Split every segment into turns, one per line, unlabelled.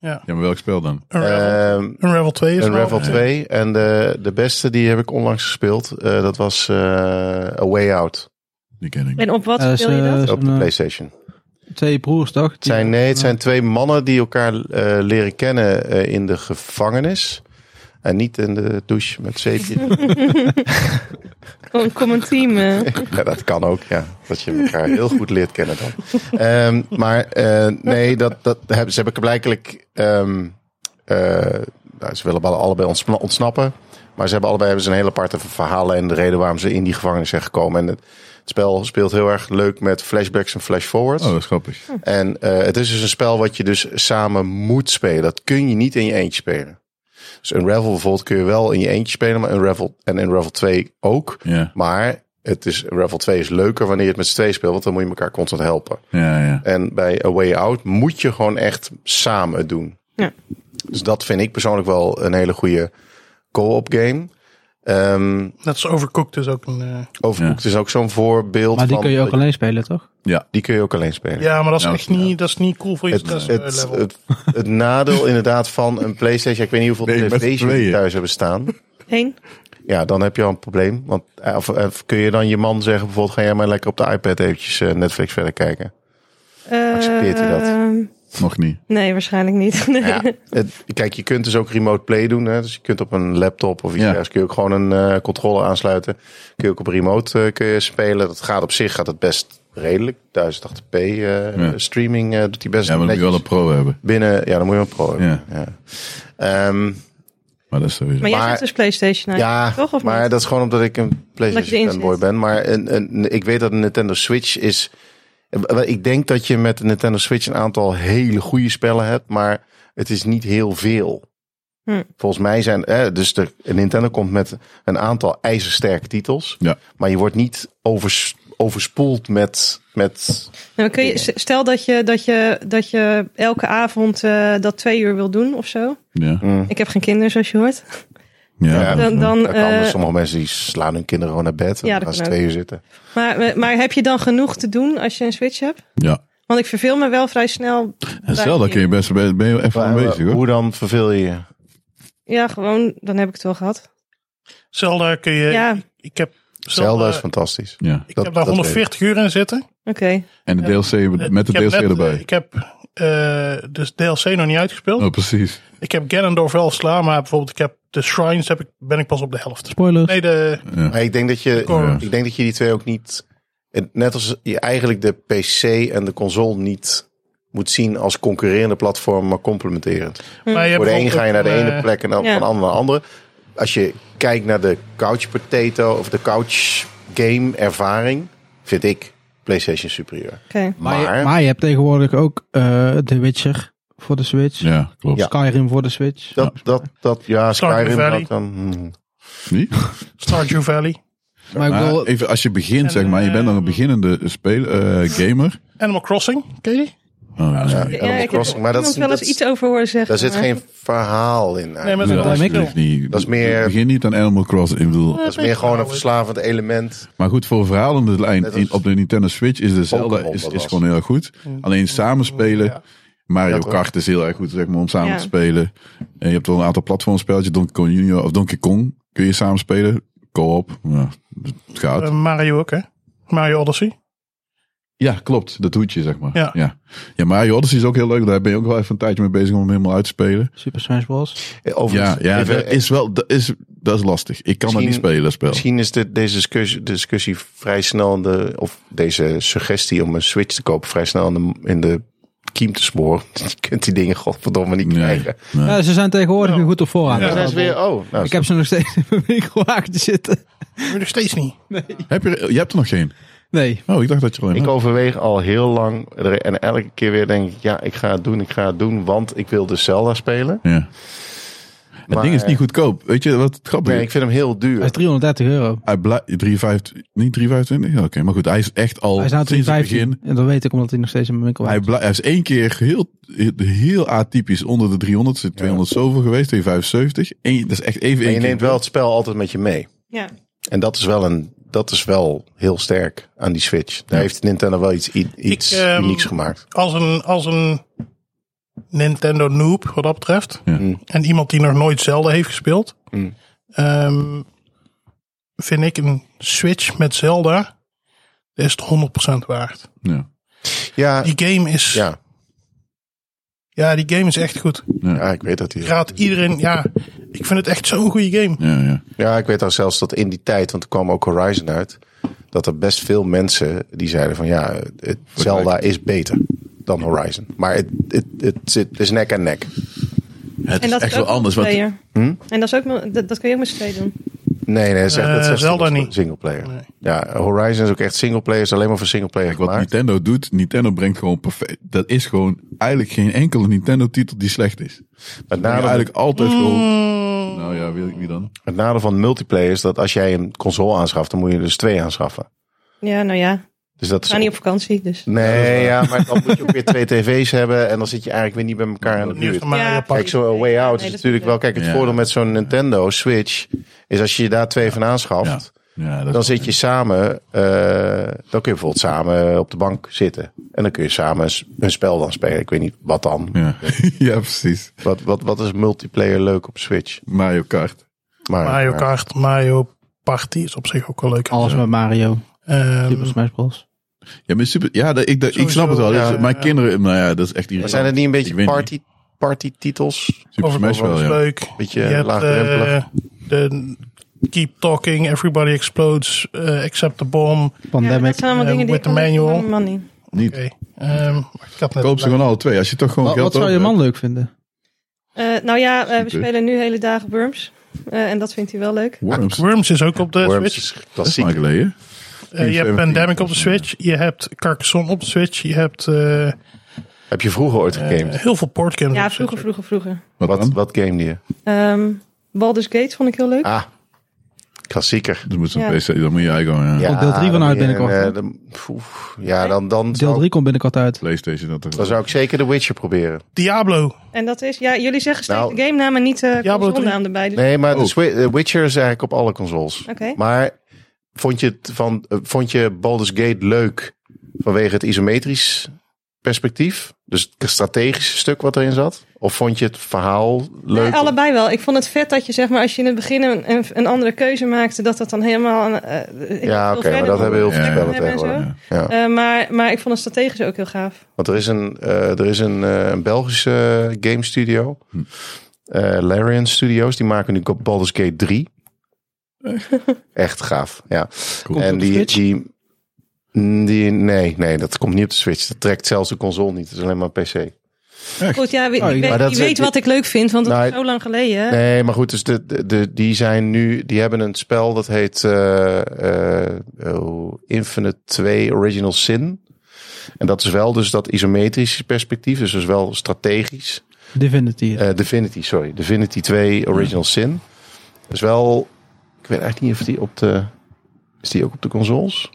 Ja.
Ja, maar welk spel dan?
Unravel, Unravel 2 is
Eh, Een Ehm, Unravel
wel- eh,
2. En de, de beste die heb ik onlangs gespeeld. eh, dat was eh, A Way Out
Die ken ik. niet.
En op wat
Eh,
dus,
speel je
ze-
dat?
ze-
op de
een, eh,
PlayStation.
Twee broers, toch?
Het zijn, nee, het zijn twee mannen die elkaar eh, leren kennen eh, in de gevangenis. En niet in de douche met zeepje.
Gewoon Kom een team. eh.
ja, dat kan ook, ja. Dat je elkaar heel goed leert kennen dan. Ehm, maar eh, nee, dat, dat hebben, ze hebben blijkbaar... ehm, eh, nou, ze willen allebei ontsna- ontsnappen. Maar ze hebben allebei hebben ze een hele aparte verhalen... en de reden waarom ze in die gevangenis zijn gekomen. En het, het spel speelt heel erg leuk met flashbacks en flashforwards.
Oh, dat is grappig.
En eh, het is dus een spel wat je dus samen moet spelen. Dat kun je niet in je eentje spelen. Dus Unravel bijvoorbeeld kun je wel in je eentje spelen, maar Unravel en Unravel 2 ook.
Ja,
Maar het is, Unravel 2 is leuker wanneer je het met z'n tweeën speelt, want dan moet je elkaar constant helpen.
ja, ja.
En bij A Way Out moet je gewoon echt samen het doen.
Ja.
Dus dat vind ik persoonlijk wel een hele goede co-op game. Ehm
Net als Overcooked is ook een... eh,
Overcooked is ook zo'n voorbeeld
Maar die
van...
kun je ook alleen spelen, toch?
Die kun je ook alleen spelen.
ja, maar dat is
Nou,
echt niet, dat is niet cool voor je
Het,
stress
het,
level.
het, het nadeel inderdaad van een PlayStation. Ik weet niet hoeveel
Nee, met
PlayStation
tweeën.
thuis hebben staan.
Heen.
Ja, dan heb je al een probleem. Want eh, of, of kun je dan je man zeggen, bijvoorbeeld, ga jij maar lekker op de iPad eventjes eh, Netflix verder kijken?
Eh,
Accepteert hij dat?
ehm,
Nog niet.
Nee, waarschijnlijk niet. Nee.
Ja, het- kijk, je kunt dus ook remote play doen. Hè? Dus je kunt op een laptop of iets
Ja.
dergelijks. Kun je ook gewoon een eh, controller aansluiten. Kun je ook op remote eh, kun je spelen. Dat gaat op zich gaat het best redelijk. 1080p eh,
Ja.
streaming eh, doet die best
Ja, maar dan moet je
netjes.
wel een pro hebben.
Binnen, ja, dan moet je wel pro hebben. Ja. Ehm,
Maar dat is sowieso.
Maar jij
Maar-
zit dus PlayStation uit,
Ja,
toch? Of
maar
niet?
dat is gewoon omdat ik een
Omdat je
PlayStation
erin
fanboy
zit.
ben. Maar een, een, ik weet dat een Nintendo Switch is... Ik denk dat je met de Nintendo Switch een aantal hele goede spellen hebt. Maar het is niet heel veel.
Hm.
Volgens mij zijn... Eh, dus de, Nintendo komt met een aantal ijzersterke titels.
Ja.
Maar je wordt niet overs, overspoeld met... met
Nou, kun je, stel dat je, dat, je, dat je elke avond eh, dat twee uur wil doen of zo.
Ja.
mm,
Ik heb geen kinderen, zoals je hoort.
Ja,
Ja.
dat is
Dan,
wel-
dan,
dat kan.
eh,
sommige mensen die slaan hun kinderen gewoon naar bed. En
Ja,
dan
dat
gaan ze
kan ook.
twee uur zitten.
maar, maar heb je dan genoeg te doen als je een Switch hebt?
ja.
Want ik verveel me wel vrij snel.
En Zelda kun je best ben je wel even
Maar,
aanwezig hoor.
hoe dan verveel je je?
Ja, gewoon, dan heb ik het wel gehad.
Zelda kun je...
Ja,
Ik,
oké.
ik heb Zelda,
Zelda is
eh,
fantastisch.
Ja.
ik
dat-
heb daar
dat weet
140 uur in zitten.
En de DLC met de
Ik
DLC
heb net, eh,
erbij.
Ik heb eh, dus DLC nog niet uitgespeeld.
Oh, precies.
Ik heb Ganondorf wel slaan, maar bijvoorbeeld ik heb de shrines heb ik, ben ik pas op de helft.
Spoilers.
Nee, de,
Maar ik denk dat je,
Ja.
ik denk dat je die twee ook niet, net als je eigenlijk de PC en de console niet moet zien als concurrerende platformen, maar complementerend. Voor
maar je hebt
de een
bijvoorbeeld
ga je naar de
een,
ene
eh,
plek en dan
ja.
van de andere naar de andere. Als je kijkt naar de couch potato of de couch game ervaring, vind ik PlayStation superieur.
oké.
Maar,
Maar-
je, maar je hebt tegenwoordig ook eh The Witcher voor de Switch.
Ja, klopt.
Skyrim voor de Switch.
Dat, dat, dat, ja,
Stardew
Skyrim
Valley.
dat dan. hmm.
Niet?
Stardew Valley,
Maar ik
Maar
bedoel,
even als je begint, zeg maar, je bent nog
eh,
een beginnende speel, eh, gamer.
Animal Crossing, ken je die?
Oh, ja, sorry.
Ja, ik heb
Crossing, maar dat
iemand
is-
wel eens
dat is-
iets over horen zeggen.
Daar zit
maar-
geen verhaal in. eigenlijk.
Nee, maar
Doe dat
dat is
alsjeblieft niet.
Dat is meer-
Begin niet aan Animal Crossing. Ik bedoel,
dat is meer gewoon een verslavend element.
maar goed, voor een verhalende lijn
Net als-
in- op de Nintendo Switch is de Zelda
Pokémon,
is,
dat
is
was.
gewoon heel erg goed. Alleen samenspelen.
Ja.
Mario
Ja, toch?
Kart is heel erg goed zeg maar, om samen
Ja.
te spelen. En je hebt wel een aantal platformspelletjes. Donkey Kong Junior of Donkey Kong kun je samen spelen. Co-op. Ja, het gaat.
Eh, Mario ook, hè? Mario Odyssey.
Ja, klopt. Dat hoedje, zeg maar.
Ja.
ja. ja Mario Odyssey is ook heel leuk. Daar ben je ook wel even een tijdje mee bezig om hem helemaal uit te spelen.
Super Smash Bros.
Ja,
Overigens,
ja
even-
dat is wel... Dat is, dat is lastig. Ik kan dat niet
Misschien-
spelen, dat spel.
Misschien is dit, deze discussie, discussie vrij snel in de, of deze suggestie om een Switch te kopen vrij snel in de, in de kiem te smoren. Je kunt die dingen godverdomme niet
Nee.
krijgen.
Ja, ze zijn tegenwoordig weer goed op voorraad.
Ja,
Dat is weer, oh, nou,
Ik heb ze nog steeds in mijn winkelwagen zitten.
Moet je nog steeds niet.
Heb je, je hebt er nog geen?
Nee.
Oh, ik dacht dat je alleen
ik
had.
overweeg al heel lang er- en elke keer weer denk ik, ja, ik ga het doen, ik ga het doen, want ik wil de Zelda spelen.
Ja. Het
Maar- eh,
ding is niet goedkoop. Weet je wat het grappige
Nee,
is?
ik vind hem heel
Hij is
duur.
330 euro.
Hij blijft 3,25. Niet 3,25? Ja, Oké, maar goed, hij is echt al
Hij is nou
sinds het begin.
315. En dat weet ik omdat hij nog steeds in mijn winkelwagen
Hij, blij- hij is één keer heel, heel atypisch onder de 300. Zit 200 zoveel geweest, 275. Eén, dat is echt even
En
één
je
keer.
neemt wel het spel altijd met je mee.
Ja.
En dat is wel, een, dat is wel heel sterk aan die Switch. Daar heeft Nintendo wel iets, i- iets
Ik, ehm,
unieks gemaakt.
Als een, als een Nintendo noob wat dat betreft.
Ja.
Mm.
En iemand die nog nooit Zelda heeft gespeeld.
Mm.
Ehm, vind ik een Switch met Zelda is het 100% waard.
Ja.
Ja,
Die game is, ja.
ja,
die game is echt goed.
ja, ik weet dat
Ik
hier.
raad iedereen, ja, ik vind het echt zo'n goede game.
Ja, ja.
Ja, ik weet al zelfs dat in die tijd, want er kwam ook Horizon uit, dat er best veel mensen die zeiden van ja, het Zelda is beter dan Horizon. Maar het, het, het, zit- het is nek aan nek.
Het
En
is
dat
echt
is ook eh,
wel anders.
met
Want, ja,
player.
Hm?
En dat, is ook, met- dat, dat kun je ook met z'n tweeën doen.
Nee, nee, dat is echt, dat is
Eh,
echt
Zelda
single-
niet.
singleplayer.
Nee.
Ja, Horizon is ook echt singleplayer, is alleen maar voor singleplayer
wat
gemaakt.
Nintendo doet, Nintendo brengt gewoon perfect. Dat is gewoon eigenlijk geen enkele Nintendo-titel die slecht is.
Met
Nou,
nadeel,
eigenlijk
Mm.
altijd gewoon. Nou ja, weet ik wie dan?
het nadeel van multiplayer is dat als jij een console aanschaft, dan moet je er dus twee aanschaffen.
Ja, nou ja. We
Dus dat is
gaan niet op vakantie, dus.
Nee, ja, maar dan moet je ook weer twee tv's hebben en dan zit je eigenlijk weer niet bij elkaar aan de
Nu is
buurt.
het maar
Ja,
een apart.
Kijk, zo'n way out
Nee,
is
dat
natuurlijk
is
wel. Kijk, het
Ja.
voordeel met zo'n Nintendo Switch is als je je daar twee van aanschaft,
Ja, dat
dan zit je samen. eh, dan kun je bijvoorbeeld samen op de bank zitten. En dan kun je samen een s- een spel dan spelen. Ik weet niet wat dan.
Ja. ja, precies.
Wat, wat, wat is multiplayer leuk op Switch?
Mario Kart.
Maar,
Mario
maar-
Kart, Mario Party is op zich ook wel leuk.
Alles met Mario.
Ehm,
Super Smash Bros.
Ja, maar super, ja dat- ik, dat- ik snap het wel.
Sowieso,
Dus
ja,
mijn
ja.
kinderen, nou ja, dat is echt
maar
irritant.
zijn het niet een
Ik
beetje
weet niet.
party, party titels?
Super
Overal
Smash wel,
is
ja.
leuk.
Beetje
Je hebt,
laagdrempelig.
eh, de Keep Talking, Everybody Explodes, eh, Except the Bomb.
Ja,
Pandemic.
dat zijn allemaal
eh,
dingen die
with the
ik kan-
manual.
man niet.
Niet.
Oké, ehm, ik had net
Koop ze gewoon alle twee. Als je toch gewoon
wat,
geld
wat zou je
over
man leuk vinden?
Eh, nou ja, eh, we
Super.
spelen nu hele dagen Worms. Eh, en dat vindt hij wel leuk.
hebt. Worms.
Worms is ook op de
Worms
Switch.
is
Dat is lang
klassiek.
geleden.
Eh, je hebt
17.
Pandemic op de Switch. Je hebt Carcassonne op de Switch. Je hebt eh, eh,
Heb je vroeger ooit gegamed?
heel veel portgames op
Ja,
de
vroeger,
Switch.
vroeger, vroeger.
eh, Wat,
Wat,
dan?
wat gamede je?
Ehm Baldur's Gate vond ik heel leuk.
Ah, klassieker.
Dus moet zo'n
Ja.
PC, dan moet je eh, eigenlijk gewoon, ja.
Komt deel drie van
dan
uit
moet je een,
binnenkort, hè?
eh, dan- poef, Ja, dan, dan,
Deel
zou,
3 komt binnenkort uit.
Playstation dat toch
dan zou ik zeker The Witcher proberen.
Diablo.
En dat is, ja, jullie zeggen steeds
Nou,
de game naam en niet de
Diablo
console
drie.
naam erbij. Dus,
Nee, maar de
Oh.
Swi- de Witcher is eigenlijk op alle consoles.
Oké.
Maar vond je, het van, eh, vond je Baldur's Gate leuk vanwege het isometrisch perspectief? Dus het strategische stuk wat erin zat? Of vond je het verhaal leuk?
Nee, allebei wel. Ik vond het vet dat je, zeg maar, als je in het begin een, een, een andere keuze maakte, dat dat dan helemaal. een, eh, heel
ja, oké,
veel
maar
verder
dat
kon.
hebben heel veel
Ja.
spellen
Hebben en zo.
tegenwoordig.
Eh, maar, maar ik vond het strategisch ook heel gaaf.
Want er is een, eh, er is een, eh, een Belgische game studio. eh, Larian Studios, die maken nu Baldur's Gate 3. Echt gaaf, ja.
Cool.
en
op de
die,
Switch?
die, die, nee, nee, dat komt niet op de Switch. Dat trekt zelfs de console niet. Het is alleen maar een PC.
Goed, ja, wie,
Oh,
ik
ja.
weet,
Maar dat
wie
is-
weet wat ik leuk vind, want dat
Nou,
is zo lang geleden. hè.
Nee, maar goed, dus de, de, de- die zijn nu, die hebben een spel dat heet eh, eh, oh, Infinite 2 Original Sin. En dat is wel dus dat isometrische perspectief, dus dat is wel strategisch.
Divinity.
Eh, Divinity, sorry. Divinity 2 Original Sin. Dat is wel, ik weet eigenlijk niet of die op de, is die ook op de consoles?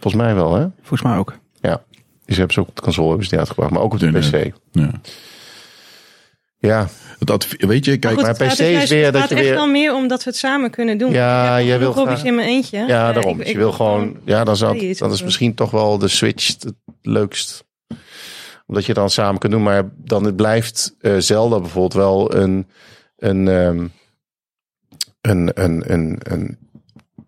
Volgens mij wel, hè?
Volgens mij ook.
Ja. Dus hebben ze ook op de console hebben ze die uitgebracht, maar ook op de
Nee, nee.
PC.
Ja.
Ja,
Het adv- weet je, kijk,
Goed,
maar
het
per
gaat
se
dus
is
juist-
weer
het
dat
gaat
je
echt
weer-
wel meer omdat we het samen kunnen doen.
ja, jij wil
wil hobby's
graag...
in mijn eentje.
Ja,
Eh,
daarom.
ik-
Dus
ik
je wil gewoon. Ja, dan,
Nee,
zou,
iets
dan is
anders.
misschien toch wel de Switch het leukst. Omdat je het dan samen kunt doen. Maar dan het blijft eh, Zelda bijvoorbeeld wel een. een ehm, een, een, een, een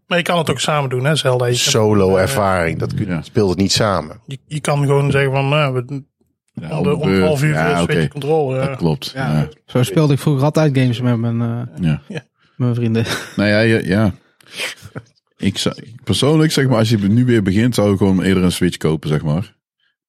Maar je kan het ook samen doen, hè, Zelda. Je, eh,
solo ervaring. Dat kun-
Ja.
speelt het niet samen.
je, je kan gewoon zeggen van, nou, we,
ja,
om, de, om
beurt.
half uur
ja,
Switch
oké.
controle. eh.
Dat
Ja.
klopt. Ja.
Zo speelde ik vroeger altijd games met mijn, eh,
Ja.
mijn vrienden.
Nou ja, ja. ja. Ik zou, persoonlijk zeg maar, als je nu weer begint, zou ik gewoon eerder een Switch kopen, zeg maar.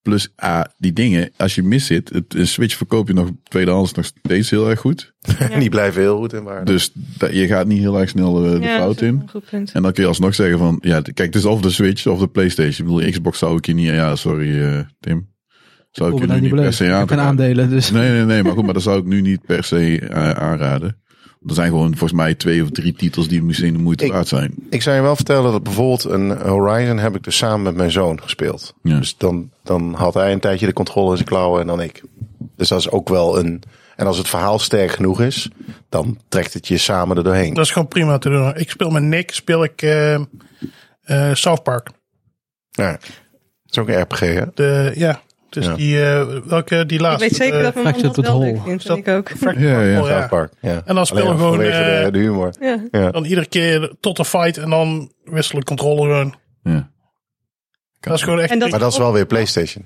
Plus, ah, die dingen, als je mis zit, het, een Switch verkoop je nog tweedehands nog steeds heel erg goed.
En die blijven heel goed in waarde.
Dus dat, je gaat niet heel erg snel eh, de
Ja, dat
fout
is ook
in.
een goed punt.
En dan kun je alsnog zeggen van, ja, kijk, het is of de Switch of de PlayStation. Ik bedoel, Xbox zou ik hier niet, ja, sorry eh, Tim. Zou ik je
Hoe we
nu
dat
niet
niet
per
beleven.
se
Ik heb geen
aanraden.
aandelen, dus
Nee, nee, nee, maar goed, maar dat zou ik nu niet per se eh, aanraden. Er zijn gewoon volgens mij twee of drie titels die misschien de moeite
Ik-
waard zijn.
Ik zou je wel vertellen dat bijvoorbeeld een Horizon heb ik dus samen met mijn zoon gespeeld.
Ja.
Dus dan, dan had hij een tijdje de controle in zijn klauwen en dan ik. Dus dat is ook wel een. En als het verhaal sterk genoeg is, dan trekt het je samen er doorheen.
Dat is gewoon prima te doen. Ik speel met Nick, speel ik eh, eh, South Park.
Ja. Het is ook een RPG, hè?
De, ja, Het is
Ja.
die, eh, welke, die
ik
laatste.
weet zeker
eh,
dat mijn
Fact
man dat
tot
wel
hol.
leuk vindt,
Is dat-
vind ik ook.
Frank-
Ja, ja.
Oh, ja.
South Park. Ja.
En dan spelen
Alleen
we gewoon,
vanwege de-
eh,
de humor.
Ja.
Ja.
Dan iedere keer tot de fight en dan wisselen controle gewoon.
Ja.
Dat is gewoon echt...
En dat-
eh,
Maar dat is wel weer PlayStation.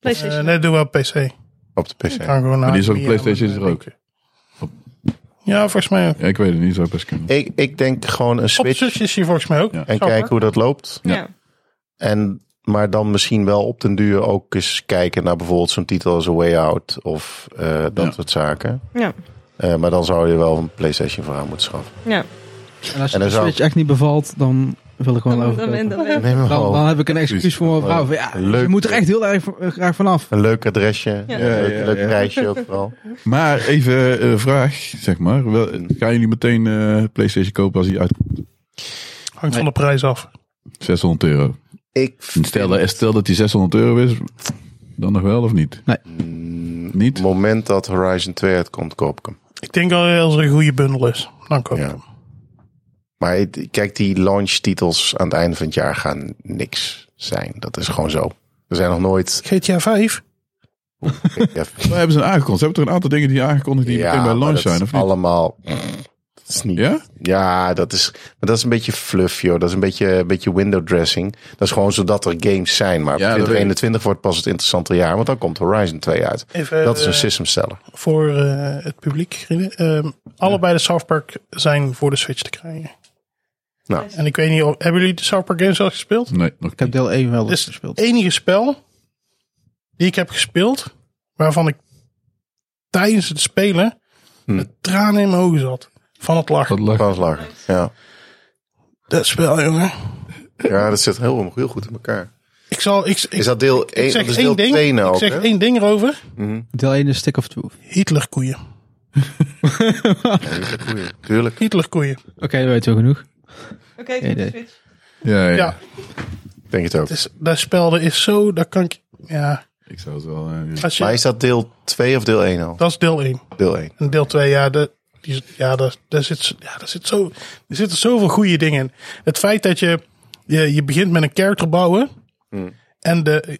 PlayStation.
nee, dat doen we op PC. We
Op de PC.
Gaan gewoon naar
die is ook
via-
PlayStation is er ook.
Ja, volgens mij ook.
Ja, ik weet het niet, zou best kunnen.
Ik, ik denk gewoon een
Op
Switch
Switch is die volgens mij ook.
Ja. En
en kijken hoe dat loopt.
Ja.
En, maar dan misschien wel op den duur ook eens kijken naar bijvoorbeeld zo'n titel als A Way Out of eh, dat
Ja.
soort zaken.
Ja.
Eh, maar dan zou je wel een PlayStation voor aan moeten schaffen.
Ja.
En als je
En
de
dan zou-
Switch echt niet bevalt, dan wil ik gewoon
Dan, dan, dan,
overkopen.
dan-
Neem hem
Dan,
Oh.
gewoon.
dan heb ik een excuus voor mijn vrouw. van, Ja,
Leuk.
je moet er echt heel erg eh, graag vanaf.
Een leuk adresje,
Ja.
een
Ja,
leuk,
ja,
leuk
ja.
prijsje ook vooral.
Maar even eh, een vraag, zeg maar. Wel, gaan jullie meteen eh, PlayStation kopen als die uit
Hangt van de prijs af.
600 euro?
Ik
Stel, dat- stel dat die 600 euro is, dan nog wel of niet? Mm,
Nee.
Niet?
het moment dat Horizon 2 uitkomt, koop ik hem.
Ik denk dat als er een goede bundel is, dan koop ik
Ja.
hem.
Maar het- kijk, die launchtitels aan het einde van het jaar gaan niks zijn. Dat is gewoon zo. Er zijn nog nooit.
GTA 5?
Ja,
Maar hebben ze een aangekondigd? Ze hebben er een aantal dingen die aangekondigd die meteen bij
maar
launch
dat
zijn,
is
of niet?
Allemaal. Dat is niet.
Ja?
Ja, dat is, maar dat is een beetje fluff, joh. Dat is een beetje, een beetje window dressing. Dat is gewoon zodat er games zijn. Maar
Ja, dat
2021 wordt pas het interessante jaar, want dan komt Horizon 2 uit.
Even,
dat is een
eh,
system seller.
voor eh, het publiek. vrienden. Ehm, allebei de South Park zijn voor de Switch te krijgen.
Nou.
En ik weet niet, of, hebben jullie de South Park games al gespeeld?
Nee, nog
Ik heb
niet.
deel 1 wel
Het
Dus-
is
eens
Dus het
gespeeld.
enige spel die ik heb gespeeld, waarvan ik tijdens het spelen
Hm.
met tranen in mijn ogen zat. Van het lachen.
Dat lag.
Frans Lager. Ja.
Dat spel, jongen.
ja, dat zit heel, heel goed in elkaar.
Ik zal, ik, ik,
Is dat deel
ik
1? Dat
zeg
is deel
één ding.
2 nou
ik
ook,
zeg
hè?
één ding erover.
Deel 1 is Stick of Truth.
Hitlerkoeien.
Goeie. Tuurlijk.
Hitlerkoeien.
Oké, dat weten we genoeg.
Oké, ik doe de
idee.
Switch.
Ja, ja.
Ja,
Ik Denk het ook.
het is, dat spel dat is zo, dat kan ik... Ja,
Ik zou het wel... eh,
als
Maar
je,
is dat deel 2 of deel 1 al?
dat is deel 1.
Deel 1.
En deel 2, ja, de, die, ja, daar, daar, zit, z- ja daar, zit zo, er zitten zoveel goede dingen in. Het feit dat je, je, je begint met een character bouwen. En de,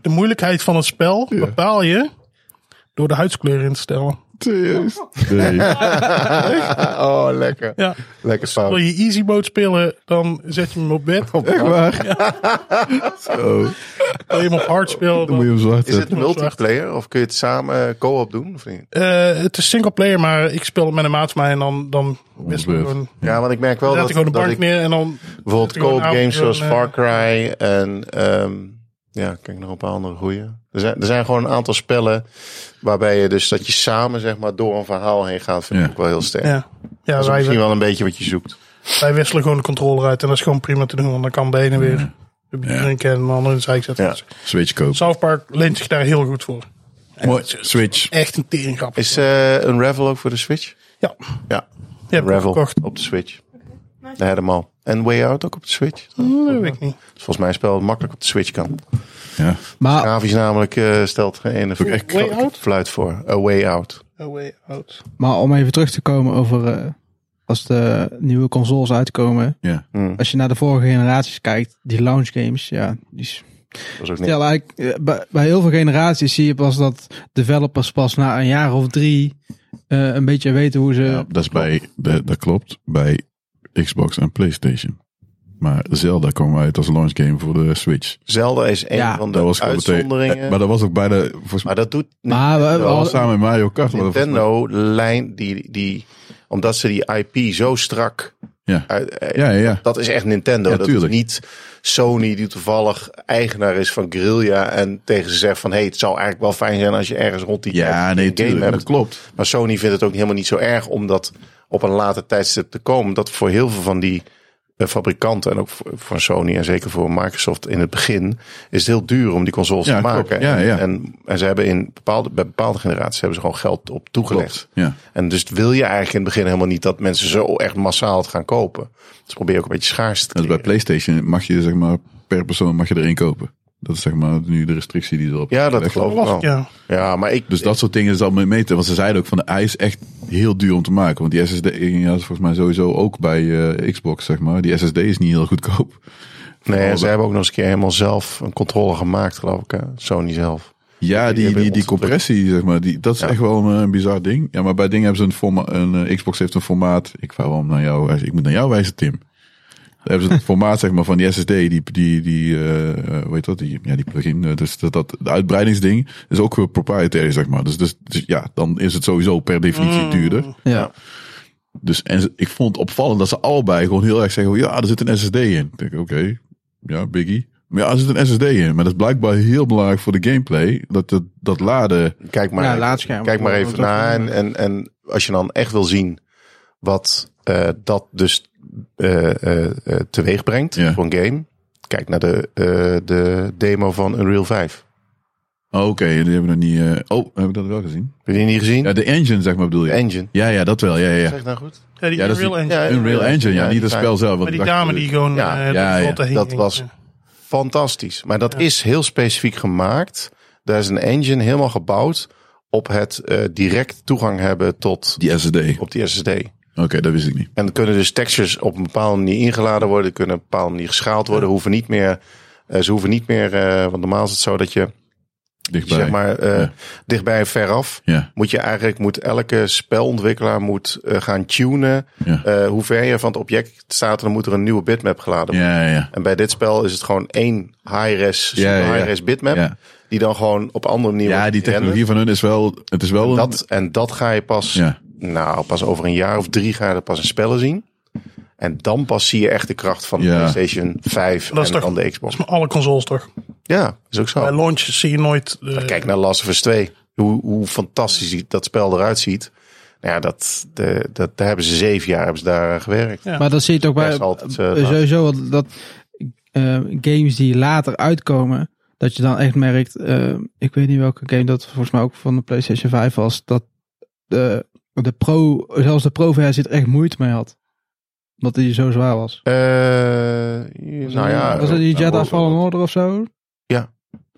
de moeilijkheid van het spel bepaal je door de huidskleur in te stellen.
serieus? Nee.
Oh, lekker.
Ja.
Lekker
Wil
fout.
je easy mode spelen, dan zet je hem op bed.
Echt waar? Zo,
Wil je hem op hard spelen,
dan moet je
dan,
hem zwart
Is het
zetten.
multiplayer of kun je het samen eh, co-op doen? Of niet?
Eh, het is single player, maar ik speel het met een maat van mij en dan, dan best wel
beurt.
gewoon.
Ja, want ik merk wel
Dan
dat,
zet ik gewoon de
Oh, dat
bank
ik
neer en dan.
bijvoorbeeld
zet ik gewoon
co-op
een
games
avond
zoals Far
gewoon,
Cry en ehm, ja, kijk nog een paar andere goeie. Er zijn, er zijn gewoon een aantal spellen waarbij je dus dat je samen zeg maar door een verhaal heen gaat, vind ik
Ja.
ook wel heel sterk.
Ja, ja
Dat is
wij,
misschien wel een beetje wat je zoekt.
wij wisselen gewoon de controller uit en dat is gewoon prima te doen, want dan kan de ene weer de bier
Ja.
drinken en de andere in de zijk zetten.
Ja.
Dus-
Switch kopen.
South Park leent zich daar heel goed voor.
Mooi. Switch.
Echt een teringrap.
Is eh een Revel ook voor de Switch?
Ja,
Ja,
je hebt hem
Revel
gekocht.
op de Switch. De helemaal. En Way Out ook op de Switch.
Mm,
Dat
Hm, Dat weet ik niet.
is volgens mij een spel dat makkelijk op de Switch kan.
Ja.
Maar
Grafisch namelijk eh, stelt geen ene
Ah. Ook echt
Way Out?
fluit voor. A Way Out.
A way out.
Maar om even terug te komen over eh, als de nieuwe consoles uitkomen.
Ja.
Als je naar de vorige generaties kijkt, die launch games, ja, die s-
Dat is ook niet.
stel eigenlijk, eh, bij, bij heel veel generaties zie je pas dat developers pas na een jaar of drie eh, een beetje weten hoe ze.
Ja, dat, is bij, dat, dat klopt bij Xbox en PlayStation. Maar Zelda kwam uit als launch game voor de Switch.
Zelda is een
Ja.
van
Dat
de
was gewoon meteen-
uitzonderingen.
eh, Maar dat was ook bij de. Volgens mij
Maar dat doet
maar eh, we,
dat
we
dat was
hadden-
samen met Mario Kart. maar dat was-
Nintendo lijn die, die omdat ze die IP zo strak
Ja.
uit, eh,
Ja, ja, ja.
dat is echt Nintendo.
Ja,
dat is
tuurlijk.
niet Sony die toevallig eigenaar is van Guerrilla en tegen ze zegt van hey, het zou eigenlijk wel fijn zijn als je ergens rond die
Ja,
die
nee,
game
tuurlijk,
hebt.
dat klopt.
Maar Sony vindt het ook helemaal niet zo erg om dat op een later tijdstip te komen. Dat voor heel veel van die eh, fabrikanten en ook voor, voor Sony en zeker voor Microsoft in het begin is het heel duur om die consoles
Ja,
te
klopt.
maken.
Ja, ja.
En, en ze hebben in bepaalde, bij bepaalde generaties hebben ze gewoon geld op
Klopt.
toegelegd.
Ja.
En dus wil je eigenlijk in het begin helemaal niet dat mensen zo echt massaal het gaan kopen. Dus probeer je ook een beetje schaars te
Dat is Dus bij
creëren.
PlayStation mag je zeg maar per persoon mag je er één kopen. Dat is zeg maar nu de restrictie die erop
Ja, dat
gelegd
geloof ik
Las ik,
wel. Ja,
ja.
maar ik...
Dus dat soort dingen is al mee meten. Want ze zeiden ook van de ijs is echt heel duur om te maken. Want die SSD ja, dat is volgens mij sowieso ook bij eh, Xbox, zeg maar. Die SSD is niet heel goedkoop.
Nee,
Oh,
ze
dat-
hebben ook nog eens een keer helemaal zelf een controle gemaakt, geloof ik. Hè? Sony zelf.
Ja,
Die
die,
hebben
die, die
ons-
compressie, zeg maar, die, dat is
Ja.
echt wel een, eh, bizar ding. Ja, maar bij dingen hebben ze een formaat, een eh, Xbox heeft een formaat. Ik wou wel naar jou wijzen, ik moet naar jou wijzen, Tim. Daar hebben ze het formaat, zeg maar, van die SSD, die, die, die eh, weet dat, die, ja, die plugin. eh, Dus dat, dat de uitbreidingsding is ook weer proprietary, zeg maar. Dus, dus, dus ja, dan is het sowieso per definitie duurder.
Ja.
Dus en ze- ik vond het opvallend dat ze allebei gewoon heel erg zeggen: ja, er zit een SSD in. Ik denk, oké, ja, Biggie. Maar ja, er zit een SSD in. Maar dat is blijkbaar heel belangrijk voor de gameplay. Dat, dat, dat laden.
Kijk maar,
Ja,
even-
laadscherm.
kijk maar even
Dat-
na. En, en, en als je dan echt wil zien wat eh, dat dus eh, eh, eh, teweeg brengt
Ja.
voor een game. Kijk naar de, eh, de demo van Unreal 5.
Oh, oké, die hebben we nog niet. eh, oh, hebben we dat wel gezien?
Heb je die niet gezien?
Ja, de engine, zeg maar, bedoel
Hm. De
je?
engine.
Ja, ja, dat wel. Ja, ja,
Zeg
ja.
ik nou goed?
Ja, die
Ja, dat is
Unreal
die-
Engine.
Ja,
Unreal Engine, ja,
Ja,
niet
die
het spel zelf. want
Maar die
ik dacht,
dame die gewoon
Ja,
eh, de
ja, ja.
grot heen
Dat
ging.
was- Fantastisch. Maar dat is heel specifiek gemaakt. Daar is een engine helemaal gebouwd op het eh, direct toegang hebben tot
Die SSD. Oké,
op die SSD.
dat wist ik niet.
En er kunnen dus textures op een bepaalde manier ingeladen worden, kunnen op een bepaalde manier geschaald worden, hoeven niet meer. eh, ze hoeven niet meer, eh, want normaal is het zo dat je
Dichtbij.
zeg maar eh,
Ja.
dichtbij en veraf
Ja,
moet je eigenlijk moet elke spelontwikkelaar moet eh, gaan tunen
ja.
eh, hoe ver je van het object staat en dan moet er een nieuwe bitmap geladen worden.
Ja, ja, ja.
En bij dit spel is het gewoon één high-res, super
Ja, ja, ja.
high-res bitmap
Ja.
die dan gewoon op andere manier
Ja,
wordt
die technologie van hun is wel. Het is wel
gerenderd.
een.
Dat, en dat ga je pas
ja.
nou, pas over een jaar of drie ga je dat pas in spellen zien. En dan pas zie je echt de kracht van de
Ja.
PlayStation 5
Dat is
en
toch-
van de
Dat
Xbox.
is met alle consoles toch?
Ja, is ook
Bij
zo.
launch zie je nooit... eh,
Kijk naar Last of Us 2. Hoe, hoe fantastisch die- dat spel eruit ziet. Nou ja, dat, de, dat, daar hebben ze zeven jaar hebben ze daar eh, gewerkt.
Ja.
Maar dat zie je toch
Ja,
bij
is altijd, eh,
eh, sowieso wel dat eh, games die later uitkomen, dat je dan echt merkt, eh, ik weet niet welke game dat volgens mij ook van de PlayStation 5 was, dat de, de pro, zelfs de pro-versie er echt moeite mee had. Omdat die zo zwaar was.
Eh, nou ja,
was dat die
eh,
Jedi
eh,
Fallen Order of zo?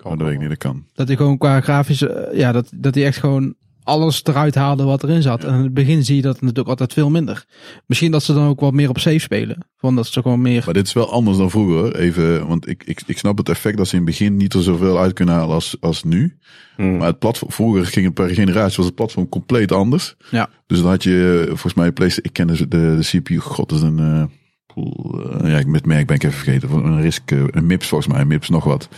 Oh, dat weet ik niet, dat kan.
Dat hij gewoon qua grafische, eh, ja, dat, dat hij echt gewoon alles eruit haalde wat erin zat. En in het begin zie je dat natuurlijk altijd veel minder. Misschien dat ze dan ook wat meer op safe spelen. Van dat ze gewoon meer...
Maar dit is wel anders dan vroeger. hoor. Even, want ik, ik, ik snap het effect dat ze in het begin niet er zoveel uit kunnen halen als, als nu.
Hmm.
Maar het platform, vroeger ging het per generatie, was het platform compleet anders.
Ja.
Dus dan had je eh, volgens mij PlayStation, ik ken de, de, de CPU, god, dat is een... eh, poel, eh, ja, ik met merk ben ik even vergeten. Van Een RISC, eh, een MIPS volgens mij, een MIPS nog wat.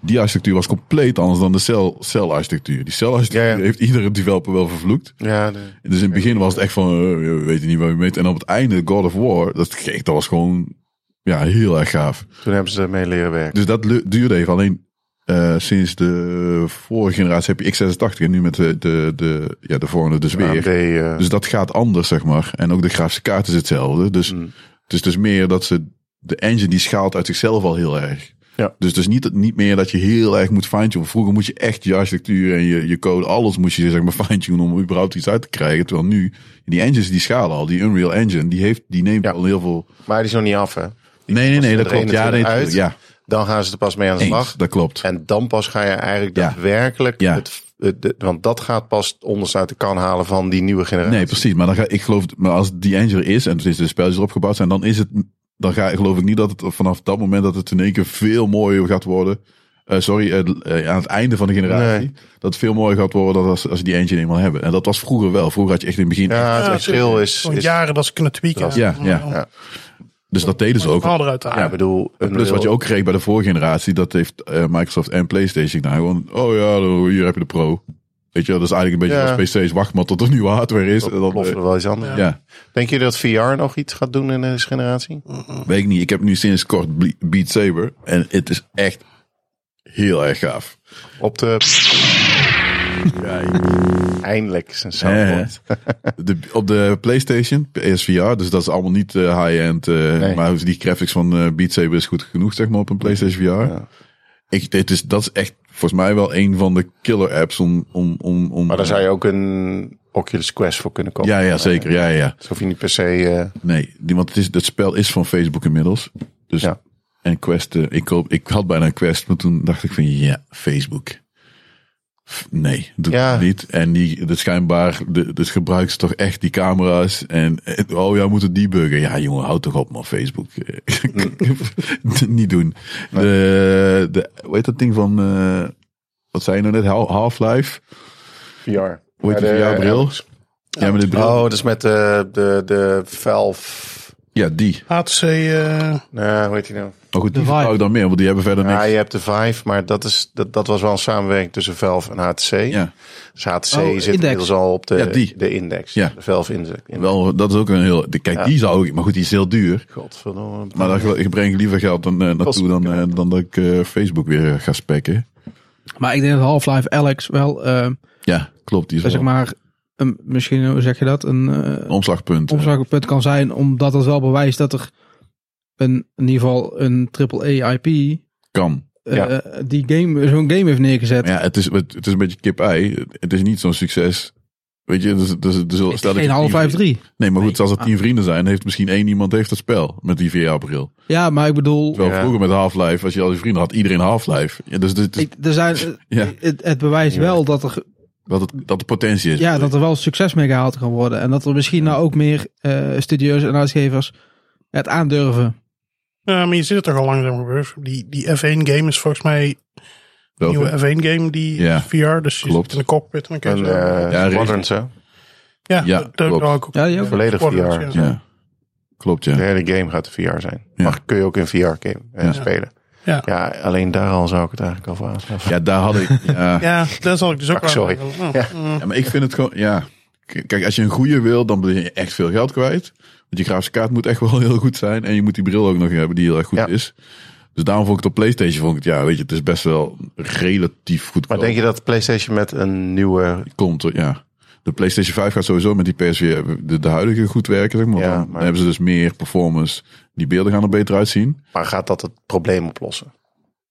Die architectuur was compleet anders dan de cel- cel-architectuur. Die cel-architectuur
Ja, ja.
heeft iedere developer wel vervloekt.
Ja, de-
Dus in het begin was het echt van, eh, we weten niet waar je meet. En op het einde, God of War, dat, gek, dat was gewoon ja, heel erg gaaf.
toen hebben ze ermee leren werken.
Dus dat lu- duurde even. Alleen eh, sinds de vorige generatie heb je x86 en nu met de, de, de, ja, de volgende dus weer.
AMD, eh,
Dus dat gaat anders, zeg maar. En ook de grafische kaart is hetzelfde. Dus
Mm.
het is dus meer dat ze... De engine die schaalt uit zichzelf al heel erg.
Ja.
Dus het is niet, niet meer dat je heel erg moet fine-tunen. Vroeger moet je echt je architectuur en je, je code, alles moest je zeg maar fine-tunen om überhaupt iets uit te krijgen. Terwijl nu, die engines die schalen al, die Unreal Engine, die, heeft, die neemt
Ja.
al heel veel...
maar die is nog niet af, hè?
Nee, nee, nee,
er
dat klopt.
21
Ja, nee,
uit.
ja,
Dan gaan ze er pas mee aan de slag.
eens, dat klopt.
En dan pas ga je eigenlijk
Ja.
daadwerkelijk.
Ja.
Het, het- het- want dat gaat pas onderste uit de kan halen van die nieuwe generatie.
Nee, precies. Maar dan ga, ik geloof, maar als die engine er is en het is de spelletjes erop gebouwd zijn, dan is het, dan ga, geloof ik niet dat het vanaf dat moment dat het in één keer veel mooier gaat worden. Eh, sorry, eh, eh, aan het einde van de generatie.
Nee.
Dat het veel mooier gaat worden dan als, als ze die engine eenmaal hebben. En dat was vroeger wel. Vroeger had je echt in het begin.
Ja, het
Ja,
verschil is.
Gewoon
is
jaren dat ze kunnen tweaken.
Ja, ja.
Om- om-
Ja.
dus dat deden ze
om het
ook.
verhaal eruit te halen.
ja, ik bedoel, een
Plus wat je ook kreeg bij de vorige generatie, dat heeft eh, Microsoft en PlayStation gedaan. Gewoon, oh ja, hier heb je de Pro. Weet je, wel, dat is eigenlijk een beetje
Ja.
als PC's. Wacht maar tot er nieuwe hardware is. En dan, eh,
ploffen er wel iets anders.
ja.
Denk je dat VR nog iets gaat doen in deze generatie?
Weet ik niet. Ik heb nu sinds kort Ble- Beat Saber. En het is echt heel erg gaaf.
Op de. Eindelijk is een soundboard.
De, op de PlayStation, PSVR. Dus dat is allemaal niet eh, high-end. eh,
Nee.
Maar die graphics van eh, Beat Saber is goed genoeg, zeg maar, op een PlayStation VR. Ik, dit is, dat is echt volgens mij wel een van de killer apps om... om, om, om
Maar daar zou je ook een Oculus Quest voor kunnen kopen.
Ja, ja, zeker. Ja, ja, ja.
Dus hoef je niet per se. eh,
Nee, die- want het, is, het spel is van Facebook inmiddels. Dus,
Ja.
En Quest, eh, ik, koop, ik had bijna een Quest, maar toen dacht ik van ja, Facebook. Pff, Nee, doet
Ja.
het niet. En die, de schijnbaar, de, dus gebruikt ze toch echt die camera's. En, en- oh ja, moet het debuggen. Ja, jongen, houd toch op, man. Facebook. niet doen. De, de, hoe heet dat ding van, eh, wat zei je nou net? Hal- Half-Life?
VR.
Hoe heet
Maar
die
de- eh,
jouw bril? Ja, met de bril.
Oh, dat is met de, de, de Valve.
Ja, die.
HTC, eh,
Nou, hoe heet die nou?
Maar goed, die
De
vertrouw ik
Vive.
dan meer, want die hebben verder
Ja,
niks.
je hebt de Vive, maar dat, is, dat, dat was wel een samenwerking tussen Valve en HTC.
Ja,
Dus HTC
Oh,
zit
index.
inmiddels al op de,
Ja, die.
de index.
Ja.
De Valve index. Wel.
wel, dat is ook een heel... de- Kijk,
Ja.
die zou ik... Maar goed, die is heel duur.
Godverdomme.
Maar daar ge- breng ik liever geld dan, eh, naartoe dan, eh, dan dat ik eh, Facebook weer eh, ga spekken.
Maar ik denk dat Half-Life Alex wel, eh,
Ja, klopt. Die is
zeg
wel
maar, een, misschien, hoe zeg je dat, een
een
eh
omslagpunt.
omslagpunt kan zijn. Omdat dat wel bewijst dat er een, in ieder geval een triple-A-IP
Kan.
Ja.
eh, die game, zo'n game heeft neergei.
Maar ja, het is, het, het is een beetje kip-ei. Het is niet zo'n succes. Weet je, dus, dus, dus, stel dat
Geen
je tien
Half-Life
vrienden-
3.
Nee, maar goed,
Nee. Ah.
als er tien vrienden zijn, heeft misschien één iemand heeft dat spel met die VR-bril.
Ja, maar ik bedoel,
Terwijl
Ja.
vroeger met Half-Life, als je al je vrienden had, iedereen Half-Life. Ja, dus dit is-
ik, er zijn,
Ja.
het, het bewijst wel dat er
dat, het, dat de potentie is.
Ja, dat er wel succes mee gehaald kan worden. En dat er misschien nou ook meer eh studio's en uitgevers het aandurven.
ja, maar je ziet het toch al langzaam gebeuren. Die, die F1 game is volgens mij een
Welke-
nieuwe F1 game die
Ja,
VR. Dus je
klopt.
zit in de cockpit en dan kijk
En,
je
eh
Ja,
Squadrons, hè?
Ja,
ja,
dat- dat
klopt.
wou ik ook.
Ja, die ook.
Volledig
Squadrons,
VR.
Ja.
Ja. Klopt, ja.
De hele game gaat VR zijn.
Ja.
Maar kun je ook in VR game eh,
Ja.
spelen.
Ja.
ja, alleen daar al zou ik het eigenlijk al voor aanschaffen.
Ja, daar had ik... Ja.
Ja, daar zal ik dus ook
Ach, Ah, sorry.
aan denken.
Ja.
Mm.
Ja, maar ik vind het gewoon, ja. K- Kijk, als je een goede wil, dan ben je echt veel geld kwijt. Want je grafische kaart moet echt wel heel goed zijn. En je moet die bril ook nog hebben die heel erg goed
Ja.
is. Dus daarom vond ik het op PlayStation, vond ik het, ja, weet je, het is best wel relatief goed.
Maar denk je dat PlayStation met een nieuwe...
Komt, er, ja. De PlayStation 5 gaat sowieso met die PSV, de, de huidige goed werken, zeg maar.
Ja,
Dan
maar-
hebben ze dus meer performance. Die beelden gaan er beter uitzien.
Maar gaat dat het probleem oplossen?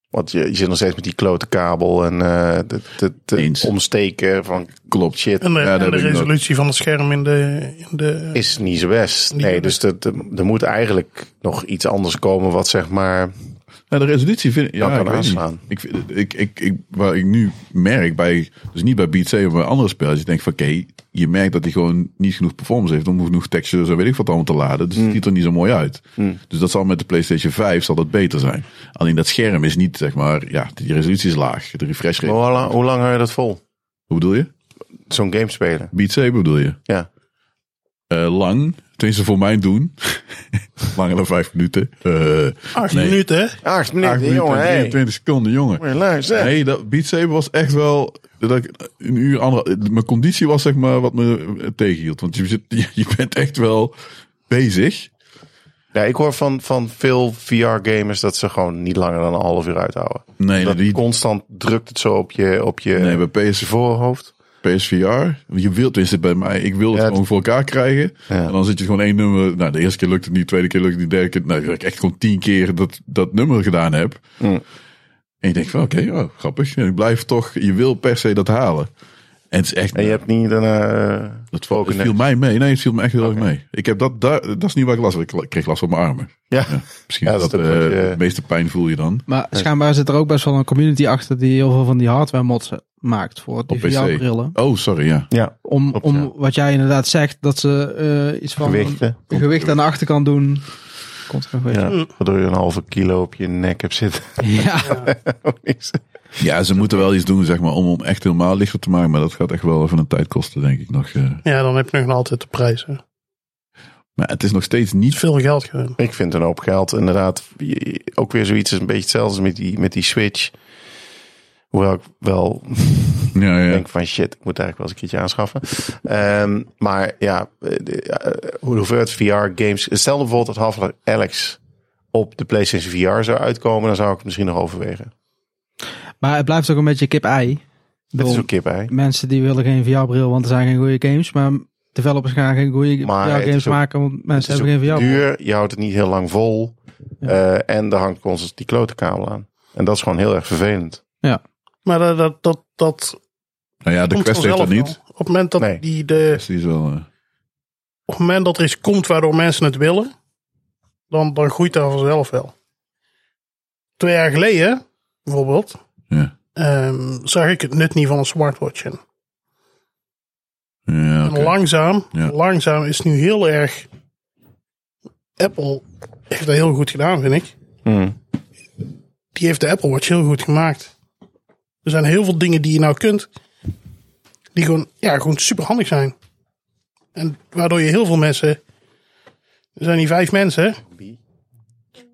Want je, je zit nog steeds met die klote kabel en het de, de, de
Eens.
omsteken van
Klopt.
shit.
En de,
Ja, dat
en de
heb ik ook.
resolutie van het scherm in de... In de
is niet zo best.
Niet
Nee,
zo
dus dat, er moet eigenlijk nog iets anders komen wat zeg maar...
Nou, de resolutie vind ik. Ja,
Dat kan
ik weet niet.
aanslaan.
Ik, vind- ik, ik, ik, waar ik nu merk bij. Dus niet bij Beat Saber, maar bij andere spelletjes. Ik denk van oké, je merkt dat hij gewoon niet genoeg performance heeft. Om genoeg textures en weet ik wat allemaal te laden. Dus het
Hmm.
ziet er niet zo mooi uit. Dus dat zal met de PlayStation 5 zal dat beter zijn. Alleen dat scherm is niet zeg maar. Ja, die resolutie is laag. De refresh rate.
Maar Hoe lang, hoe lang hou je dat vol?
Hoe bedoel je?
Zo'n game spelen?
Beat Saber bedoel je?
Ja.
Eh, lang. Tenminste voor mijn doen. Langer dan vijf minuten. Eh
acht
nee.
minuten, hè?
Acht
Acht
minuten,
minuten
jongen.
en
Hey.
23 seconden, jongen.
Luister.
Nee, dat, Beat Saber was echt wel dat ik een uur andere. Mijn conditie was zeg maar wat me tegenhield, want je, zit, je bent echt wel bezig.
Ja, ik hoor van, van veel VR-gamers dat ze gewoon niet langer dan een half uur uithouden.
Nee,
dat
die
constant drukt het zo op je, op je
nee bij PS,
voorhoofd.
PSVR, je wilt tenminste bij mij, ik wil het
Ja,
gewoon voor elkaar krijgen. En dan zit je gewoon één nummer. Nou, de eerste keer lukt het niet, de tweede keer lukt het niet, de derde keer. Nou, dat ik echt gewoon tien keer dat, dat nummer gedaan heb. En je denkt van oké, oh, grappig. En ik blijf toch, je wil per se dat halen. En het is echt.
En je hebt niet een... eh,
Dat val- het
Broken
viel mij mee. Nee, het viel me echt heel erg mee. Ik heb dat, daar, dat is niet waar ik last van. Ik la- kreeg last van mijn armen.
ja.
Ja, misschien
Ja,
is
dat
dat,
is ook
eh,
wat je-
de meeste pijn voel je dan.
Maar schijnbaar zit er ook best wel een community achter die heel veel van die hardware mods eh, maakt voor die
Op PC.
VR-brillen.
Oh, sorry, ja.
ja.
Om,
Klopt,
om
ja.
wat jij inderdaad zegt, dat ze eh, iets van
Gewichten.
een gewicht aan de achterkant doen. Komt er nog weer. Ja.
Hm.
Ja, waardoor je een halve kilo op je nek hebt zitten.
Ja, ze moeten wel iets doen, zeg maar, om hem echt helemaal lichter te maken. Maar dat gaat echt wel even een tijd kosten, denk ik nog. eh.
Ja, dan heb je nog altijd de prijs. hè. Het
Maar het is nog steeds
is
niet...
veel geld gewoon.
Ik vind een hoop geld inderdaad. je- je- Ook weer zoiets is een beetje hetzelfde als met die, met die Switch. Hoewel ik wel
Ja, ja.
denk van shit, ik moet eigenlijk wel eens een keertje aanschaffen. Ehm, maar ja, eh, de- eh, hoe hoeveelheid VR games. Stel nou bijvoorbeeld dat Half-Life Alex op de PlayStation VR zou uitkomen, dan zou ik het misschien nog overwegen.
Maar het blijft ook een beetje kip-ei.
Dat is
Bedoel,
ook kip, hè?
Mensen die willen geen VR-bril, want er zijn geen goede games. Maar developers gaan geen goede
Maar het
VR-games
is ook-
maken, want
Het
mensen
is
hebben geen
ook
VR-bril.
duur, je houdt het niet heel lang vol. eh, en er hangt constant die klote kabel aan. En dat is gewoon heel erg vervelend.
Maar dat, dat, dat, dat
Nou ja, de
komt
Quest heeft dat
vanzelf
niet.
wel. Op het moment dat,
Nee.
die de,
Quest is wel... eh,
op het moment dat er iets komt waardoor mensen het willen, dan, dan groeit dat vanzelf wel. Twee jaar geleden, bijvoorbeeld,
Ja.
ehm, zag ik het nut niet van een smartwatch in.
Ja, oké.
En langzaam,
Ja.
langzaam is nu heel erg. Apple heeft dat heel goed gedaan, vind ik. Die heeft de Apple Watch heel goed gemaakt. Er zijn heel veel dingen die je nou kunt, die gewoon, ja, gewoon super handig zijn. En waardoor je heel veel mensen. Er zijn hier vijf mensen. hè?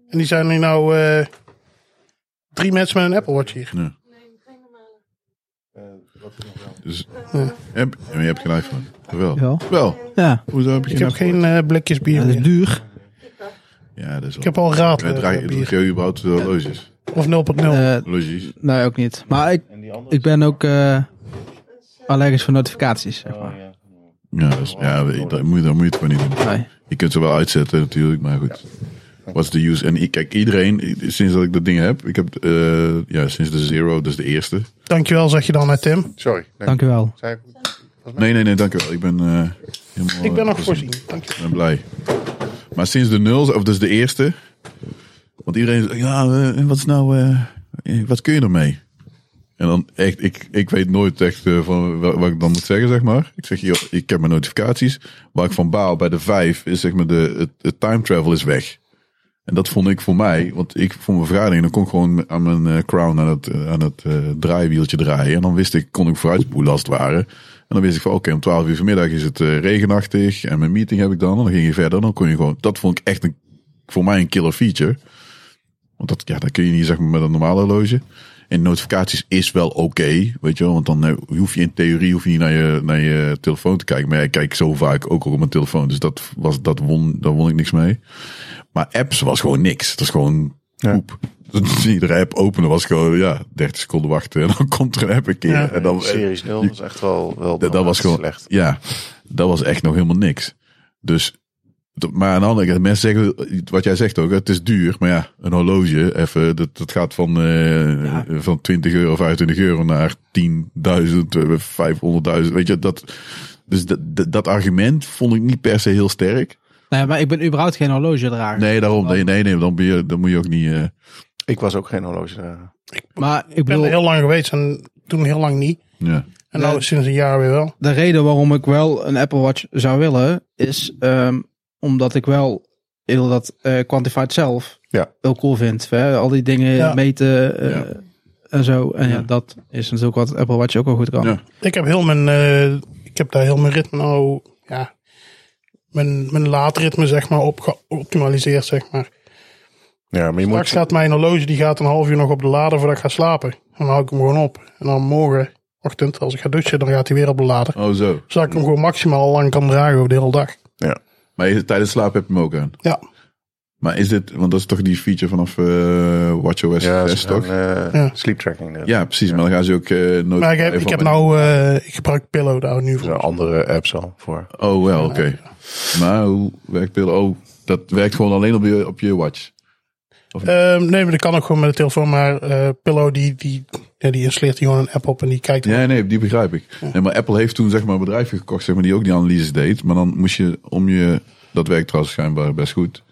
En die zijn nu nou eh, drie mensen met een Apple Watch hier.
Dus, heb, ja, maar je hebt geen iPhone. Wel.
Wel.
Wel.
Ja,
Hoezo heb je
Ik
geen
heb
iPhone?
geen eh, blikjes bier
dat
meer.
is duur.
Ja, dat is
Ik heb al raad. eh,
Wij draaien het
bier.
regio überhaupt de horloges.
Of 0.0.
Eh,
Horloges.
nee, ook niet. Maar ik, ik ben ook eh, allergisch voor notificaties, zeg
Oh,
maar.
Ja, dat, is- ja dat, dat moet, dat moet je het gewoon niet doen.
Nee.
Je kunt ze wel uitzetten natuurlijk, maar goed. What's the use? En i- kijk, iedereen, i- sinds dat ik dat ding heb, ik heb, eh, ja, sinds de Zero, dus de eerste.
Dankjewel, zeg je dan naar Tim.
Sorry. Nee,
Dank u wel.
zei ik-
Nee, nee, nee, dankjeuel. Ik ben eh, helemaal...
Ik ben nog
eh,
voorzien. Dankjewel.
Ik ben blij. Maar sinds de nul, of dus de eerste. Want iedereen zegt, ja, eh, wat is nou, eh, eh, wat kun je ermee? En dan echt, ik, ik weet nooit echt eh, van wa- wat ik dan moet zeggen, zeg maar. Ik zeg, joh, ik heb mijn notificaties. Waar ik van baal bij de vijf is, zeg maar, de, het, het time travel is weg. En dat vond ik voor mij, want ik voor mijn vergadering, dan kon ik gewoon aan mijn eh, crown aan het, eh, aan het eh, draaiwieltje draaien. En dan wist ik, kon ik vooruitspoelen als het ware. En dan wist ik van, oké, om 12 uur vanmiddag is het eh, regenachtig en mijn meeting heb ik dan. En dan ging je verder. En dan kon je gewoon, dat vond ik echt een, voor mij een killer feature. Want dat, ja, dat kun je niet zeg maar met een normale horloge. En notificaties is wel oké, weet je wel. Want dan eh, hoef je in theorie hoef je niet naar je, naar je telefoon te kijken. Maar ja, ik kijk zo vaak ook op mijn telefoon. Dus dat, was, dat won, daar won ik niks mee. Maar apps was gewoon niks. Het was gewoon poep. Dus iedere app openen was gewoon, ja, 30 seconden wachten. En dan komt er een app een keer.
Ja.
en dan,
Series 0 was echt wel, wel
dat, dat was gewoon
Oh, slecht.
Ja, dat was echt nog helemaal niks. Dus, d- maar aan de andere kant, mensen zeggen, wat jij zegt ook, het is duur. Maar ja, een horloge, even, dat, dat gaat van, eh, van 20 euro, 25 euro naar 10.000, 500.000. Weet je, dat, dus dat, dat, dat argument vond ik niet per se heel sterk.
Nee, maar ik ben überhaupt geen horlogedrager.
Nee, daarom, nee, nee, nee dan, ben je, dan moet je ook niet... eh,
Ik was ook geen horloge. drager.
Maar ik
Ik ben
bedoel,
er heel lang geweest en toen heel lang niet.
ja.
En nou
Nee.
is sinds een jaar weer wel.
de reden waarom ik wel een Apple Watch zou willen, is ehm, omdat ik wel heel dat eh, Quantified zelf
Ja.
heel cool vind. Hè? Al die dingen
Ja.
meten eh,
Ja.
en zo. En ja.
Ja.
dat is natuurlijk wat Apple Watch ook wel goed kan.
Ja.
Ik heb heel mijn, eh, ik heb daar heel mijn ritme nou, ja, mijn, mijn laadritme zeg maar op geoptimaliseerd zeg maar.
Ja, maar je
Straks
moet...
gaat mijn horloge, die gaat een half uur nog op de lader voordat ik ga slapen. En dan hou ik hem gewoon op. En dan morgenochtend, als ik ga douchen, dan gaat hij weer op de lader.
Oh zo.
Zodat ik hem gewoon maximaal lang kan dragen over de hele dag.
Ja.
Maar je- tijdens slaap heb je hem ook aan.
Ja,
Maar is dit, want dat is toch die feature vanaf eh WatchOS
Ja,
6 toch?
Ja.
eh, sleep tracking. Dat
Ja, precies. Maar dan gaan ze ook eh nooit.
maar ik heb, ik heb nou, eh, ik gebruik Pillow daar nu
Er zijn
voor.
andere apps al voor.
Oh, wel, oké. Maar hoe werkt Pillow? Oh, dat werkt gewoon alleen op je, op je watch.
Ehm, nee, maar dat kan ook gewoon met de telefoon. Maar eh, Pillow, die, die, ja, die installeert hier gewoon een app op en die kijkt.
Ja, nee, die begrijp ik. Nee, maar Apple heeft toen zeg maar een bedrijf gekocht zeg maar, die ook die analyses deed. Maar dan moest je om je. Dat werkt trouwens schijnbaar best goed.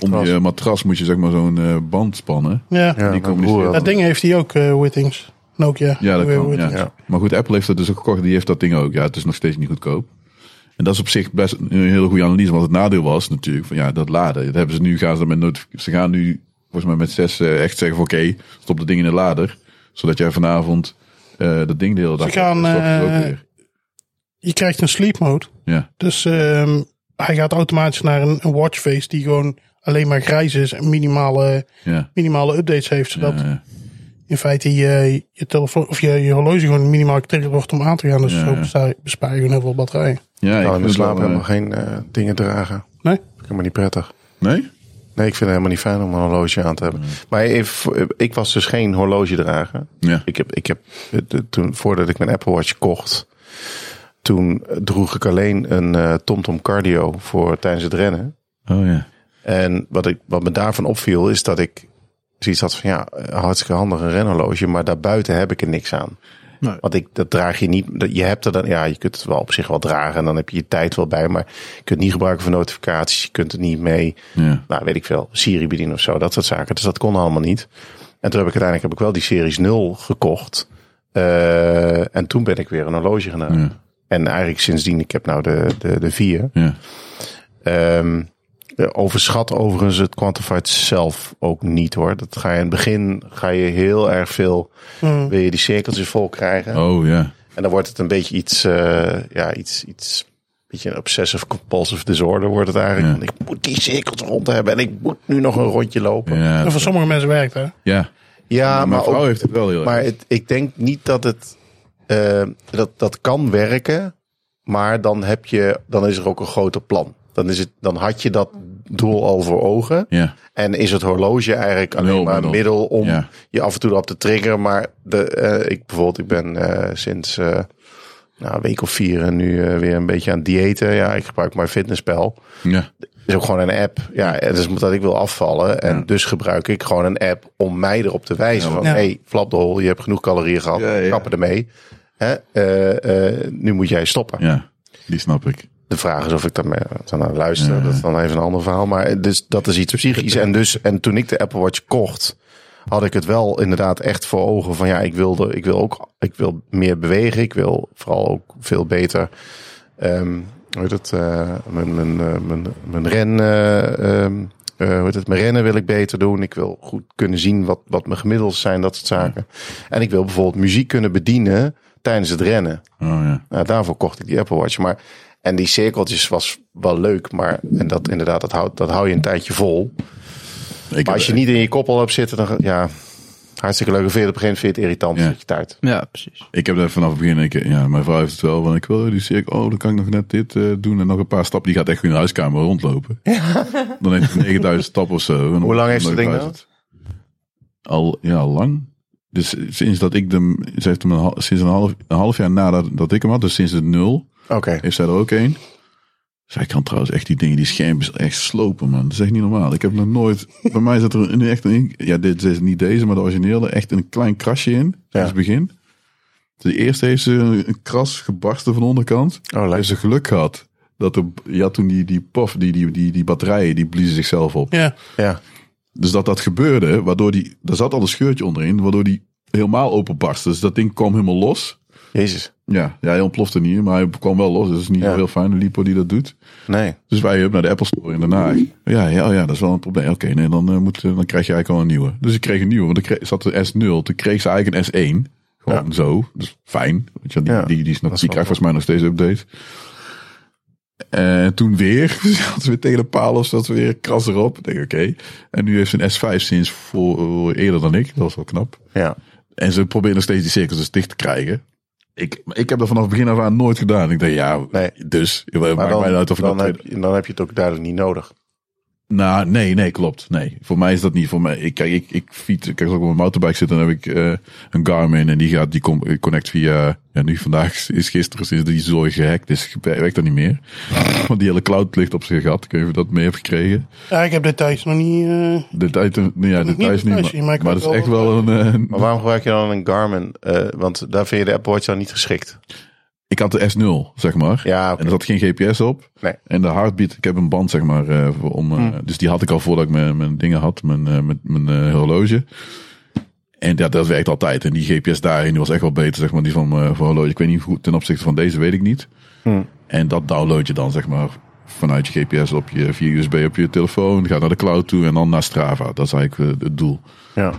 Om je matras moet je zeg maar zo'n eh, band spannen.
Ja.
Ja,
Die
mijn
communiceert
broer had
Dat ding heeft hij ook, eh Wittings. Nokia.
Ja, dat
Weer
kan. Ja.
Wittings.
Ja.
Maar goed, Apple heeft dat dus ook gekocht. Die heeft dat ding ook. Ja, het is nog steeds niet goedkoop. En dat is op zich best een hele goede analyse. Want het nadeel was natuurlijk van ja, dat laden. Dat hebben ze nu gaan ze met notif- Ze gaan nu volgens mij met zes eh, echt zeggen van oké, stop dat ding in de lader. Zodat jij vanavond eh, dat ding de hele dag.
Ze gaan,
hebt. Dat is ook
eh,
weer.
Je krijgt een sleep mode.
Ja,
Dus ehm, hij gaat automatisch naar een, een watchface die gewoon alleen maar grijs is en minimale,
ja.
minimale updates heeft. Zodat
ja, ja.
in feite je, je telefoon of je, je horloge gewoon minimaal getriggerd wordt om aan te gaan. Dus
Ja,
zo
ja.
bespaar, bespaar je gewoon heel veel batterijen.
Ja, ik
Nou, in
vind
de
het
slaap
wel, eh,
helemaal geen eh, dingen dragen.
Nee?
Ik helemaal niet prettig.
Nee?
Nee, ik vind het helemaal niet fijn om een horloge aan te hebben. Maar even, ik was dus geen horlogedrager.
Ja.
Ik heb, ik heb eh, de- toen, voordat ik mijn Apple Watch kocht, toen eh, droeg ik alleen een eh, TomTom Cardio voor tijdens het rennen.
Oh ja.
En wat, ik, wat me daarvan opviel is dat ik zoiets had van ja, eh, hartstikke handig een renhorloge, maar daarbuiten heb ik er niks aan.
Nee.
Want ik, dat draag je niet. dat- Je hebt er dan, ja, je kunt het wel op zich wel dragen en dan heb je je tijd wel bij, maar je kunt het niet gebruiken voor notificaties, je kunt er niet mee,
Ja.
nou weet ik veel, Siri bedienen of zo, dat soort zaken. Dus dat kon allemaal niet. En toen heb ik uiteindelijk heb ik wel die Series 0 gekocht. Eh, en toen ben ik weer een horloge genomen.
Ja.
En eigenlijk sindsdien, ik heb nou de, de, de 4.
Ja.
Ehm, eh, overschat overigens het Quantified zelf ook niet hoor. Dat ga je in het begin ga je heel erg veel. Wil je die cirkeltjes vol krijgen.
Oh ja.
En dan wordt het een beetje iets. eh, ja, iets. iets een beetje een obsessive compulsive disorder wordt het eigenlijk.
Ja.
Want Ik moet die cirkels rond hebben en ik moet nu nog een rondje lopen. Ja,
Ja.
En voor sommige mensen werkt hè.
ja.
maar
Mijn vrouw
ook,
heeft het wel heel erg.
maar het, ik denk niet dat het eh, dat, dat kan werken. Maar dan heb je, dan is er ook een groter plan. Dan, is het, dan had je dat doel al voor ogen.
Ja.
En is het horloge eigenlijk alleen maar een middel om
Ja.
je af en toe op te triggeren. Maar de, eh, ik bijvoorbeeld, ik ben eh, sinds eh, nou, een week of vier en nu eh, weer een beetje aan het diëten. Ja, ik gebruik mijn fitnesspel.
Ja.
is ook gewoon een app. Ja, het is omdat ik wil afvallen. En dus gebruik ik gewoon een app om mij erop te wijzen. van,
Ja.
hey, flap de hol, je hebt genoeg calorieën gehad.
Ja, ja.
Kappen ermee. Hè? eh, eh, nu moet jij stoppen.
Ja. Die snap ik.
De vraag is of ik daarmee dan naar luister. Dat is dan even een ander verhaal. Maar dus, dat is iets psychisch. En, dus, en toen ik de Apple Watch kocht, had ik het wel inderdaad echt voor ogen van ja, ik wilde, ik wil ook, ik wil meer bewegen. Ik wil vooral ook veel beter. ehm, hoe heet het? eh, mijn, mijn, eh, mijn, mijn ren. eh, ehm, eh, hoe heet het? Mijn rennen wil ik beter doen. Ik wil goed kunnen zien wat, wat mijn gemiddels zijn, dat soort zaken. En ik wil bijvoorbeeld muziek kunnen bedienen tijdens het rennen.
Oh ja.
Nou, daarvoor kocht ik die Apple Watch. Maar, en die cirkeltjes was wel leuk, maar en dat inderdaad, dat, houdt dat hou je een tijdje vol.
Ik
Maar als je niet in je koppel hebt zitten, dan ja, hartstikke leuk. Vind je het op een gegeven moment vind je het irritant
Ja.
dat je tijd.
Ja, precies.
Ik heb daar vanaf het begin, ik, ja, mijn vrouw heeft het wel, want ik wil die cirkel, oh, dan kan ik nog net dit eh, doen en nog een paar stappen. Die gaat echt gewoon in de huiskamer rondlopen. Dan heeft hij 9000 stappen of zo. En
Hoe lang heeft dat ding
100.000. Al, ja, al lang. Dus sinds dat ik hem, ze heeft hem een, hal- sinds een half, een half jaar nadat dat ik hem had, dus sinds het nul,
Oké.
heeft zij er ook één. Zij kan trouwens echt die dingen, die schermpjes echt slopen, man. Dat is echt niet normaal. Ik heb nog nooit, bij mij zat er een, echt een, ja, dit is niet deze, maar de originele, echt een klein krasje in. Sinds
Ja.
het begin. De eerste heeft ze een, een kras gebarsten van de onderkant.
Oh, leuk.
Heeft ze geluk gehad. Dat er, je had toen die, die puff, die, die, die, die batterijen, die bliezen zichzelf op.
Ja.
Ja.
Dus dat dat gebeurde, waardoor die, daar zat al een scheurtje onderin, waardoor die helemaal openbarstte. Dus dat ding kwam helemaal los.
Jezus.
Ja, ja hij ontplofte niet, maar hij kwam wel los. Dus het is niet
Ja.
heel fijn, de lipo die dat doet.
Nee.
Dus wij hebben naar de Apple Store in Den Haag. Ja, ja, oh ja dat is wel een probleem. Oké, nee, dan, eh, moet, eh, dan krijg je eigenlijk al een nieuwe. Dus ik kreeg een nieuwe, want ik kreeg, zat de S0. Toen kreeg ze eigenlijk een S1. Gewoon zo. Dus fijn. Weet je, wel, die,
Ja,
die, die, is nog,
dat is
die
wel
krijgt volgens mij nog steeds updates. En toen weer. Dus had ze weer tegen de paal of zat ze weer kras erop. Ik denk, oké. En nu heeft ze een S5 sinds voor, eerder dan ik. Dat was wel knap.
Ja.
En ze proberen nog steeds die cirkels dus dicht te krijgen. Ik, ik heb dat vanaf het begin af aan nooit gedaan. Ik dacht, ja,
Nee.
dus. Maakt
Maar dan,
mij uit of ik
dan,
dat
heb, je- dan heb je het ook duidelijk niet nodig.
nou, nee, nee, klopt. Nee, voor mij is dat niet. Voor mij, ik, kijk, ik, ik fiets, kijk, als ik op mijn motorbike zit, dan heb ik eh, een Garmin en die gaat, die com- connect via, ja, nu vandaag is- is gisteren, is die zooi gehackt, dus werkt dat niet meer. Want die hele cloud ligt op zijn gat. Ik weet niet of je dat mee hebt gekregen.
ja, ik heb dit thuis nog niet... eh,
De tijd, nee, ja, de
niet
tijd is niet,
thuis zien,
maar,
maar ik
maar
heb
dat is echt
wel-
wel een, eh,
Maar waarom gebruik je dan een Garmin? Eh, want daar vind je de Apple Watch dan niet geschikt.
ik had de S0, zeg maar.
Ja, oké.
En er zat geen GPS op.
Nee.
En de heartbeat, ik heb een band, zeg maar. eh, voor- om, eh, Dus die had ik al voordat ik mijn, mijn dingen had, mijn, eh, met mijn eh, horloge. En dat, dat werkt altijd. En die GPS daarin die was echt wel beter, zeg maar, die van mijn van horloge. Ik weet niet hoe ten opzichte van deze, weet ik niet. En dat download je dan, zeg maar, vanuit je GPS op je, via USB op je telefoon. Gaat naar de cloud toe en dan naar Strava. Dat is eigenlijk eh, het doel.
Ja.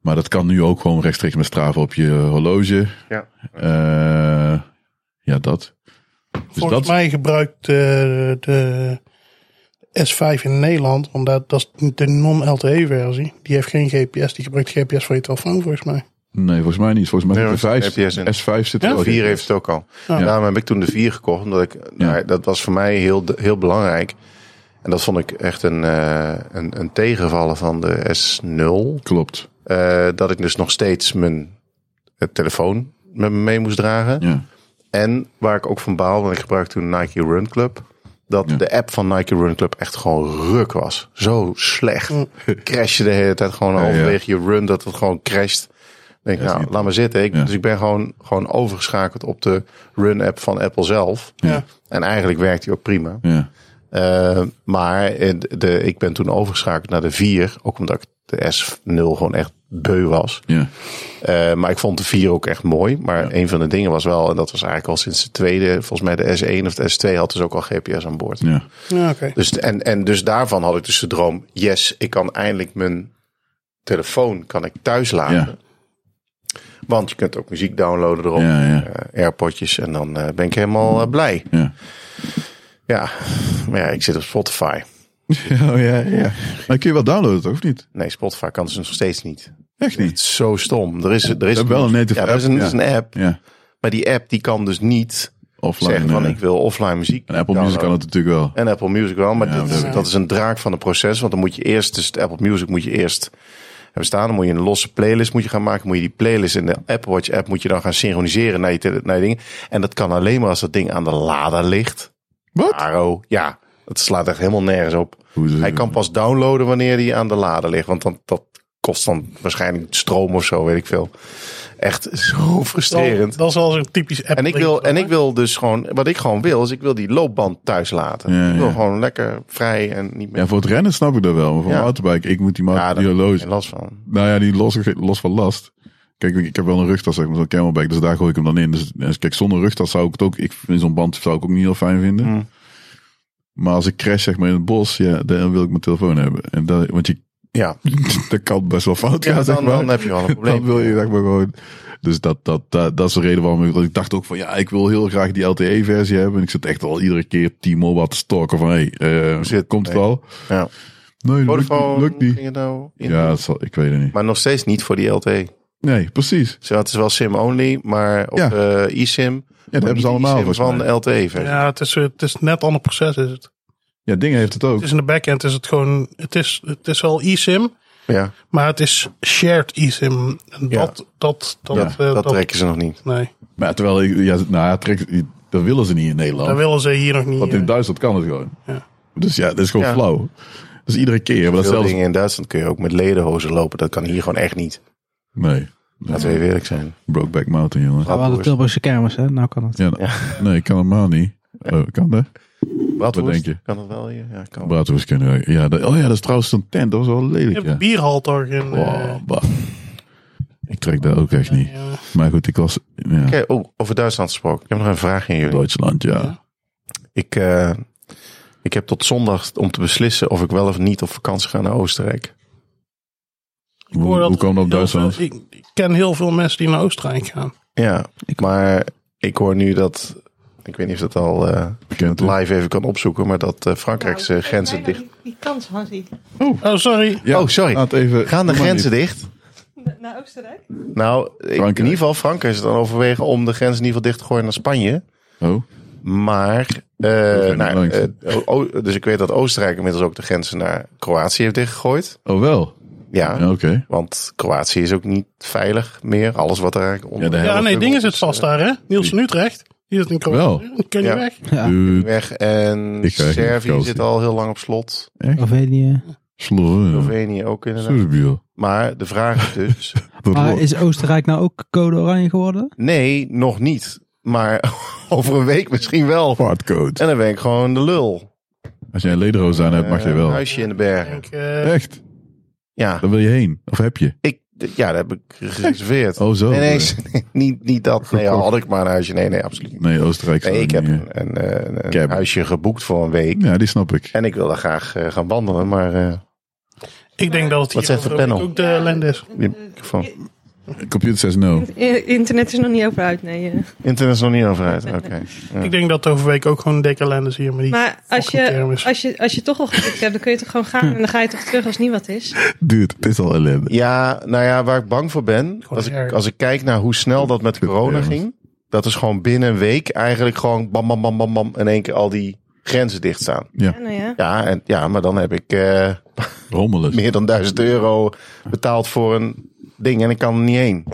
Maar dat kan nu ook gewoon rechtstreeks met Strava op je horloge.
Ja.
Eh, ja, dat. Dus
volgens
dat,
mij gebruikt eh, de S5 in Nederland, want dat, dat is de non-LTE versie. Die heeft geen GPS, die gebruikt GPS voor je telefoon volgens mij.
Nee, volgens mij niet. Volgens mij
Nee,
de
er is
5,
GPS in.
S5 zit er
Ja?
ook in.
4 Oh, heeft het ook al. Daarom heb ik toen de 4 gekocht. Omdat ik, nou, dat was voor mij heel, heel belangrijk. En dat vond ik echt een, eh, een, een tegenvallen van de S0.
Klopt.
Eh, dat ik dus nog steeds mijn eh, telefoon met me mee moest dragen.
Ja.
En waar ik ook van baal, want ik gebruikte toen Nike Run Club. Dat
Ja.
de app van Nike Run Club echt gewoon ruk was. Zo slecht. Crash je de hele tijd gewoon halverwege je run. Dat het gewoon crasht. Dan denk ik, nou, laat maar zitten. Ik,
Ja.
Dus ik ben gewoon, gewoon overgeschakeld op de Run app van Apple zelf.
Ja.
En eigenlijk werkt die ook prima.
Ja.
Eh, maar eh, de, ik ben toen overgeschakeld naar de 4. Ook omdat ik de S0 gewoon echt beu was.
Ja.
Eh, maar ik vond de 4 ook echt mooi. Maar een van de dingen was wel, en dat was eigenlijk al sinds de tweede, volgens mij de S1 of de S2 had dus ook al GPS aan boord.
Ja.
Ja, oké.
Dus, en, en dus daarvan had ik dus de droom, yes, ik kan eindelijk mijn telefoon kan ik thuis laten.
Ja.
Want je kunt ook muziek downloaden erop,
Ja, ja.
eh, airpodjes en dan eh, ben ik helemaal eh, blij.
Ja.
Ja, maar ja, ik zit op Spotify.
Oh, ja, ja. Maar kun je wel downloaden, toch? Of niet?
Nee, Spotify kan ze nog steeds niet.
Echt
Het
niet.
is zo stom. Er is, er is
hebben wel een native
ja, er is
app,
een,
ja.
is een app,
Ja.
maar die app die kan dus niet
Offline.
zeggen van
eh,
ik wil offline muziek.
en Apple Music kan
downloaden.
het natuurlijk wel.
En Apple Music wel, maar
Ja,
dit-
dat
heb ik.
dat is een draak van een proces. Want dan moet je eerst, dus de Apple Music moet je eerst hebben staan. Dan moet je een losse playlist moet je gaan maken. Moet je die playlist in de Apple Watch app moet je dan gaan synchroniseren naar je, tele- naar je dingen. En dat kan alleen maar als dat ding aan de lader ligt.
Wat?
Aro, ja, dat slaat echt helemaal nergens op.
Hoe is het?
Hij kan pas downloaden wanneer hij aan de lader ligt. Want dan, dat kost dan waarschijnlijk stroom of zo, weet ik veel. Echt zo frustrerend.
Dat, dat is wel zo'n typisch app.
En ik, wil, en ik wil dus gewoon, wat ik gewoon wil, is ik wil die loopband thuis laten.
Ja,
ik wil
ja.
gewoon lekker vrij en niet meer.
Ja, voor het rennen snap ik dat wel. Maar voor
Ja.
mijn autobike, ik moet die
Ja,
maat
daar
die
heb ik
horloge.
geen last van.
Nou ja, die los, los van last. Kijk, ik ik heb wel een rugtas, zeg maar, zo'n camelback, dus daar gooi ik hem dan in. Dus dus kijk, zonder rugtas zou ik het ook, ik vind zo'n band zou ik ook niet heel fijn vinden.
Mm.
Maar als ik crash, zeg maar, in het bos, ja, dan wil ik mijn telefoon hebben. En dat, want je,
Ja,
dat kan best wel fout gaan,
ja
zeg
dan,
maar.
dan heb je wel een
Dan
probleem.
wil je, zeg maar, gewoon. Dus dat, dat, dat, dat is de reden waarom ik, want ik dacht ook van, ja, ik wil heel graag die LTE-versie hebben. En ik zit echt al iedere keer T-Mobile te stalken van, hé, hey, eh,
Zit,
komt het
nee.
al?
Ja.
Nee, dat lukt,
Vodafone,
niet, lukt niet.
ging het nou in?
Ja, dat zal, ik weet het niet.
Maar nog steeds niet voor die LT.
Nee, precies.
Ze hadden wel SIM-only, maar op
Ja.
eh eSIM.
Ja, dat hebben ze allemaal volgens
van
mij.
de LT.
Ja, het is, eh, het is net ander proces is het.
Ja, dingen heeft het ook.
Het
Dus-
is in de backend is het gewoon, het is, het is wel eSIM,
ja,
maar het is shared eSIM. En
Ja.
dat, dat, dat,
Ja,
eh,
dat,
dat-
trekken ze nog niet.
nee,
Maar ja, terwijl, ik- ja, nou ja, trek, dat willen ze niet in Nederland.
dat willen ze hier nog niet.
want in Duitsland kan het gewoon.
Ja.
Dus ja, dat is gewoon
Ja.
flauw. Dus iedere keer. Maar dat
Veel
zelfs,
dingen in Duitsland kun je ook met ledenhozen lopen. Dat kan hier gewoon echt niet.
nee,
Laten we even eerlijk zijn.
Brokeback Mountain, jongen.
We hadden
Bratwurst.
Tilburgse kermis, hè? Nou kan het.
Ja, nou, Nee, kan helemaal niet. Oh, kan dat?
Bratwurst,
denk je?
Kan dat wel hier? Ja, kan. wel.
Bratwurst kunnen we- ja, dat, Oh ja, dat is trouwens zo'n tent. Dat was wel
Je
lelijk,
hebt
ja.
een bierhal toch in. eh,
Oh, bah. Ik trek dat ook echt niet.
ja.
Maar goed, ik was... Ja,
Oké, oh, over Duitsland gesproken. Ik heb nog een vraag aan jullie.
Duitsland, ja.
Ik, eh, ik heb tot zondag om te beslissen of ik wel of niet op vakantie ga naar Oostenrijk.
Hoe,
hoor dat
hoe kwam dat op
heel
Duitsland?
veel- Ik, ik ken heel veel mensen die naar Oostenrijk gaan.
Ja, maar ik hoor nu dat. Ik weet niet of dat al eh,
Bekend, hè?
live even kan opzoeken, maar dat eh, Frankrijk's
Nou,
eh, grenzen dicht.
Die kans, Hansi.
Oh, sorry.
Ja,
Oh, sorry.
laat even,
Gaan de
Ah, doe maar
grenzen dicht?
Naar Oostenrijk?
Nou, ik- in
Frankrijk.
ieder geval Frankrijk is het dan overwegen om de grens in ieder geval dicht te gooien naar Spanje.
niet. Oh,
Maar, eh,
zijn er
nou,
langs.
eh, o- o- dus ik weet dat Oostenrijk inmiddels ook de grenzen naar Kroatië heeft dichtgegooid.
oh wel?
Ja,
Ja, Oké.
want Kroatië is ook niet veilig meer. Alles wat er eigenlijk onder
Ja, de
Ja, nee, dingen zit vast daar, hè?
Wie?
Niels van Utrecht. Die zit in
eh, Wel.
Kroatië. Die Kun je
Ja.
weg.
Ja.
Dude,
weg. En
Ik krijg geen
Servië
vakantie.
zit al heel lang op slot.
Slovenië.
Slovenië.
Slovenië ook inderdaad.
Soesbiel.
Maar de vraag is dus...
Maar is Oostenrijk nou ook code oranje geworden?
nee, nog niet. Maar over een week misschien wel.
Partcode.
En dan ben ik gewoon de lul.
Als jij een lederhoos aan hebt, mag je
Eh,
wel.
Huisje in de bergen.
Ik, eh,
Echt?
Ja,
Daar wil je heen? Of heb je?
ik, ja dat heb ik gereserveerd.
Oh, zo.
nee, nee, niet, niet dat. Nee, ja, had ik maar een huisje. Nee, nee, absoluut niet.
Nee, Oostenrijk. zou
Nee, ik
niet,
heb
eh.
een, een, eh, een
Cabin.
huisje geboekt voor een week.
Ja, die snap ik.
En ik wilde graag eh, gaan wandelen, maar eh,
ik denk dat het hier
zegt de
over week
panel?
ook de ellende is.
je microfoon.
Computer says no.
Internet is nog niet over uit, nee. eh.
internet is nog niet over uit. Oké. Ja.
Ik denk dat het over week ook gewoon een dikke ellende is hier. Maar die
Maar als
fucking
je,
kermis.
als, je, als je toch al geboekt hebt, dan kun je toch gewoon gaan en dan ga je toch terug als niet wat is.
Dude, het is al ellende.
Ja, nou ja, waar ik bang voor ben,
Gewoon
als ik,
erg.
als ik kijk naar hoe snel dat met corona
erg.
ging, dat is gewoon binnen een week eigenlijk gewoon bam, bam, bam, bam, bam, in één keer al die grenzen dichtstaan.
Ja, nou ja.
Ja, en, ja maar dan heb ik eh,
Rommelen.
meer dan 1000 euro betaald voor een ding en ik kan er niet heen.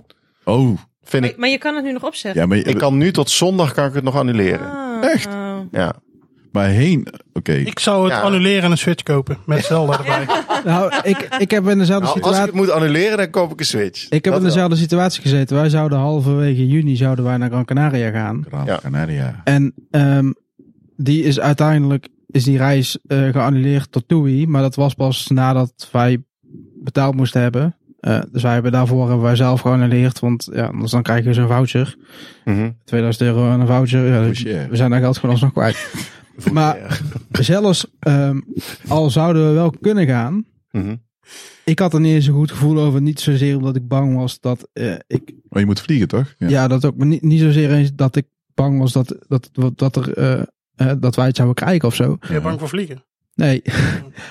Oh,
Vind
Maar,
ik,
maar je kan het nu nog opzeggen.
ja, maar,
ik kan nu tot zondag kan ik het nog annuleren.
Ah,
Echt?
oh.
Ja.
maar heen. Oké.
Ik zou het
Ja.
annuleren en een Switch kopen. Met Zelda erbij.
Nou, ik, ik heb in
Nou,
dezelfde
als ik
situatie.
het moet annuleren, dan koop ik een Switch.
Ik heb
Dat
in
wel.
dezelfde situatie gezeten. Wij zouden halverwege juni zouden wij naar Gran Canaria gaan.
Gran
Ja.
Canaria.
En ehm, die is uiteindelijk is die reis eh, geannuleerd tot TUI. Maar dat was pas nadat wij betaald moesten hebben. Eh, dus wij hebben daarvoor hebben wij zelf gewoon geleerd. Want ja, anders dan krijg je zo'n voucher.
Mhm.
2000 euro en een voucher. Ja,
Voucher.
we zijn daar geld gewoon alsnog kwijt. maar zelfs ehm, al zouden we wel kunnen gaan.
Mhm.
Ik had er niet eens een goed gevoel over. Niet zozeer omdat ik bang was dat eh, ik.
Maar je moet vliegen, toch?
Ja, dat ook. Maar niet, niet zozeer eens dat ik bang was dat, dat, dat, er, eh, eh, dat wij het zouden krijgen of zo.
Ben je bang voor vliegen?
Nee.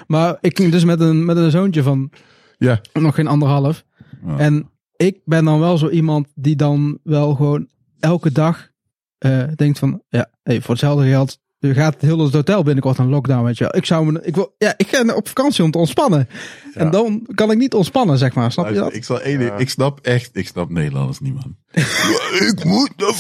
maar ik ging dus met een, met een zoontje van
Ja.
nog geen anderhalf.
Ja.
En ik ben dan wel zo iemand die dan wel gewoon elke dag eh, denkt van... Ja, hey, voor hetzelfde geld er gaat heel het hotel binnenkort een lockdown, weet je wel. Ik zou me... Ik wil, ja, ik ga op vakantie om te ontspannen. En dan kan ik niet ontspannen, zeg maar. Snap je
Luister,
dat?
Ik, zal één ding- ik snap echt, ik snap Nederlanders niet, man. Maar ik moet naar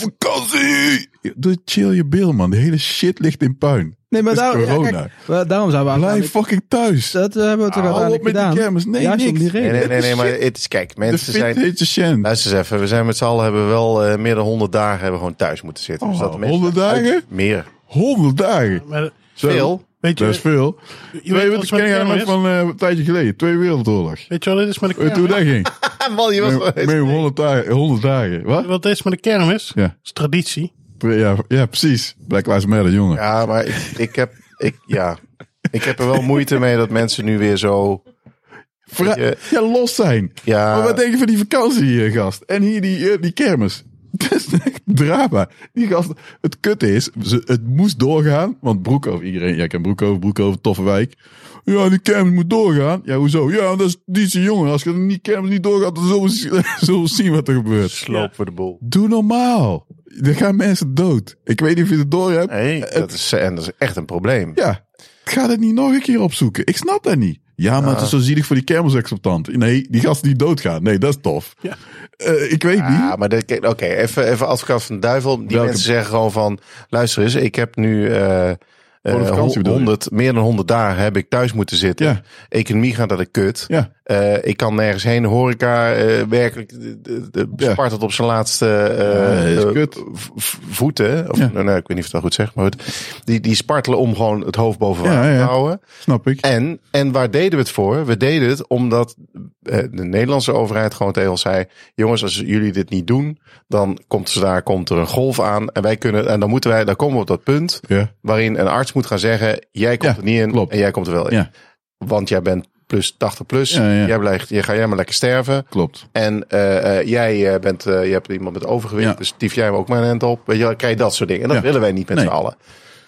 vakantie! Doe chill je bil, man. De hele shit ligt in puin.
Nee, maar
Het is
daarom, ja,
Dus corona.
kijk, maar daarom zijn we
Blijf
uiteindelijk-
fucking thuis.
Dat eh, hebben we toch
Hou op
uiteindelijk
met
gedaan.
die kermis. Nee,
Juist om
niks.
die reden.
Nee, nee, nee, nee, maar
Shit.
het is, kijk,
De
mensen
fit
zijn...
heet de Shen.
Luister eens even, we zijn met z'n allen hebben we wel eh, meer dan 100 dagen hebben we gewoon thuis moeten zitten.
Oh,
dus dat de mensen-
100 dagen?
Meer.
100 dagen.
Maar,
Zo.
Veel.
weet je,
Dat is veel.
je
Twee,
weet
wat
wat
ik
het met
ken jij
kermis
nog
is?
van eh, een tijdje geleden. Twee Wereldoorlog.
Weet je wat het is met de
Weet je hoe
kermis?
dat ging?
Ah, man, je was
Met- Met 100 dagen. 100 dagen. Wat?
Wat het is met de kermis?
Ja.
is traditie.
Ja, ja, precies. Black Lives Matter, jongen.
Ja, maar ik, ik heb... Ik, ja. Ik heb er wel moeite mee dat mensen nu weer zo...
Vra-
je-
ja, los zijn.
Ja.
Maar wat denk je van die vakantie hier, gast? En hier die, eh, die kermis. Het is echt drama. Die gast, het kutte is, ze, het moest doorgaan. Want Broekhoven, iedereen, jij kent Broekhoven, Broekhoven, toffe wijk. Ja, die kermis moet doorgaan. Ja, hoezo? Ja, dat is niet zo jongen. Als je die kermis niet doorgaat, dan zullen we, zien- zullen we zien wat er gebeurt.
Sloop voor de boel.
Doe normaal. Er gaan mensen dood. Ik weet niet of je het door hebt.
Nee, dat is, en dat is echt een probleem.
Eh, Ja, ga dat niet nog een keer opzoeken. Ik snap dat niet. Ja, maar het
Ah.
is zo zielig voor die kermisexploitant. Nee, die gasten die doodgaan. Nee, dat is tof.
Ja.
Eh, ik weet
Ja,
niet.
Ah, maar dit- oké, even, even advocaat van de duivel. Die
Welke-
mensen zeggen gewoon van, luister eens, ik heb nu eh, eh,
de vakantie bedoel je?
100, meer dan 100 dagen heb ik thuis moeten zitten.
Ja.
Economie gaat naar de kut.
Ja.
Eh, ik kan nergens heen. Horeca, eh, werkelijk, de, de, de-
Ja.
spart het op zijn laatste
Ja,
eh,
is
eh,
kut.
v- v- voeten. Of,
Ja.
nou, nou, ik weet niet of ik dat goed zeg, maar goed. Die, die spartelen om gewoon het hoofd boven
Ja,
water
ja, ja.
te houden.
Snap ik.
En, en waar deden we het voor? We deden het omdat eh, de Nederlandse overheid gewoon tegen ons zei: jongens, als jullie dit niet doen, dan komt er daar komt er een golf aan. En wij kunnen, en dan moeten wij, dan komen we op dat punt
Ja.
waarin een arts moet gaan zeggen: jij komt
Ja,
er niet in
klopt.
en jij komt er wel in.
Ja.
Want jij bent plus 80 plus.
Ja, ja.
Jij blijft, jij ga jij maar lekker sterven.
Klopt.
En eh, eh, jij eh, bent, eh, je hebt iemand met overgewicht,
Ja.
dus tief jij hem ook maar een hand op. Weet je, wel, krijg je dat soort dingen. En dat
Ja.
willen wij niet met
Nee.
z'n allen.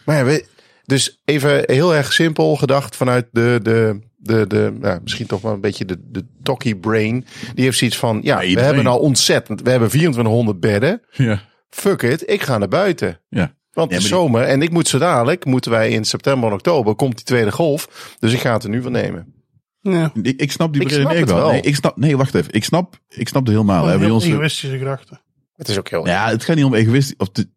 Maar ja, we, dus even heel erg simpel gedacht vanuit de, de, de, de nou, misschien toch wel een beetje de, de tokkie brain. Die heeft zoiets van, ja, we
iedereen.
hebben nou ontzettend, we hebben 2400 bedden.
Ja.
Fuck it, ik ga naar buiten.
Ja.
Want het
Ja,
is
maar die-
zomer en ik moet zo dadelijk, moeten wij in september en oktober, komt die tweede golf. Dus ik ga het er nu van nemen.
Ja.
Ik, ik snap die
Ik
brede
snap
neer
het
wel.
wel.
Nee, ik snap, nee, wacht even. Ik snap, ik snap het helemaal. hè. Bij
Oh, Heel
ons,
egoïstische gedachten.
Het is ook heel
ja, het gaat niet om egoïst. Of te-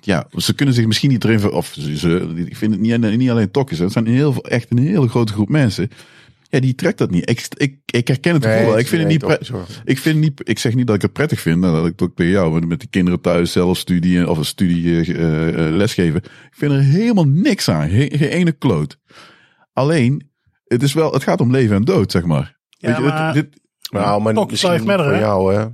ja, ze kunnen zich misschien niet erin... ver- Of ze, ze- ik vind het niet, niet alleen tokkies. hè. Het zijn heel, veel- echt een hele grote groep mensen. Ja, die trekt dat niet. Ik, ik, ik herken het gevoel. wel. ik vind het niet... pre-
prettig.
Ik, vind niet, ik zeg niet dat ik het prettig vind. nou, Dat ik ook bij jou met- met de kinderen thuis zelf studie en- of een studie eh eh, eh, lesgeven. Ik vind er helemaal niks aan. Ge- Geen ene kloot. Alleen, het, is wel, het gaat om leven en dood, zeg maar.
Ja,
Weet je, dit-
maar-
dit-
Nou, maar
Tokkies
misschien niet
live matter,
voor
hè?
jou, hè?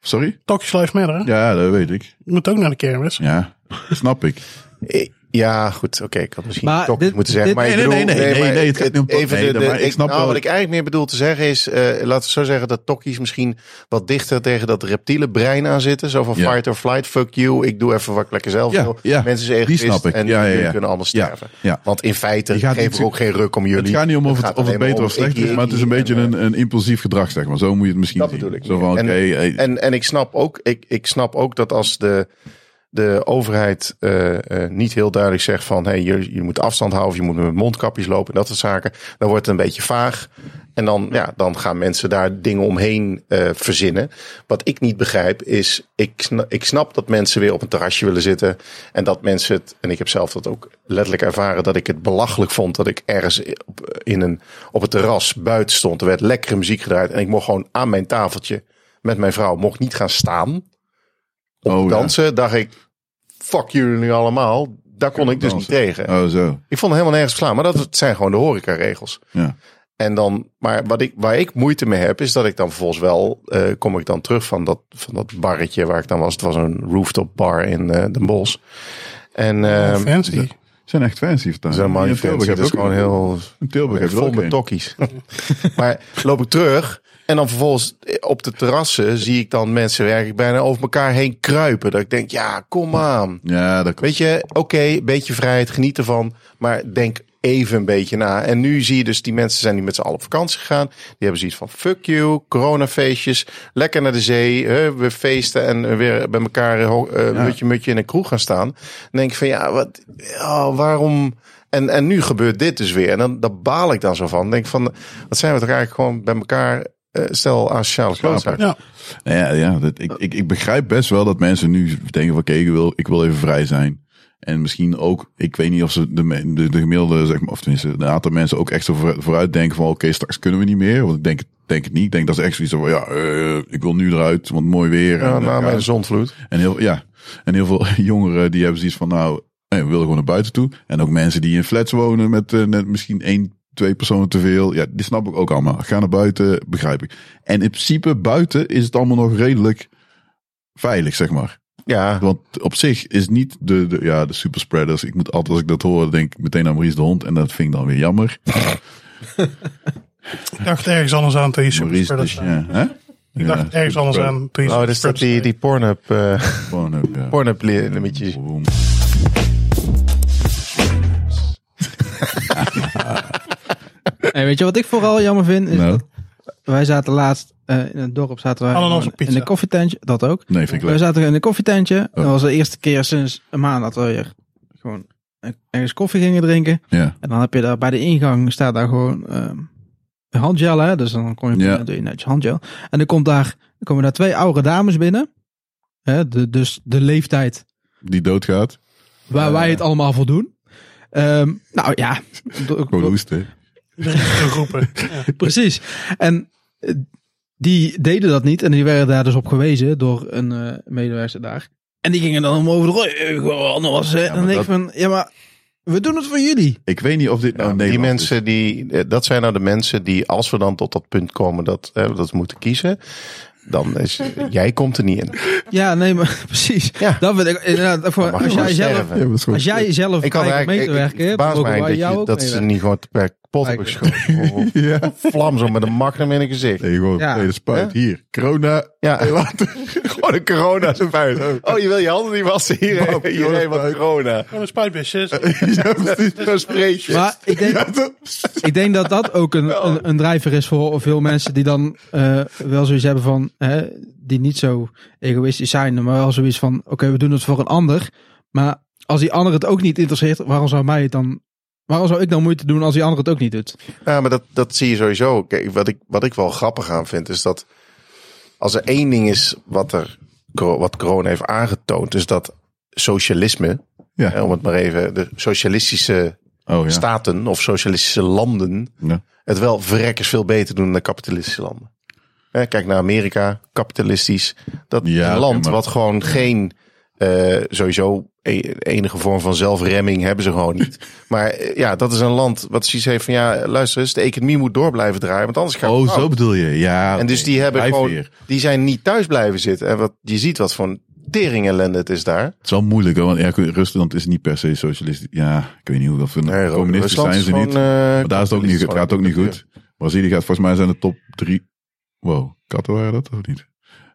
sorry?
Tokjes Life Matter, hè?
Ja, dat weet ik.
Je moet ook naar de kermis.
Ja, snap ik.
Eh, Ja, goed. Oké, ik had misschien
Maar
toch
dit-
moeten zeggen.
dit-
maar ik
Nee, nee,
bedoel,
nee, nee, nee,
maar
nee, het gaat niet om Tok-
even
nee,
de,
maar
de-
ik
ik-
snap
nou,
wel-
Wat ik eigenlijk meer bedoel te zeggen is, eh, laten we zo zeggen dat tokkies misschien wat dichter tegen dat reptiele brein aan zitten. Zo van
Ja.
fight or flight, fuck you, ik doe even wat ik lekker zelf
Ja,
wil.
ja,
Mensen zijn
die
egoïst
snap ik.
en
Ja, ja,
jullie
ja.
kunnen allemaal
Ja,
sterven.
ja.
Want in feite
Je gaat
geven
niet-
we ook geen ruk om jullie.
Het gaat niet om of het,
gaat
of het
alleen maar
beter
om
of slecht
ikkie,
is, maar het is een beetje
ikkie en, eh,
een, een impulsief gedrag, zeg maar. Zo moet je het misschien
Dat
zien.
bedoel ik.
Zo van, oké,
En-
hey,
En, en ik snap ook, ik, ik snap ook dat als de, de overheid eh, eh, niet heel duidelijk zegt van hey, je, je moet afstand houden of je moet met mondkapjes lopen en dat soort zaken, dan wordt het een beetje vaag. En dan, ja, dan gaan mensen daar dingen omheen eh, verzinnen. Wat ik niet begrijp is, ik snap, ik snap dat mensen weer op een terrasje willen zitten. En dat mensen het, en ik heb zelf dat ook letterlijk ervaren, dat ik het belachelijk vond dat ik ergens op, in een, op het terras buiten stond. Er werd lekkere muziek gedraaid en ik mocht gewoon aan mijn tafeltje met mijn vrouw mocht niet gaan staan om
Oh,
te
ja.
dansen, dacht ik, fuck jullie nu allemaal. Daar kon ik dus niet
dansen.
tegen.
oh zo,
Ik vond het helemaal nergens klaar. Maar dat zijn gewoon de horecaregels.
ja.
En dan, maar wat ik, waar ik moeite mee heb, is dat ik dan vervolgens wel, eh, kom ik dan terug van dat, van dat barretje waar ik dan was. Het was een rooftop bar in eh Den Bosch. En ehm dat
Fancy.
zijn echt fancy vertaald.
is helemaal niet
In Tilburg
fancy.
heb
Dat
je
is
ook-
gewoon heel
in Tilburg heb je
vol
ook
met
een.
tokkies. maar loop ik terug en dan vervolgens eh, op de terrassen zie ik dan mensen werkelijk bijna over elkaar heen kruipen. Dat ik denk, ja, kom aan.
Ja, dat klopt.
Weet je, oké, een beetje vrijheid, geniet ervan. Maar denk even een beetje na. En nu zie je dus, die mensen zijn nu met z'n allen op vakantie gegaan. Die hebben zoiets van, fuck you, coronafeestjes. Lekker naar de zee, hè, we feesten en weer bij elkaar eh, ho- eh, mutje mutje in een kroeg gaan staan. Dan denk ik van, ja, wat, ja, waarom... En, en nu gebeurt dit dus weer. En dan, daar baal ik dan zo van. Dan denk ik van, wat zijn we toch eigenlijk gewoon bij elkaar... eh, stel aan sociale klootzak.
Ja.
Nou Ja, ja dat, ik, ik, ik begrijp best wel dat mensen nu denken van oké, ik, wil, ik wil even vrij zijn. En misschien ook, ik weet niet of ze de, me- de, de gemiddelde, zeg maar, of tenminste, een aantal mensen ook echt zo voor- vooruit denken van oké, straks kunnen we niet meer. Want ik denk, denk het niet. Ik denk dat ze echt zoiets van ja, eh, ik wil nu eruit, want mooi weer.
Ja,
en,
na
eh,
mijn
ja.
zonvloed.
En heel, ja, en heel veel jongeren die hebben zoiets van, nou, eh, we willen gewoon naar buiten toe. En ook mensen die in flats wonen met eh, net misschien één, twee personen te veel. Ja, die snap ik ook allemaal. Ga naar buiten, begrijp ik. En in principe, buiten is het allemaal nog redelijk veilig, zeg maar.
Ja,
Want op zich is niet de, de, ja, de superspreaders. Ik moet altijd, als ik dat hoor, denk ik meteen aan Maurice de Hond. En dat vind ik dan weer jammer.
Ik dacht ergens anders aan toen je
Maurice,
superspreaders
dus,
zei.
ja. Hè?
Ik dacht ergens anders aan toen je
oh, dat is dat die, die Pornhub... eh,
Gewoon, eh, ja.
Pornhub limitjes.
Boom.
En weet je wat ik vooral jammer vind? Is
Nou,
dat wij zaten laatst eh, in het dorp zaten wij
Ananas op
gewoon in
pizza.
een koffietentje. Dat ook.
nee, vind ik
Wij
leuk. Oh.
zaten in een koffietentje. Dat was de eerste keer sinds een maand dat we weer gewoon ergens koffie gingen drinken.
Ja,
En dan heb je daar bij de ingang staat daar gewoon ehm, een handgel. Hè? Dus dan kom je
Ja.
binnen, doe je netjes handgel. En dan komt daar, dan komen daar twee oude dames binnen. Hè? De, dus de leeftijd
die doodgaat.
waar wij het allemaal voor doen. Ehm, nou ja,
Gewoon hoesten.
groepen.
Precies. En eh, die deden dat niet. En die werden daar dus op gewezen door een eh, medewerker daar. En die gingen dan om over de rode, eh, gewoon anders. hè. en dan
maar
denk ik van, ja maar, we doen het voor jullie.
Ik weet niet of dit nou
Ja, die
Nederland is.
dus.
mensen die, eh, dat zijn nou de mensen die, als we dan tot dat punt komen dat, eh, dat we moeten kiezen, dan is, jij komt er niet in.
Ja, nee, maar precies.
Ja.
Dat vind ik, inderdaad, voor,
Dan mag je
als,
gewoon
jij zelf,
sterven.
dat is goed.
als jij zelf
Ik had
eigenlijk mee
eigenlijk,
te
ik, ik,
werken,
het verbaast
mogen
mij
wij
dat,
jou
je,
ook
dat ze niet gewoon per pot hebben geschoten. Of
Ja.
Vlam zo met een magnum in een gezicht.
Nee, gewoon
Ja.
nee, de spuit. Hier, corona.
Ja.
Hey, later.
Gewoon een corona spuit. Oh, je wil je handen niet wassen? Hier, hierheen wat corona.
Gewoon een spuitbusjes.
ja, precies.
Zo'n spreetje.
Maar ik denk, ik denk dat dat ook een, een, een drijver is voor veel mensen die dan eh, wel zoiets hebben van, hè, die niet zo egoïstisch zijn, maar wel zoiets van, oké, we doen het voor een ander. Maar als die ander het ook niet interesseert, waarom zou mij het dan, waarom zou ik dan moeite doen als die ander het ook niet doet?
Ja, maar dat, dat zie je sowieso. Kijk, wat, ik, wat ik wel grappig aan vind, is dat als er één ding is wat, er, wat corona heeft aangetoond, is dat socialisme,
Ja.
hè, om het maar even, de socialistische
Oh ja.
staten of socialistische landen,
Ja.
het wel verrekkers veel beter doen dan kapitalistische landen. Hè, Kijk naar Amerika, kapitalistisch. Dat
Ja,
een
oké,
land
maar-
wat gewoon geen, eh, sowieso e- enige vorm van zelfremming hebben ze gewoon niet. Maar eh, ja, dat is een land wat zoiets heeft van ja, luister eens, de economie moet door blijven draaien, want anders gaat het
Oh,
fout.
zo bedoel je. Ja.
En dus die hebben
Blijf
gewoon,
weer.
die zijn niet thuis blijven zitten. En wat, je ziet wat voor een tering ellende het is daar.
Het is wel moeilijk, hoor, want ja, Rusland is niet per se socialist. Ja, ik weet niet hoe dat voor
Nee,
communisten
Rusland
zijn
is
ze
gewoon,
niet.
eh,
maar daar is het ook niet, het gaat ook niet goed. Brazilië gaat volgens mij zijn de top drie. Wow, katten waren dat of niet?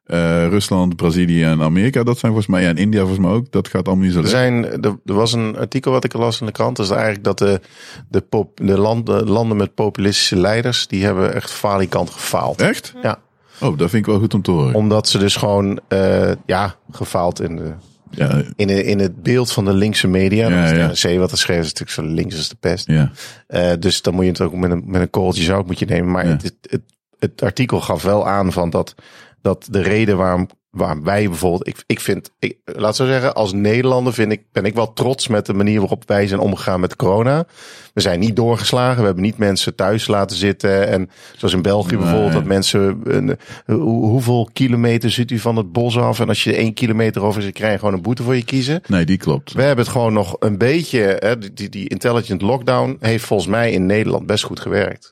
Eh, Rusland, Brazilië en Amerika, dat zijn volgens mij. Ja, en India volgens mij ook. Dat gaat allemaal niet zo
Er,
lekker.
zijn, er, er was een artikel wat ik las in de krant. Dat is eigenlijk dat de, de, pop, de landen, landen met populistische leiders. die hebben echt falikant gefaald.
Echt?
Ja.
Oh, dat vind ik wel goed om te horen.
Omdat ze dus gewoon. eh, ja, gefaald in, de,
Ja,
in, de- in het beeld van de linkse media.
Ja,
Ja,
ja.
De NRC wat er schreef is natuurlijk zo links als de pest.
ja.
Eh, dus dan moet je het ook met een, met een korreltje zout moet je nemen. Maar
Ja.
het, het, het, het artikel gaf wel aan van dat, dat de reden waarom, waarom wij bijvoorbeeld... Ik, ik vind, ik, laat zo zeggen, als Nederlander vind ik, ben ik wel trots met de manier waarop wij zijn omgegaan met corona. We zijn niet doorgeslagen. We hebben niet mensen thuis laten zitten. En zoals in België bijvoorbeeld,
Nee.
dat mensen... een- hoe- hoeveel kilometer zit u van het bos af? En als je één kilometer over zit, krijg je gewoon een boete voor je kiezen.
Nee, die klopt.
We hebben het gewoon nog een beetje. Hè, die, die, die intelligent lockdown heeft volgens mij in Nederland best goed gewerkt.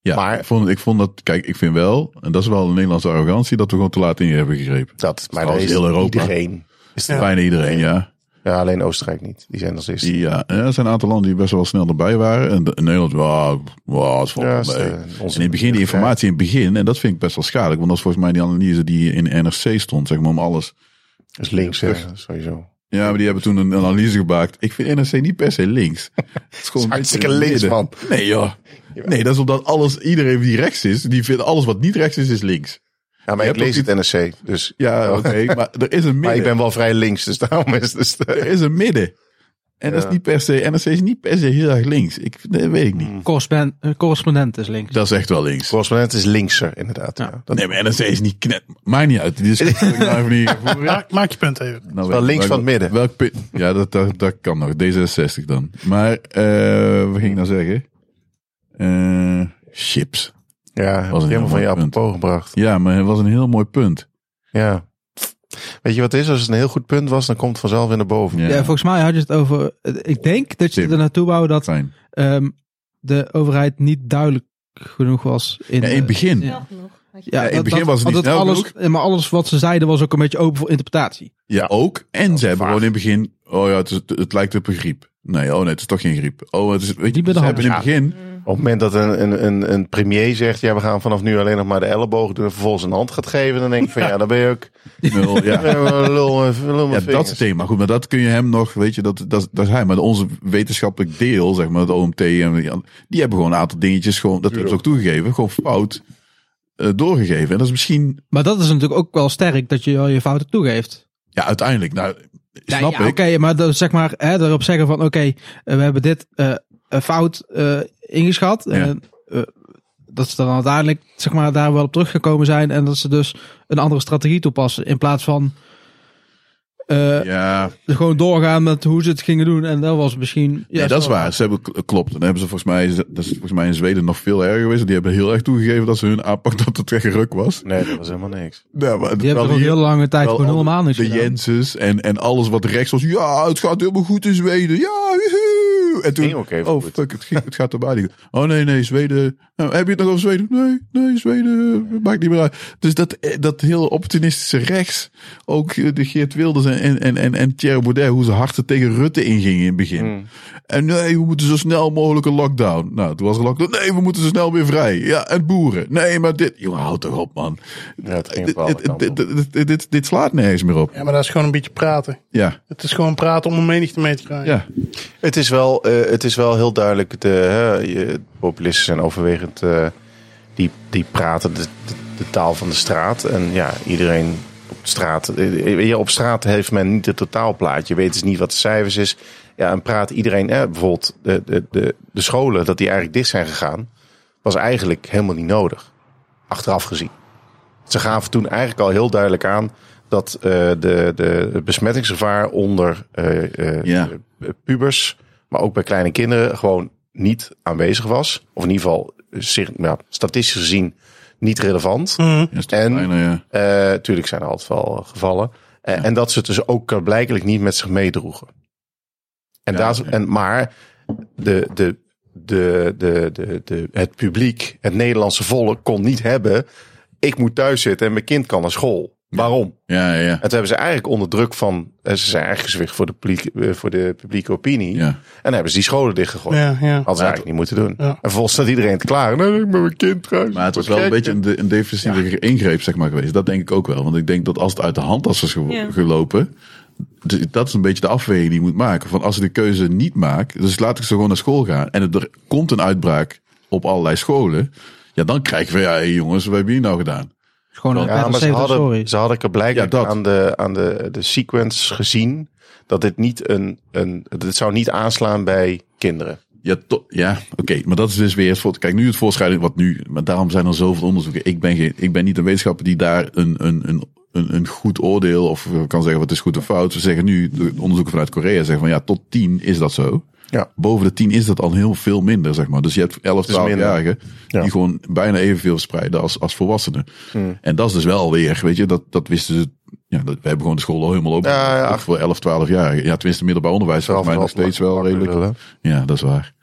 Ja,
Maar-
ik, vond, ik vond dat, kijk, ik vind wel, en dat is wel een Nederlandse arrogantie, dat we gewoon te laat in hebben gegrepen.
Dat, maar dat
trouwens
is
heel Europa.
iedereen. Is dat-
Bijna iedereen, ja.
ja, alleen Oostenrijk niet. Die zijn als eerste.
ja. en Er zijn een aantal landen die best wel snel erbij waren. En de- in Nederland, wauw, wow, het valt
Ja,
wel
is,
mee.
eh,
En
onze-
in het begin, die informatie in het begin, en dat vind ik best wel schadelijk, want dat is volgens mij die analyse die in NRC stond, zeg maar, om alles.
Dus links eh, sowieso.
Ja, maar die hebben toen een analyse gemaakt. Ik vind NRC niet per se links. Het is gewoon een
Hartstikke
beetje
links,
midden.
man.
Nee, joh. Nee, dat is omdat alles, iedereen die rechts is, die vindt alles wat niet rechts is, is links.
Ja, maar
Je
ik
hebt
lees
ook
het NRC. Dus,
Ja, oké, maar er is een midden.
maar ik ben wel vrij links, dus daarom is het... Dus
Er is een midden. En dat is niet per se, NRC is niet per se heel erg links. Ik, dat weet ik niet.
Hmm.
Correspondent, eh, correspondent is links.
Dat is echt wel links.
correspondent is linkser, inderdaad. Ja.
Ja.
Dat
Nee, maar NRC is niet knet. Maakt niet uit. Die discussie wil ik nou even niet voeren.
Maak, maak je punt even.
Nou,
wel links van het midden.
Welk punt? Ja, dat, dat, dat kan nog. D66 dan. Maar, eh wat ging ik nou zeggen? Eh, chips.
ja,
Was een heel
helemaal van je
mooi punt.
apropos gebracht.
Ja, maar het was een heel mooi punt.
Ja. Weet je wat het is? Als het een heel goed punt was, dan komt het vanzelf weer naar boven.
Ja. volgens mij had je het over. eh, Ik denk dat je
Tim.
er naartoe wou dat
Fijn.
ehm, de overheid niet duidelijk genoeg was. In,
Ja, in het
eh,
begin.
Ja.
Ja,
Snel genoeg. had je-
Ja,
in het
dat-
begin
dat-
was het niet
want dat
snel
alles, eh, Maar alles wat ze zeiden was ook een beetje open voor interpretatie.
ook. En ze hebben gewoon in het begin... Oh ja, het, is- het lijkt op een griep. Nee, oh nee, het is toch geen griep. Oh, het is... Weet je,
Niet bij de
ze
hand.
hebben in het begin...
Op het moment dat een, een, een, een premier zegt... ja, we gaan vanaf nu alleen nog maar de elleboog doen... en vervolgens een hand gaat geven... dan denk ik van ja, dan ben je ook...
Nul, ja.
eh, lul, eh, lul
Ja,
met
dat
vingers.
thema. Goed, maar dat kun je hem nog, weet je, dat, dat, dat is hij. Maar onze wetenschappelijk deel, zeg maar, het OMT en die, an- die hebben gewoon een aantal dingetjes, gewoon, dat hebben ze ook toegegeven, gewoon fout eh, doorgegeven. En dat is misschien,
Maar dat is natuurlijk ook wel sterk dat je wel je fouten toegeeft.
ja, uiteindelijk, nou, snap
Nee, ja,
ik.
Oké, maar dat, zeg maar hè, daarop zeggen van oké, eh, we hebben dit eh, eh, fout eh, ingeschat. En, eh, dat ze dan uiteindelijk zeg maar, daar wel op teruggekomen zijn. En dat ze dus een andere strategie toepassen. In plaats van eh,
Ja,
gewoon doorgaan met hoe ze het gingen doen. En dat was misschien.
ja dat is waar. Ze hebben, kl- klopt. En dan hebben ze volgens mij, dat is volgens mij in Zweden nog veel erger geweest. Die hebben heel erg toegegeven dat ze hun aanpak dat het echt ruk was.
Nee, dat was helemaal niks.
Ja, Nou, maar
Die hebben
wel
toch ook
hier-
heel lange tijd
wel
gewoon
al de-
helemaal niks
De
gedaan.
Jenses en, en alles wat rechts was. Ja, het gaat helemaal goed in Zweden. Ja, joehoe. En toen,
Ging ook even
oh
goed.
fuck, het, ging- het gaat erbij niet. goed. Oh nee, nee, Zweden. Nou, heb je het nog over Zweden? Nee, nee, Zweden eh, maakt niet meer uit. Dus dat, eh, dat heel opportunistische rechts, ook eh, de Geert Wilders en, en, en, en, en Thierry Baudet, hoe ze hard er tegen Rutte ingingen in het begin.
Hmm.
En nee, we moeten zo snel mogelijk een lockdown. Nou, toen was er lockdown. Nee, we moeten zo snel weer vrij. Ja, en boeren. Nee, maar dit. Jongen, houd toch op, man.
Ja, Eh, het ging
Dit,
op alle
dit,
kanten.
dit, dit- dit, dit, dit slaat nergens meer op.
Ja, maar dat is gewoon een beetje praten.
Ja,
Het is gewoon praten om een menigte mee te krijgen.
ja.
Het is wel, eh, het is wel heel duidelijk. De, hè, je- populisten zijn overwegend. eh, die, die praten de, de, de taal van de straat. En ja, iedereen op de straat. eh, weet je, op straat heeft men niet het totaalplaatje. Weet dus niet wat de cijfers is. Ja, en praat iedereen. eh, bijvoorbeeld de, de, de, de scholen, dat die eigenlijk dicht zijn gegaan. Was eigenlijk helemaal niet nodig. Achteraf gezien. Ze gaven toen eigenlijk al heel duidelijk aan. Dat eh, de, de het besmettingsgevaar onder eh, eh,
Ja.
eh, pubers, maar ook bij kleine kinderen, gewoon niet aanwezig was. Of in ieder geval eh, zich, ja, statistisch gezien niet relevant.
Mhm.
Ja, is toch
En-
bijna, ja.
Eh, tuurlijk zijn er altijd wel eh, gevallen. Eh, En dat ze het dus ook blijkelijk niet met zich meedroegen. En
Ja,
daar,
oké.
en, maar de, de, de, de, de, de, het publiek, het Nederlandse volk, kon niet hebben. Ik moet thuis zitten en mijn kind kan naar school. Waarom?
Ja, ja, ja.
En toen hebben ze eigenlijk onder druk van. eh, Ze zijn eigenlijk gezwicht voor de, publiek, eh, voor de publieke opinie.
Ja.
En dan hebben ze die scholen dichtgegooid.
Ja, ja.
Hadden ze eigenlijk niet moeten doen.
Ja.
En vervolgens staat iedereen te klagen. Nee, ik ben mijn kind thuis.
Maar het was
Wat
wel een
gek,
beetje
hè?
een, de- een defensieve ingreep, zeg maar, geweest. Dat denk ik ook wel. Want ik denk dat als het uit de hand was gewo-
Ja.
gelopen, d- dat is een beetje de afweging die je moet maken. Van als ik de keuze niet maak, dus laat ik ze gewoon naar school gaan. En het- er komt een uitbraak op allerlei scholen. Ja, dan krijg je van, ja, hé, jongens, wat hebben jullie nou gedaan?
Is Gewoon een
Ja, maar ze hadden,
sorry.
ze hadden blijkbaar
Ja, dat.
aan, de, aan de, de sequence gezien. Dat dit niet een, een. Dit zou niet aanslaan bij kinderen.
Ja, to- ja oké. Maar dat is dus weer het voor. Kijk, nu het voorschrijding wat nu. Maar daarom zijn er zoveel onderzoeken. Ik ben, geen, ik ben niet een wetenschapper die daar een, een, een, een, een goed oordeel of eh, kan zeggen wat is goed of fout. Ze zeggen nu, de onderzoeken vanuit Korea zeggen van ja, tot 10 is dat zo.
Ja.
Boven de 10 is dat al heel veel minder, zeg maar. Dus je hebt 11,
is minder.
12-jarigen
Ja. Hmm.
die gewoon bijna evenveel verspreiden als, als volwassenen. En dat is dus wel weer, weet je, dat, dat wisten ze. Ja, dat, we hebben gewoon de school al helemaal open.
Ja, ja.
Ook Voor 11, 12-jarigen. Ja, tenminste middelbaar onderwijs, volgens mij nog steeds wel redelijk. Ja, dat is waar.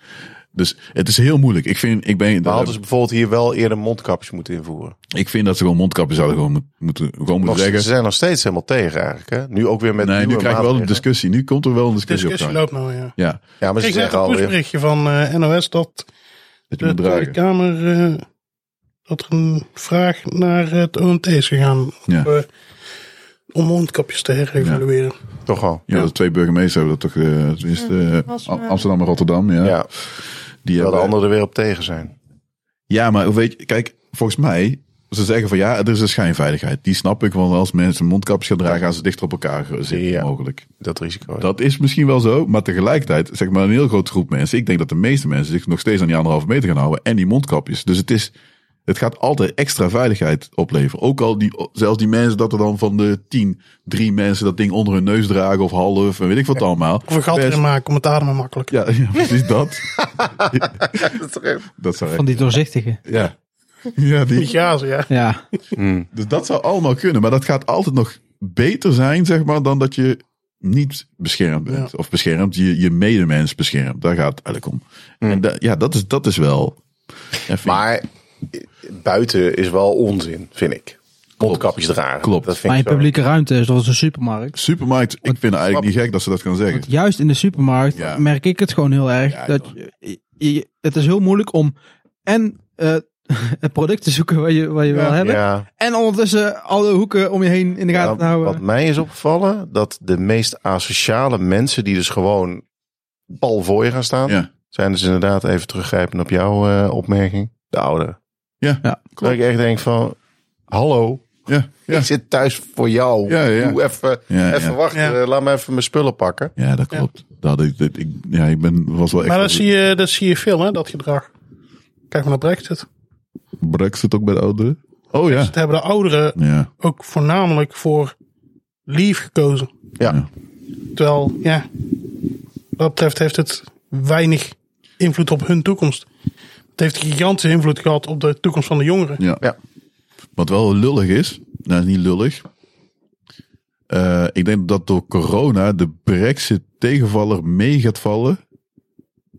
Dus het is heel moeilijk. Ik vind, ik ben,
Maar hadden ze bijvoorbeeld hier wel eerder mondkapjes moeten invoeren?
ik vind dat ze gewoon mondkapjes zouden gewoon moet- moeten, gewoon
Nog,
moeten
ze
zeggen.
zijn nog steeds helemaal tegen eigenlijk. Hè? Nu ook weer met
Nee, nu
nieuwe
krijg je wel een
maatregelen.
discussie. Nu komt er wel een discussie,
Discussie
op gang.
loopt nou, ja.
Ja,
Ja, maar ze
Ik net
zeggen
een
alweer.
nieuwsberichtje van eh, NOS dat
dat je
de
moet
Tweede
dragen.
Kamer... eh, dat er een vraag naar het OMT is gegaan.
Ja.
eh, om mondkapjes te herevalueren.
Toch wel.
Ja, de twee burgemeesters hebben dat toch, eh, tenminste, eh,
Als,
Am-
eh,
Amsterdam en Rotterdam. Ja,
Ja,
die
terwijl de
hebben,
anderen er weer op tegen zijn.
ja, maar weet je, kijk, volgens mij, ze zeggen van ja, er is een schijnveiligheid. Die snap ik, want als mensen mondkapjes gaan dragen, gaan ze dichter op elkaar zitten,
Ja.
mogelijk.
Dat risico.
Dat is misschien wel zo, maar tegelijkertijd, zeg maar, een heel grote groep mensen. Ik denk dat de meeste mensen zich nog steeds aan die anderhalve meter gaan houden en die mondkapjes. Dus het is, het gaat altijd extra veiligheid opleveren. Ook al die, zelfs die mensen dat er dan van de tien, drie mensen dat ding onder hun neus dragen of half en weet ik wat allemaal.
Of een gat
Best-
erin maken om het ademen makkelijk.
Ja, ja, precies dat. dat zou
Van die doorzichtige.
ja. Ja,
Die
die,
gazen, ja.
Ja,
Hmm.
dus dat zou allemaal kunnen, maar dat gaat altijd nog beter zijn, zeg maar, dan dat je niet beschermd bent. Of beschermd, je, je medemens beschermt. Daar gaat het eigenlijk om. En da- ja, dat is, dat is wel. Ja, vind-
Hmm. Maar eh, buiten is wel onzin, vind ik. Mondkapjes dragen.
Klopt.
Dat vind
maar in
ik zo.
publieke ruimte is zoals een supermarkt.
supermarkt, ik vind het eigenlijk niet gek dat ze dat gaan zeggen.
Juist in de supermarkt
Ja.
merk ik het gewoon heel erg.
Ja,
dat je- je- het is heel moeilijk om en eh, het product te zoeken wat je, wat je wil hebben.
Ja,
En ondertussen alle hoeken om je heen in de gaten te
Ja, Nou,
nou, eh,
wat
houden.
mij is opgevallen, dat de meest asociale mensen die dus gewoon pal voor je gaan staan,
Ja,
zijn dus inderdaad even teruggrijpend op jouw eh, opmerking. De ouderen.
ja,
Ja.
Dat ik echt denk van, hallo,
ja, ja.
ik zit thuis voor jou.
Ja, ja.
Doe even,
Ja,
even
ja.
wachten,
Ja.
Eh, laat me even mijn spullen pakken.
Ja, dat klopt. Dat, ik, dat- ik, ja, ik ben, was wel echt...
Maar dat zie, je, dat zie je veel, hè, dat gedrag. Kijk maar naar Brexit.
Brexit ook bij de ouderen? Oh ja.
Dat hebben de ouderen
Ja,
ook voornamelijk voor lief gekozen.
Ja.
Ja.
Terwijl, ja, wat dat betreft heeft het weinig invloed op hun toekomst. Het heeft gigantische invloed gehad op de toekomst van de jongeren.
ja.
Ja.
Wat wel lullig is, nou is niet lullig. Eh, ik denk dat door corona de brexit tegenvaller mee gaat vallen.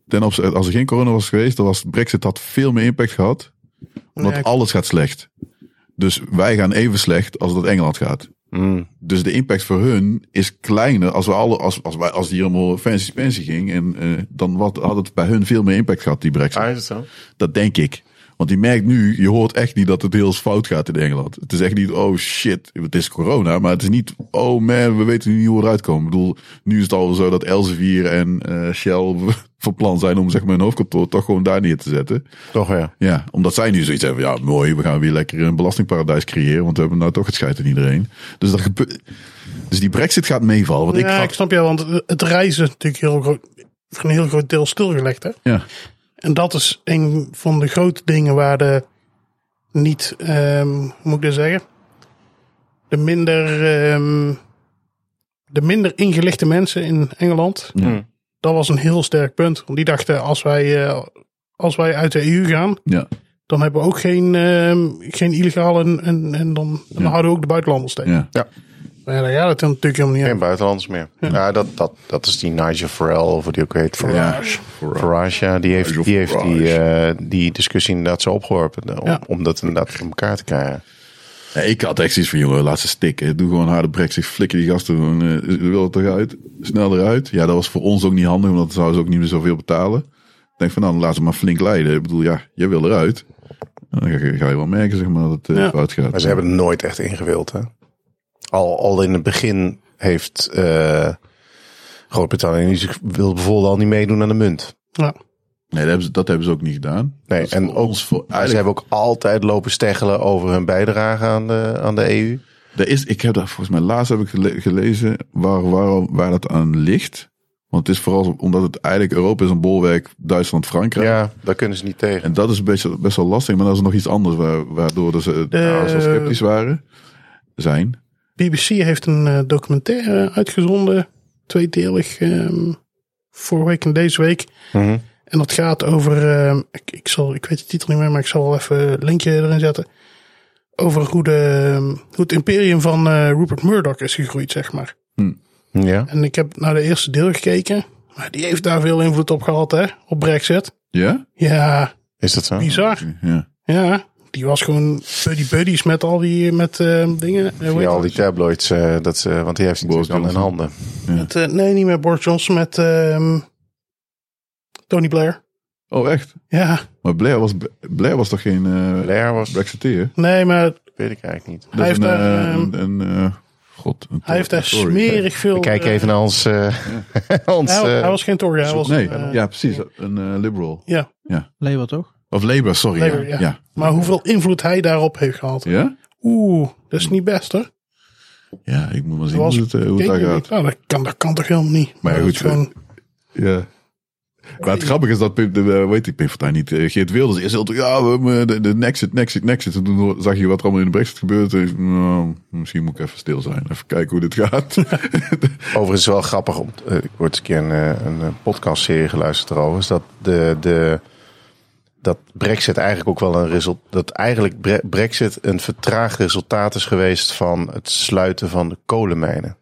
Ten opzichte, als er geen corona was geweest, dan was brexit had veel meer impact gehad. Omdat
Ja, ik-
alles gaat slecht. Dus wij gaan even slecht als dat Engeland gaat.
Mm.
Dus de impact voor hun is kleiner als we alle, als, als wij, als die helemaal fancy fancy ging. En eh, dan wat, had het bij hun veel meer impact gehad, die brexit.
Ah, is het zo?
Dat denk ik. Want die merkt nu, je hoort echt niet dat het heel fout gaat in Engeland. Het is echt niet, oh shit, het is corona. Maar het is niet, oh man, we weten niet hoe we eruit komen. Ik bedoel, nu is het al zo dat Elsevier en eh, Shell van plan zijn om zeg maar hun hoofdkantoor toch gewoon daar neer te zetten.
Toch ja.
Ja, omdat zij nu zoiets hebben, ja mooi, we gaan weer lekker een belastingparadijs creëren. Want we hebben nou toch het scheid aan iedereen. Dus, dat gebe- dus die brexit gaat meevallen. Want ik
ja,
ga-
ik snap je, want het reizen is natuurlijk heel groot, voor een heel groot deel stilgelegd. Hè?
ja,
En dat is een van de grote dingen waar de niet, ehm, hoe moet ik dat zeggen? De minder, ehm, de minder ingelichte mensen in Engeland.
Ja.
Dat was een heel sterk punt. Want die dachten, als wij, eh, als wij uit de EU gaan,
ja,
dan hebben we ook geen, ehm, geen illegale en, en, en dan, dan
Ja.
houden we ook de buitenlanders tegen.
ja.
Maar Ja. ja, dat kan natuurlijk helemaal niet.
Geen buitenlanders meer. Ja, dat, dat, dat is die Nigel Farrell, of die ook heet. Farage.
ja.
Farage, ja, die heeft, die, heeft die,
Farage.
eh, die discussie inderdaad zo opgeworpen. eh, Om,
Ja.
om dat inderdaad voor elkaar te krijgen.
Ja, ik had echt zoiets van, jongen, laat ze stikken. Doe gewoon harde brexit, flikker die gasten. Gewoon, eh, ze wil het eruit, snel eruit. Ja, dat was voor ons ook niet handig, want dan zouden ze ook niet meer zoveel betalen. Ik denk van, nou, laat ze maar flink leiden. Ik bedoel, ja, jij wil eruit. En Dan ga, je- ga je wel merken, zeg maar, dat het eh,
Ja.
fout gaat.
Maar ze hebben er nooit echt ingewild. Hè? Al, al in het begin heeft eh, Groot-Brittannië niet, zich- wilde bijvoorbeeld al niet meedoen aan de munt.
Ja.
Nee, dat hebben, ze, dat hebben ze ook niet gedaan.
Nee,
Dat is
en
voor
ook-
ons voor,
Oh, Ze
eigenlijk,
hebben ook altijd lopen steggelen over hun bijdrage aan de, aan de E EU.
Er is, ik heb dat volgens mij laatst heb ik gele- gelezen waar, waar, waar dat aan ligt. Want het is vooral omdat het eigenlijk Europa is een bolwerk Duitsland, Frankrijk.
Ja, daar kunnen ze niet tegen.
En dat is best, best wel lastig, maar dat is nog iets anders waar- waardoor dus, eh, daar zo sceptisch waren. Zijn.
BBC heeft een eh, documentaire uitgezonden, tweedelig, ehm, vorige week en deze week.
Mhm.
En dat gaat over, ehm, ik, ik, zal, ik weet de titel niet meer, maar ik zal wel even een linkje erin zetten. Over hoe, de, ehm, hoe het imperium van eh, Rupert Murdoch is gegroeid, zeg maar.
Ja.
En ik heb naar de eerste deel gekeken. Maar die heeft daar veel invloed op gehad, hè, op Brexit.
Ja?
Ja,
Is dat zo?
bizar.
Ja.
Ja, die was gewoon buddy buddies met al die met, eh, dingen. Eh, hoe heet
Via al
dat?
die tabloids, eh, dat ze, want die heeft hij
Boris
natuurlijk al in handen.
Met, eh, nee, niet met Boris Johnson, met ehm, Tony Blair.
Oh, echt?
Ja,
Maar Blair was, Blair was toch geen eh
Blair was,
Brexiteer?
nee, maar
weet ik eigenlijk niet.
Dat is
heeft
een,
daar,
eh,
ehm,
een, een, eh, God, een
hij heeft daar
Tory.
smerig veel...
We kijken even naar ons... eh, ons
Hij,
eh,
hij was geen Tory, hij was...
nee,
eh,
ja, precies. Een eh, liberal.
ja.
Label toch?
Of Labour, sorry.
Labour,
ja.
ja.
Ja?
Maar hoeveel invloed hij daarop heeft gehad.
Ja?
Oeh, dat is niet best hoor.
Ja, ik moet maar zien
Zoals
hoe het, eh, hoe het daar
Kijk,
gaat.
nou, dat, kan, dat kan toch helemaal niet.
Maar ja,
Dat
goed,
is gewoon-
Ja. Maar het grappige is dat, Pim- de, eh, weet ik, Pim Fortuyn niet, eh, Geert Wilders is heel, te- ja, we hebben eh, de, de Nexit, Nexit, Nexit. En toen hoor- zag je wat er allemaal in de Brexit gebeurt. En, nou, misschien moet ik even stil zijn, even kijken hoe dit gaat.
Overigens wel grappig, om, eh, ik word een keer een, eh, een eh, podcastserie geluisterd trouwens, dat de, de dat Brexit eigenlijk ook wel een result, dat eigenlijk Bre- Brexit een vertraagd resultaat is geweest van het sluiten van de kolenmijnen.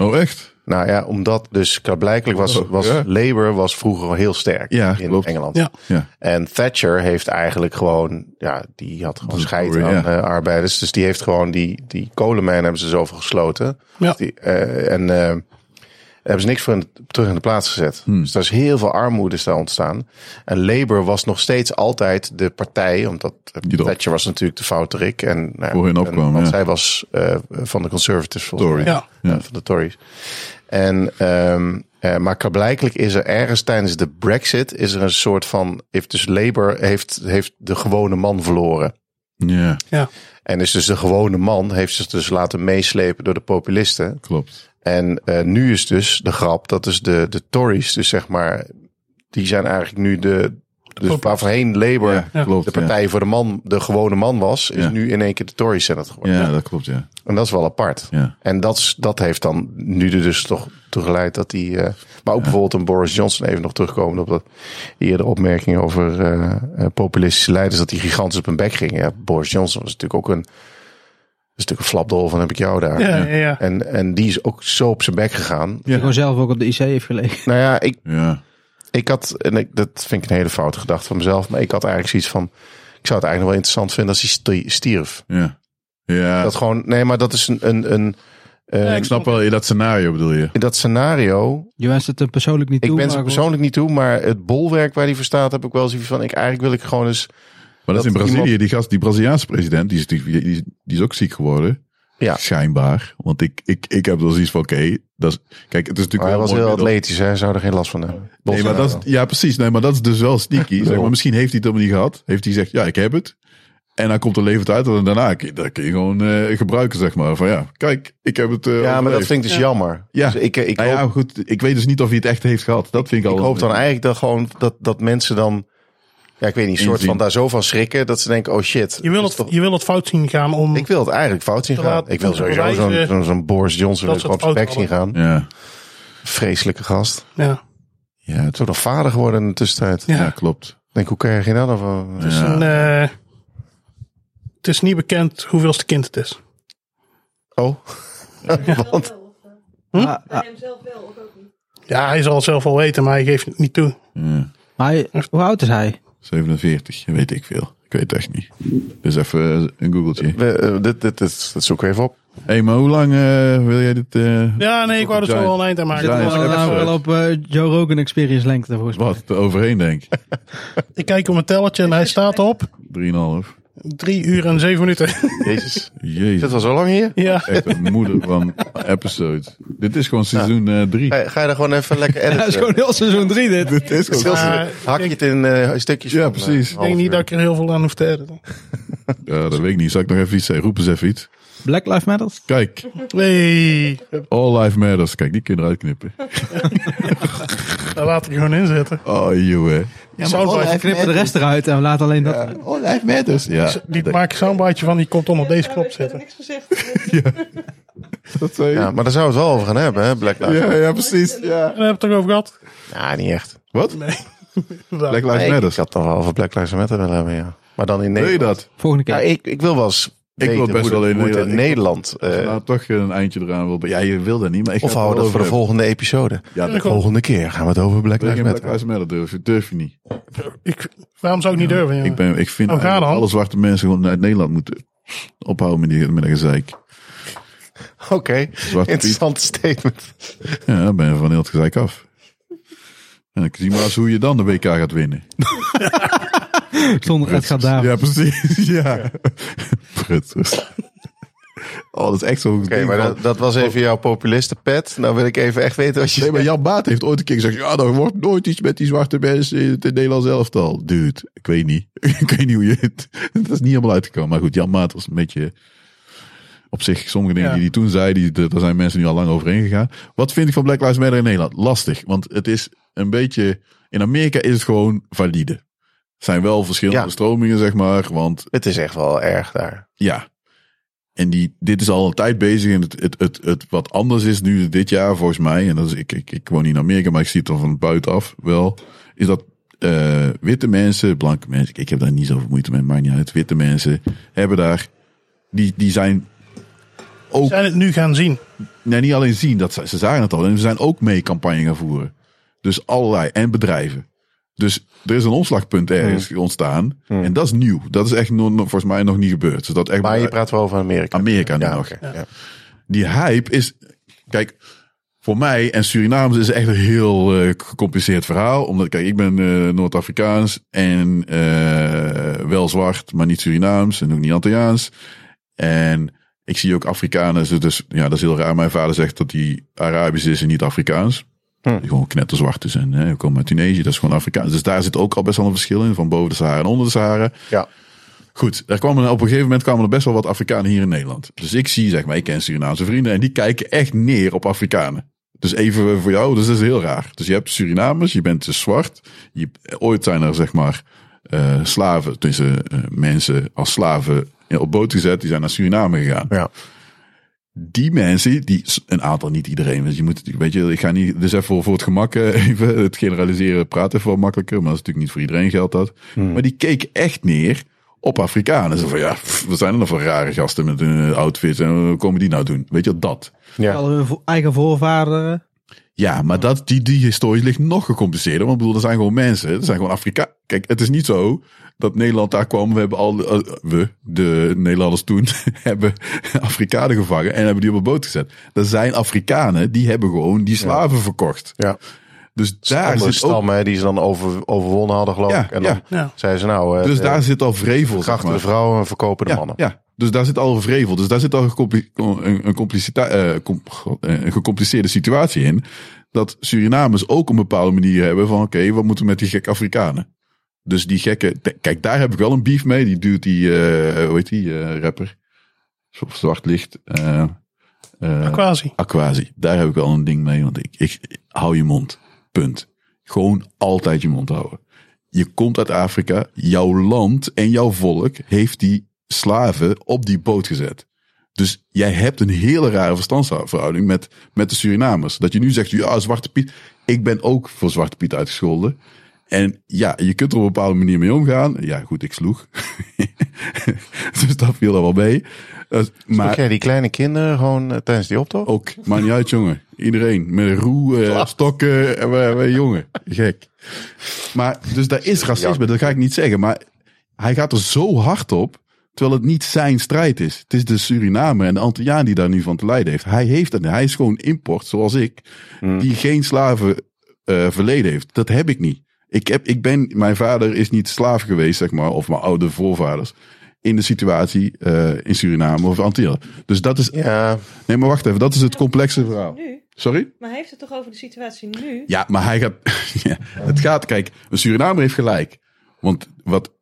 oh, echt?
Nou ja, omdat dus klaarblijkelijk was,
Oh,
was
ja.
Labour was vroeger al heel sterk
Ja,
in
klopt.
Engeland.
Ja.
Ja.
En Thatcher heeft eigenlijk gewoon, ja, die had gewoon
Dat is
scheid
Tory,
aan
ja.
eh, arbeiders. Dus die heeft gewoon die, die kolenmijn hebben ze zoveel gesloten.
Ja.
Die, eh, en eh, hebben ze niks voor in de- terug in de plaats gezet.
Hmm.
Dus daar is heel veel armoede is daar ontstaan. En Labour was nog steeds altijd de partij, omdat eh,
Die erop-
Thatcher was natuurlijk de fouterik. En, nou,
Voor hun
en-
opkwam,
Want
ja.
zij was eh, van de conservatives volgens
Tory.
mij.
Ja.
Ja.
Van de Tories. En, ehm, eh, maar klaarblijkelijk is er ergens tijdens de Brexit is er een soort van. Heeft dus Labour heeft, heeft de gewone man verloren.
Ja,
En is dus de gewone man heeft zich dus laten meeslepen door de populisten.
klopt.
En eh, nu is dus de grap dat dus de, de Tories, dus zeg maar, die zijn eigenlijk nu de. Dus
populisten.
waarvoorheen Labour
Ja,
Ja.
klopt.
de partij voor de man, de gewone man was, is
Ja.
nu in één keer de Tories zijn het
Ja.
geworden.
ja, dat klopt, ja.
En dat is wel apart.
Ja,
En dat, is- dat heeft dan nu er dus toch toe geleid dat hij. eh, maar ook bijvoorbeeld een Boris Johnson, even nog terugkomen op dat eerder opmerking over eh, eh, populistische leiders, dat die gigantisch op hun bek gingen. Ja, Boris Johnson was natuurlijk ook een. Dat is natuurlijk een flapdol van heb ik jou
eh,
daar.
Ja, ja, ja.
En, en die is ook zo op zijn bek gegaan.
Die gewoon zelf ook op de IC heeft gelegen.
Nou ja, ik,
ja.
ik had, en ik, dat vind ik een hele foute gedachte van mezelf, maar ik had eigenlijk zoiets van, ik zou het eigenlijk wel interessant vinden als hij stie- stierf.
ja. ja.
Dat gewoon, nee, maar dat is een, een, een eh,
Ja,
ik snap wel eh, dat scenario, bedoel je?
dat scenario,
Je wenst het hem persoonlijk niet toe.
Ik ben
maar
ze
gewoon-
persoonlijk niet toe, maar het bolwerk waar die voor staat, heb ik wel zoiets van. Ik, eigenlijk wil ik gewoon eens.
Maar dat,
Dat
is in Brazilië,
iemand-
die gast, die Braziliaanse president, die is, die, die, is- die is ook ziek geworden.
Ja.
Schijnbaar. Want ik, ik, ik heb wel zoiets van, oké, dat is, kijk, het is natuurlijk
Maar hij
wel
was
een mooi
heel
middel.
atletisch, hè? zou er geen last van hebben.
Nee, maar
Bolsonaro.
dat is, ja, precies. Nee, maar dat is dus wel sneaky. Zeg maar, misschien heeft hij het helemaal niet gehad. Heeft hij gezegd, ja, ik heb het. En dan komt er levend uit. En daarna kun je, dat kun je gewoon eh, gebruiken, zeg maar. Van ja, kijk, ik heb het. eh,
ja, maar dat
overleefd.
vind ik dus jammer.
Ja.
Dus ik, ik,
Nou ja,
hoop,
goed. Ik weet dus niet of hij het echt heeft gehad. Dat vind ik,
ik
al.
hoop dan eigenlijk dat gewoon dat, dat mensen dan. Ja, ik weet niet, een soort
Inzien.
van daar zo van schrikken dat ze denken: oh shit.
Je wil,
dat
het,
is toch-
je wil het fout zien gaan om...
ik wil het eigenlijk fout zien
Te
gaan.
laten
Ik wil sowieso
bewijzen
zo'n zo'n zo'n Boris Johnson wil
dat
ik
ze
gewoon op
het
zijn bek zien
fout
gaan.
Ja,
Vreselijke gast.
ja.
ja, het-
Zo nog vader geworden in de tussentijd.
Ja.
ja, klopt.
Ik denk, hoe krijg je dat nou van?
Het is, een, eh, het is niet bekend hoeveelste kind het is.
Oh, want
Maar, maar-
hemzelf wel, of ook niet.
Ja, hij zal het zelf wel weten, maar hij geeft het niet toe.
Ja,
maar hij- hoe oud is hij?
47, weet ik veel. Ik weet het echt niet. Dus even een googeltje.
we, eh, dit, dit, dit, dit zoeken we even op.
Hé, hey, maar hoe lang eh, wil jij dit... eh,
Ja, nee, ik wou er zo wel een eind aan
Ja,
maken.
Zit
ja, ja,
wel, nou
ja.
wel op eh, Joe Rogan Experience lengte volgens mij.
Wat, er overheen denk ik. 3,5.
Ik kijk op mijn tellertje en hij staat op drie uur en zeven minuten.
Jezus. Zit
Jezus,
al zo lang hier?
ja,
echt een moeder van episode. Dit is gewoon seizoen eh, 3.
Ga je, ga je er gewoon even lekker editen?
Dat is gewoon heel seizoen 3 dit.
Dit is
Heel
gewoon...
Maar
snel. hak je het in eh, stukjes
Ja,
van, eh,
precies.
Ah, ik denk niet dat ik er heel veel aan hoef te editen.
Ja, dat weet ik niet. Zal ik nog even iets zeggen? Roep eens even iets.
Black Lives Matter.
Kijk,
Nee,
All Life Matters. Kijk, die kun je eruit knippen.
daar laat ik gewoon in zitten.
Oh, joh.
Ja, soundbite,
Knippen de rest eruit en laat alleen dat.
All Life Matters. Ja,
die maak ik zo'n baantje van, die komt onder deze knop zitten.
niks gezegd.
dat zei
Ja,
je.
maar daar zou het wel over gaan hebben, hè? Black Lives
Ja, ja, precies. Ja.
En daar heb ik het toch over gehad?
Nou, niet echt.
Wat?
Nee.
Black Lives
Nee, ik
Matters.
had nog wel over Black Lives Matter willen hebben, ja. Maar dan in
Wil je
Nederland.
dat?
Volgende
Ja,
keer.
ik, ik wil wel eens weten
wil best
hoe
wel
dat-
in
hoe het in
Nederland-
Nederland... eh,
Nou, toch een eindje eraan wil. Ja, je wil dat niet, maar ik
of
ga het
houden
wel
we dat voor
over
de volgende episode.
hebben. Ja, dat
Volgende
Volgende keer gaan we het over Black
Black
Lives
Lives
Matter.
Matter durf, durf je niet.
ik, waarom zou ik niet durven? jongen?
Ik, ben, ik vind
Oh, ga
eigenlijk
dan.
alle zwarte mensen gewoon uit Nederland moeten ophouden met, die, met een gezeik.
Oké, interessant statement.
Ja, dan ben je van heel het gezeik af. En ik zie maar eens hoe je dan de WK gaat winnen.
Zonder Edgar daar.
Ja, precies. Ja. Prutsers. Oh, dat is echt zo'n
Oké,
ding
maar
van-
dat, dat was even jouw populistenpet. Nou wil ik even echt weten wat je...
Nee, maar Jan Baat heeft ooit een keer gezegd... Ja, er wordt nooit iets met die zwarte mensen in het Nederlands elftal. Dude, ik weet niet. ik weet niet hoe je het... Dat is niet helemaal uitgekomen. Maar goed, Jan Baat was een beetje... Op zich, sommige dingen
Ja.
die hij toen zei... Die, daar zijn mensen nu al lang overheen gegaan. Wat vind ik van Black Lives Matter in Nederland? Lastig, want het is een beetje... In Amerika is het gewoon valide. Er zijn wel verschillende
Ja.
stromingen, zeg maar. Want
Het is echt wel erg daar.
ja. En die, dit is al een tijd bezig. En het, het, het, het wat anders is nu dit jaar volgens mij. En dat is, ik, ik, ik woon niet in Amerika, maar ik zie het dan van buitenaf wel. Is dat eh, witte mensen, blanke mensen. Ik heb daar niet zoveel moeite mee, maakt niet uit. Witte mensen hebben daar. Die, die zijn ook.
Zijn het nu gaan zien?
Nee, niet alleen zien, dat, ze ze zagen het al. En ze zijn ook mee campagne gaan voeren. Dus allerlei. En bedrijven. Dus er is een omslagpunt ergens
Hmm.
ontstaan. En dat is nieuw. Dat is echt nog, nog- volgens mij nog niet gebeurd. Dus dat echt
Maar je praat wel over Amerika.
Amerika nu
Ja,
nog.
oké. Ja.
Die hype is. Kijk, voor mij en Surinaams is het echt een heel eh, gecompliceerd verhaal. Omdat, kijk, ik ben eh, Noord-Afrikaans en eh, wel zwart, maar niet Surinaams en ook niet Antilliaans. En ik zie ook Afrikanen. Dus ja, dat is heel raar. Mijn vader zegt dat hij Arabisch is en niet Afrikaans. Die gewoon knetterzwart is. En hè, we komen uit Tunesië, dat is gewoon Afrikaans. Dus daar zit ook al best wel een verschil in. Van boven de Sahara en onder de Sahara.
Ja.
Goed, er kwamen, op een gegeven moment kwamen er best wel wat Afrikanen hier in Nederland. Dus ik zie, zeg maar, ik ken Surinaamse vrienden en die kijken echt neer op Afrikanen. Dus even eh, voor jou, dus dat is heel raar. Dus je hebt Surinamers, je bent dus zwart. Je, ooit zijn er, zeg maar, eh, slaven, tussen mensen als slaven op boot gezet, die zijn naar Suriname gegaan
Ja.
die mensen, die, een aantal, niet iedereen. Dus je moet, weet je, ik ga niet, dus even voor, voor het gemak, eh, even het generaliseren, praten even wat makkelijker. Maar dat is natuurlijk niet voor iedereen geldt dat. Maar die keek echt neer op Afrikanen. Zo van, ja, pff, wat zijn er nog voor rare gasten met een outfit en wat komen die nou doen? Weet je, dat.
Ja.
Alle hun vo- eigen voorvaderen.
Ja, maar dat, die, die historie ligt nog gecompliceerder. Want ik bedoel, er zijn gewoon mensen. Er zijn gewoon Afrika. Kijk, het is niet zo dat Nederland daar kwam. We hebben al, eh, we, de Nederlanders toen, hebben Afrikanen gevangen en hebben die op een boot gezet. Er zijn Afrikanen die hebben gewoon die slaven verkocht.
ja.
Dus daar
Andere
zit ook,
stammen hè, die ze dan over, overwonnen hadden geloof ik.
Ja,
en dan
ja.
Ja.
zeiden ze nou... eh,
dus
de
daar zit al vrevel. zeg
Krachten
maar.
de vrouwen en verkopen de
ja,
mannen.
Ja, dus daar zit al een vrevel. Dus daar zit al een, compli- een, een, complicita- eh, com- god, eh, een gecompliceerde situatie in. Dat Surinamers ook een bepaalde manier hebben van... oké, wat moeten we met die gekke Afrikanen? Dus die gekke... te- Kijk, daar heb ik wel een beef mee. Die duwt die... eh hoe heet die eh, rapper? Of zwart licht. eh, eh,
Quasi.
Aquasi. Daar heb ik wel een ding mee, want ik, ik, ik- hou je mond. Punt. Gewoon altijd je mond houden. Je komt uit Afrika, jouw land en jouw volk heeft die slaven op die boot gezet. Dus jij hebt een hele rare verstandsverhouding met, met de Surinamers. Dat je nu zegt, ja, Zwarte Piet. Ik ben ook voor Zwarte Piet uitgescholden. En ja, je kunt er op een bepaalde manier mee omgaan. Ja, goed, ik sloeg. dus dat viel er wel mee. Eh,
Maar,
Maar
die kleine kinderen gewoon eh, tijdens die optocht?
ook, maakt niet uit, jongen. Iedereen. Met een roe, eh, stokken, en we, we- jongen. Gek. Maar, dus daar is racisme, dat ga ik niet zeggen. Maar hij gaat er zo hard op, terwijl het niet zijn strijd is. Het is de Suriname en de Antilliaan die daar nu van te lijden heeft. Hij heeft dat niet. Hij is gewoon import, zoals ik, die geen slaven eh, verleden heeft. Dat heb ik niet. Ik, heb, ik ben, mijn vader is niet slaaf geweest, zeg maar, of mijn oude voorvaders. In de situatie eh, in Suriname of Antillen. Dus dat is
Ja,
Nee, maar wacht even. Dat is het complexe verhaal.
Nu?
Sorry?
Maar hij heeft het toch over de situatie nu?
Ja, maar hij gaat... ja, het gaat... Kijk, een Surinamer heeft gelijk. Want wat,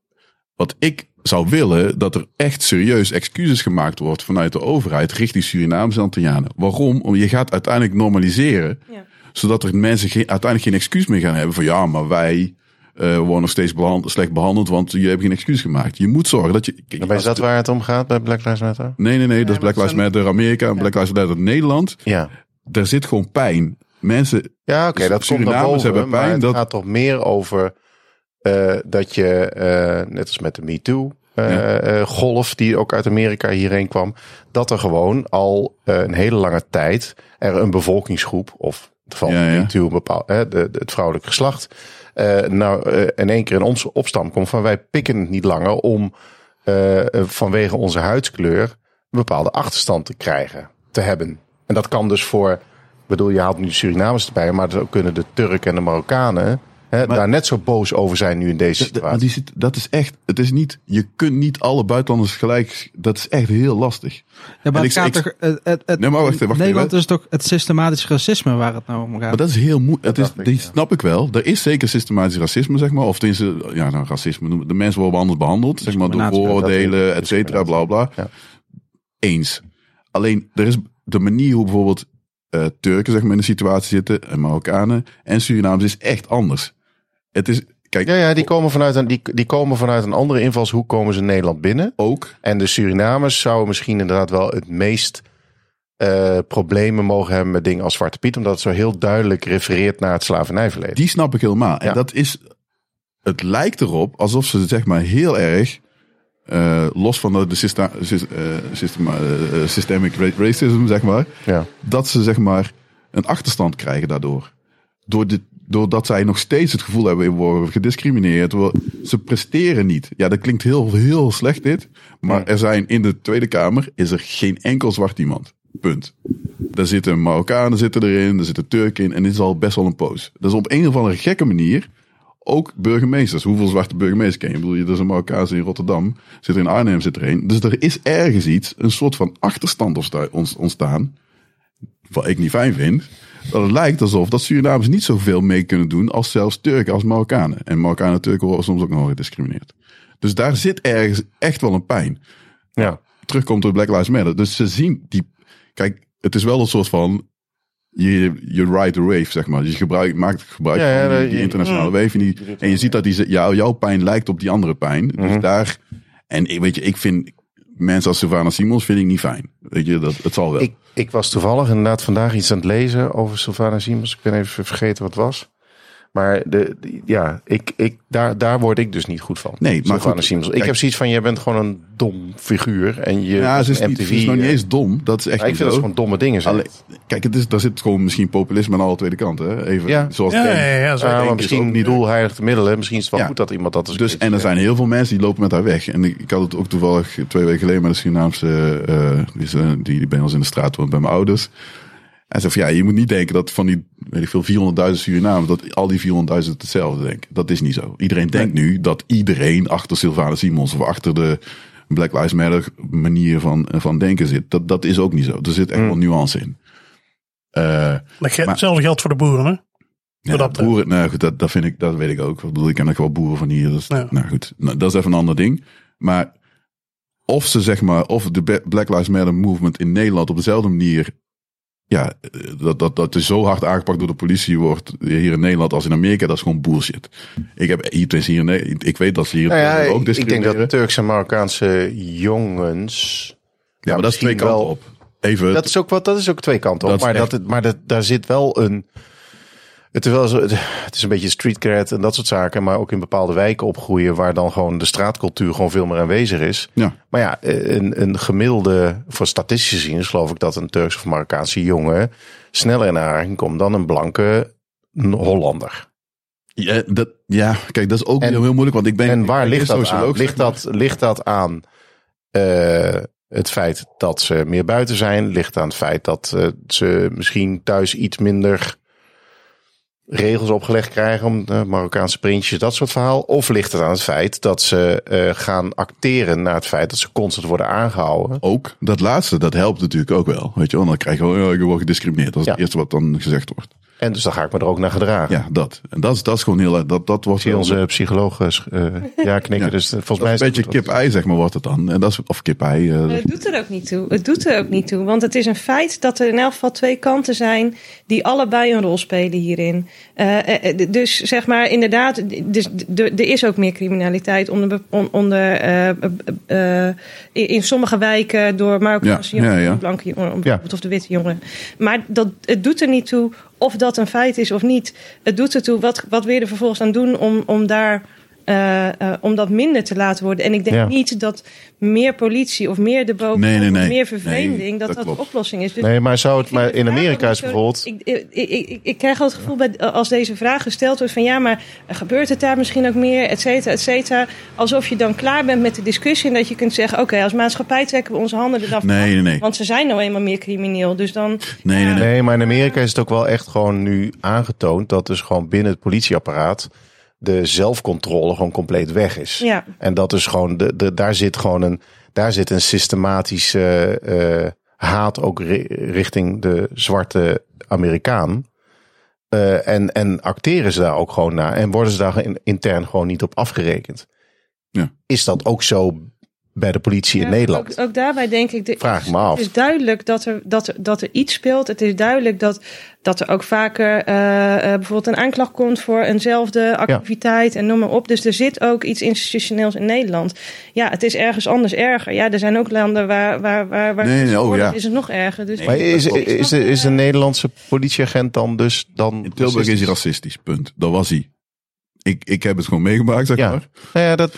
wat ik zou willen... dat er echt serieus excuses gemaakt wordt... vanuit de overheid richting Surinaamse Antillianen. Waarom? Om je gaat uiteindelijk normaliseren...
Ja.
zodat er mensen geen, uiteindelijk geen excuus meer gaan hebben... van ja, maar wij... eh worden nog steeds behan- slecht behandeld, want je hebt geen excuus gemaakt. Je moet zorgen dat je. kijk,
maar is
als-
dat waar het om gaat bij Black Lives Matter?
Nee, nee, nee, dat is Black Lives Matter Amerika en Black Lives Matter Nederland.
Ja.
Er zit gewoon pijn. Mensen
Ja, oké,
Dus
dat komt naar
Surinamers
boven.
hebben
maar
pijn
het
dat-
gaat toch meer over eh, dat je, eh, net als met de
Ja.
MeToo-golf die ook uit Amerika hierheen kwam, dat er gewoon al eh, een hele lange tijd er een bevolkingsgroep, of van
Ja, ja.
MeToo bepaald, hè, de, de- het vrouwelijk geslacht, eh, nou eh, in één keer in ons opstam komt van wij pikken het niet langer om eh, eh, vanwege onze huidskleur een bepaalde achterstand te krijgen, te hebben. En dat kan dus voor, ik bedoel, je haalt nu de Surinamers erbij, maar zo kunnen de Turken en de Marokkanen hè, daar net zo boos over zijn nu in deze
D- d- Maar
situatie.
die zit, dat is echt, het is niet, je kunt niet alle buitenlanders gelijk, dat is echt heel lastig.
Ja,
En
maar het
ik-
gaat
ik-
toch... Het, het, het-
Nee, maar wacht even, wacht
Nederland
even.
is toch het systematisch racisme waar het nou om gaat?
Maar dat is heel moeilijk.
dacht ik,
Die
ja.
snap ik wel. Er is zeker systematisch racisme, zeg maar. Of tenminste, ja, nou, racisme noemen. De mensen worden anders behandeld, zeg maar, door
Discriminatie.
vooroordelen,
Dat
et
is
cetera, bla bla.
Ja.
Eens. Alleen, er is de manier hoe bijvoorbeeld eh, Turken, zeg maar, in de situatie zitten, en Marokkanen en Surinamers is echt anders. Het is, kijk,
Ja, ja die, komen vanuit een, die, die komen vanuit een andere invalshoek komen ze in Nederland binnen.
ook.
En de Surinamers zouden misschien inderdaad wel het meest eh, problemen mogen hebben met dingen als Zwarte Piet. Omdat het zo heel duidelijk refereert naar het slavernijverleden.
Die snap ik helemaal. En
Ja.
dat is. Het lijkt erop alsof ze zeg maar heel erg. eh, los van de, de systa- sys- eh, systema- eh, eh, systemic ra- racism, zeg maar.
Ja.
Dat ze zeg maar een achterstand krijgen daardoor. Door dit, doordat zij nog steeds het gevoel hebben, we worden gediscrimineerd. we- Ze presteren niet. Ja, dat klinkt heel, heel slecht dit. Maar er zijn in de Tweede Kamer is er geen enkel zwart iemand. Punt. Daar zitten Marokkanen zitten erin, daar zitten Turken in. En dit is al best wel een poos. Dat is op een of andere gekke manier ook burgemeesters. Hoeveel zwarte burgemeesters ken je? Ik bedoel, er is een Marokkaanse in Rotterdam, zit er in Arnhem, zit er een. Dus er is ergens iets, een soort van achterstand ontsta- ons- ontstaan. Wat ik niet fijn vind. Dat het lijkt alsof dat Surinamers niet zoveel mee kunnen doen als zelfs Turken als Marokkanen. En Marokkanen en Turken worden soms ook nog wel gediscrimineerd. Dus daar zit ergens echt wel een pijn
Ja.
terugkomt door Black Lives Matter. Dus ze zien die. Kijk, het is wel een soort van. Je, je ride the wave, zeg maar. Je gebruikt, maakt gebruik
Ja, ja,
van die,
dat-
die
je- mm.
internationale wave. En, die- en je ziet dat die, jou, jouw pijn lijkt op die andere pijn.
Mhm.
Dus daar. En ik- weet je, ik vind mensen als Sylvana Simons vind ik niet fijn. Weet je, dat, het zal wel.
Ik, ik was toevallig inderdaad vandaag iets aan het lezen over Sylvana Simons. Ik ben even vergeten wat het was. Maar de, die- ja, ik, ik, daar, daar word ik dus niet goed van.
Nee, maar
Sylvana
goed.
Simons. Ik
Kijk.
heb zoiets van, jij bent gewoon een dom figuur. En je
ja, ze is, niet,
MTV,
ze is nog niet
eh,
eens dom. Dat is echt
ja, ik
niet
vind dat
zo.
ze gewoon domme dingen zijn.
Alleen- kijk, het is, daar zit gewoon misschien populisme aan alle tweede kanten. hè. Even
Ja.
zoals
Ja,
Kane.
ja, ja. zo.
Ja,
denk
maar
is
misschien
ook
niet
niet-
doelheilig middelen. Misschien is het wel
Ja.
goed dat iemand dat eens
Dus,
een
en er
keertje-
zijn heel veel mensen die lopen met haar weg. En ik, ik had het ook toevallig twee weken geleden met een Surinaamse, eh, die, is, eh, die, die bij ons in de straat woont, bij mijn ouders. Hij zei van, ja, je moet niet denken dat van die, weet ik veel, 400.000 Surinamen, dat al die 400.000 hetzelfde denken. Dat is niet zo. Iedereen denkt nu dat iedereen achter Sylvana Simons of achter de Black Lives Matter manier van, van denken zit. Dat, dat is ook niet zo. Er zit
Mm.
echt wel nuance in. Eh
Dat ge-
maar-
Hetzelfde geldt voor de boeren, hè?
ja,
dat eh, betreft.
boeren, nou goed, dat, dat vind ik, dat weet ik ook. Ik bedoel, ik ken ook wel boeren van hier. Dus,
Ja.
Nou goed, nou, dat is even een ander ding. Maar of ze zeg maar, of de Be- Black Lives Matter movement in Nederland op dezelfde manier, ja, eh, dat, dat, dat is zo hard aangepakt door de politie wordt hier in Nederland als in Amerika, dat is gewoon bullshit. Ik heb hier, tenminste hier in Ne- ik weet dat ze hier in
Nou ja,
Nederland ook
ik- ik denk
discrimineren.
dat Turkse en Marokkaanse jongens.
ja, maar dat is twee
misschien
kanten
wel-
op. Even,
Dat is ook wat, dat is ook twee kanten op.
Dat is
maar
echt-
dat, het- maar dat, daar zit wel een. Het is, wel zo, het is een beetje street cred en dat soort zaken. Maar ook in bepaalde wijken opgroeien. waar dan gewoon de straatcultuur gewoon veel meer aanwezig is.
ja.
Maar ja, een, een gemiddelde. voor statistisch gezien is geloof ik dat een Turks of Marokkaanse jongen. sneller in aanraking komt dan een blanke Hollander.
Ja, dat, ja, kijk, dat is ook
En-
heel moeilijk, want ik ben...
En waar
ik ben
ligt dat
socioloog,
aan?
zeg
Ligt
maar.
dat, ligt dat aan eh, het feit dat ze meer buiten zijn? Ligt aan het feit dat eh, ze misschien thuis iets minder regels opgelegd krijgen om de Marokkaanse prinsjes, dat soort verhaal? Of ligt het aan het feit dat ze eh, gaan acteren naar het feit dat ze constant worden aangehouden?
Ook dat laatste, dat helpt natuurlijk ook wel. Weet je wel, dan krijg je wel, ja, ik word gediscrimineerd. Dat is het
Ja.
eerste wat dan gezegd wordt.
En dus dan ga ik me er ook naar gedragen.
Ja, dat. En dat is, dat is gewoon heel erg- dat, dat wordt
Ik zie
wel-
onze psycholoog eh, sch- eh, ja knikken,
Ja.
dus eh,
dat
volgens mij
is
is
een
het
beetje
goed wat-
kip-ei, zeg maar, wordt het dan. En dat is, of kip-ei. eh,
Maar het doet er ook niet toe. Het doet er ook niet toe. Want het is een feit dat er in elk geval twee kanten zijn die allebei een rol spelen hierin. Eh, eh, eh, dus zeg maar, inderdaad, dus d- d- er is ook meer criminaliteit onder, be- on- onder eh, eh, eh, in in sommige wijken door Marokkaanse
Ja, ja,
jongeren,
ja.
blanke jongeren bijvoorbeeld, of de witte jongeren. Maar dat, het doet er niet toe of dat een feit is of niet. Het doet er toe wat, wat wil je er vervolgens aan doen om, om daar eh, eh, om dat minder te laten worden. En ik denk
Ja.
niet dat meer politie of meer de boven
Nee, nee, nee.
of meer
Nee,
vervreemding dat
dat
dat, de
klopt.
oplossing is. Dus
Nee, maar, zou het,
ik vind
maar
de
in
vraag
Amerika
ook
is
zo-
bijvoorbeeld...
Ik, ik, ik, ik- ik krijg al het gevoel bij, als deze vraag gesteld wordt van ja, maar gebeurt het daar misschien ook meer, et cetera, et cetera. Alsof je dan klaar bent met de discussie en dat je kunt zeggen: oké, als maatschappij trekken we onze handen eraf.
Nee, nee, nee.
Want ze zijn nou eenmaal meer crimineel. Dus dan.
Nee, nee, nee.
Nee, maar in Amerika is het ook wel echt gewoon nu aangetoond dat dus gewoon binnen het politieapparaat de zelfcontrole gewoon compleet weg is.
Ja.
En dat is gewoon, de, de, daar zit gewoon een, daar zit een systematische eh, haat ook ri- richting de zwarte Amerikaan. Eh, en, en acteren ze daar ook gewoon naar en worden ze daar in- intern gewoon niet op afgerekend.
Ja.
Is dat ook zo bij de politie in
Ja,
Nederland?
Ook, ook daarbij denk ik. de-
Vraag ik me af.
Het is duidelijk dat er, dat, er, dat er iets speelt. Het is duidelijk dat, dat er ook vaker eh, eh, bijvoorbeeld een aanklacht komt voor eenzelfde activiteit en noem maar op. Dus er zit ook iets institutioneels in Nederland. Ja, het is ergens anders erger. Ja, er zijn ook landen waar, waar, waar, waar
Nee, nee, oh, ja.
is het nog erger. Dus
Maar is,
dat
is,
klopt.
is, de- is een Nederlandse politieagent dan dus... Dan
In Tilburg is hij racistisch, punt. Dat was hij. Ik, ik heb het gewoon meegemaakt, zeg
Ja.
maar.
Nou ja, dat,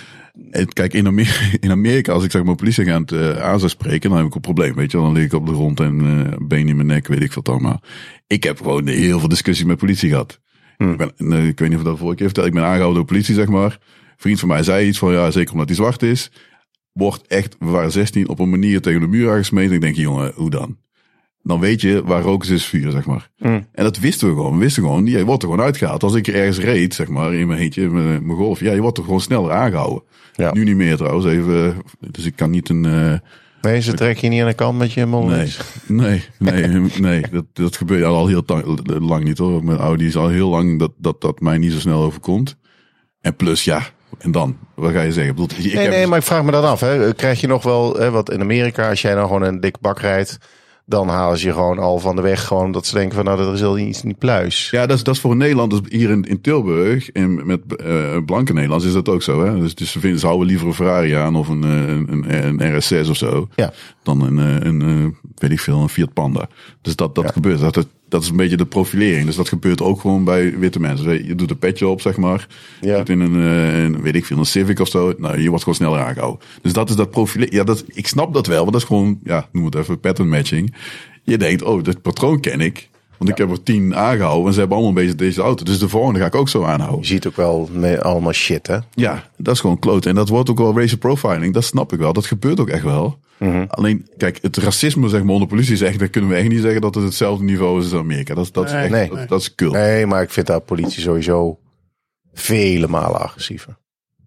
Het- Kijk, in Amerika, in Amerika, als ik zeg maar politieagent eh aan zou spreken, dan heb ik een probleem, weet je wel. Dan lig ik op de grond en eh, been in mijn nek, weet ik wat allemaal. Ik heb gewoon heel veel discussies met politie gehad. Ik, ben, nee, ik weet niet of ik dat vorige keer verteld. Ik ben aangehouden door politie, zeg maar. Een vriend van mij zei iets van, ja, zeker omdat hij zwart is. Wordt echt, we waren 16, op een manier tegen de muur aangesmeten. Ik denk, jongen, hoe dan? Dan weet je waar rook is, is vuur, zeg maar. En dat wisten we gewoon. We wisten gewoon, je wordt er gewoon uitgehaald. Als ik ergens reed, zeg maar, in mijn eentje, in mijn, mijn golf. Ja, je wordt er gewoon sneller aangehouden.
Ja.
Nu niet meer trouwens, even. eh, Dus ik kan niet een... eh,
nee, ze trekken je niet aan de kant met je mond.
Nee, nee, nee, nee. Dat, dat gebeurt al al heel tang- lang niet hoor. Mijn Audi is al heel lang dat, dat dat mij niet zo snel overkomt. En plus, ja, en dan? Wat ga je zeggen? Ik bedoel, ik
Nee,
heb- dus-
nee, maar ik vraag me dan af. Hè. Krijg je nog wel, hè, wat in Amerika, als jij nou gewoon een dikke bak rijdt, dan halen ze je gewoon al van de weg. Gewoon dat ze denken van, nou, dat is al iets niet pluis.
Ja, dat is, dat is voor Nederlanders hier in, in Tilburg, en met eh, blanke Nederlanders, is dat ook zo. Hè? Dus, dus ze, vinden, ze houden liever een Ferrari aan of een, eh, een, een, een RS6 of zo.
Ja.
Dan een, eh, een, eh, weet ik veel, een Fiat Panda. Dus dat, dat
Ja.
gebeurt. Dat, dat, dat is een beetje de profilering. Dus dat gebeurt ook gewoon bij witte mensen. Je doet een petje op, zeg maar. Je
Ja.
doet in een, eh, een, weet ik veel, een Civic of zo. Nou, je wordt gewoon sneller aangehouden. Dus dat is dat profileren. Ja, dat, ik snap dat wel, want dat is gewoon, ja, noem het even, pattern matching. Je denkt, oh, dit patroon ken ik. Want ik heb er tien aangehouden en ze hebben allemaal een beetje deze auto. Dus de volgende ga ik ook zo aanhouden.
Je ziet ook wel nee, allemaal shit, hè?
Ja, dat is gewoon kloot. En dat wordt ook wel racial profiling. Dat snap ik wel. Dat gebeurt ook echt wel.
Mhm.
Alleen, kijk, het racisme zeg maar onder politie is echt... Dat kunnen we echt niet zeggen dat het hetzelfde niveau is als Amerika. Dat, is- dat is echt...
nee.
dat, dat is cool.
Nee, maar ik vind daar politie sowieso vele malen agressiever.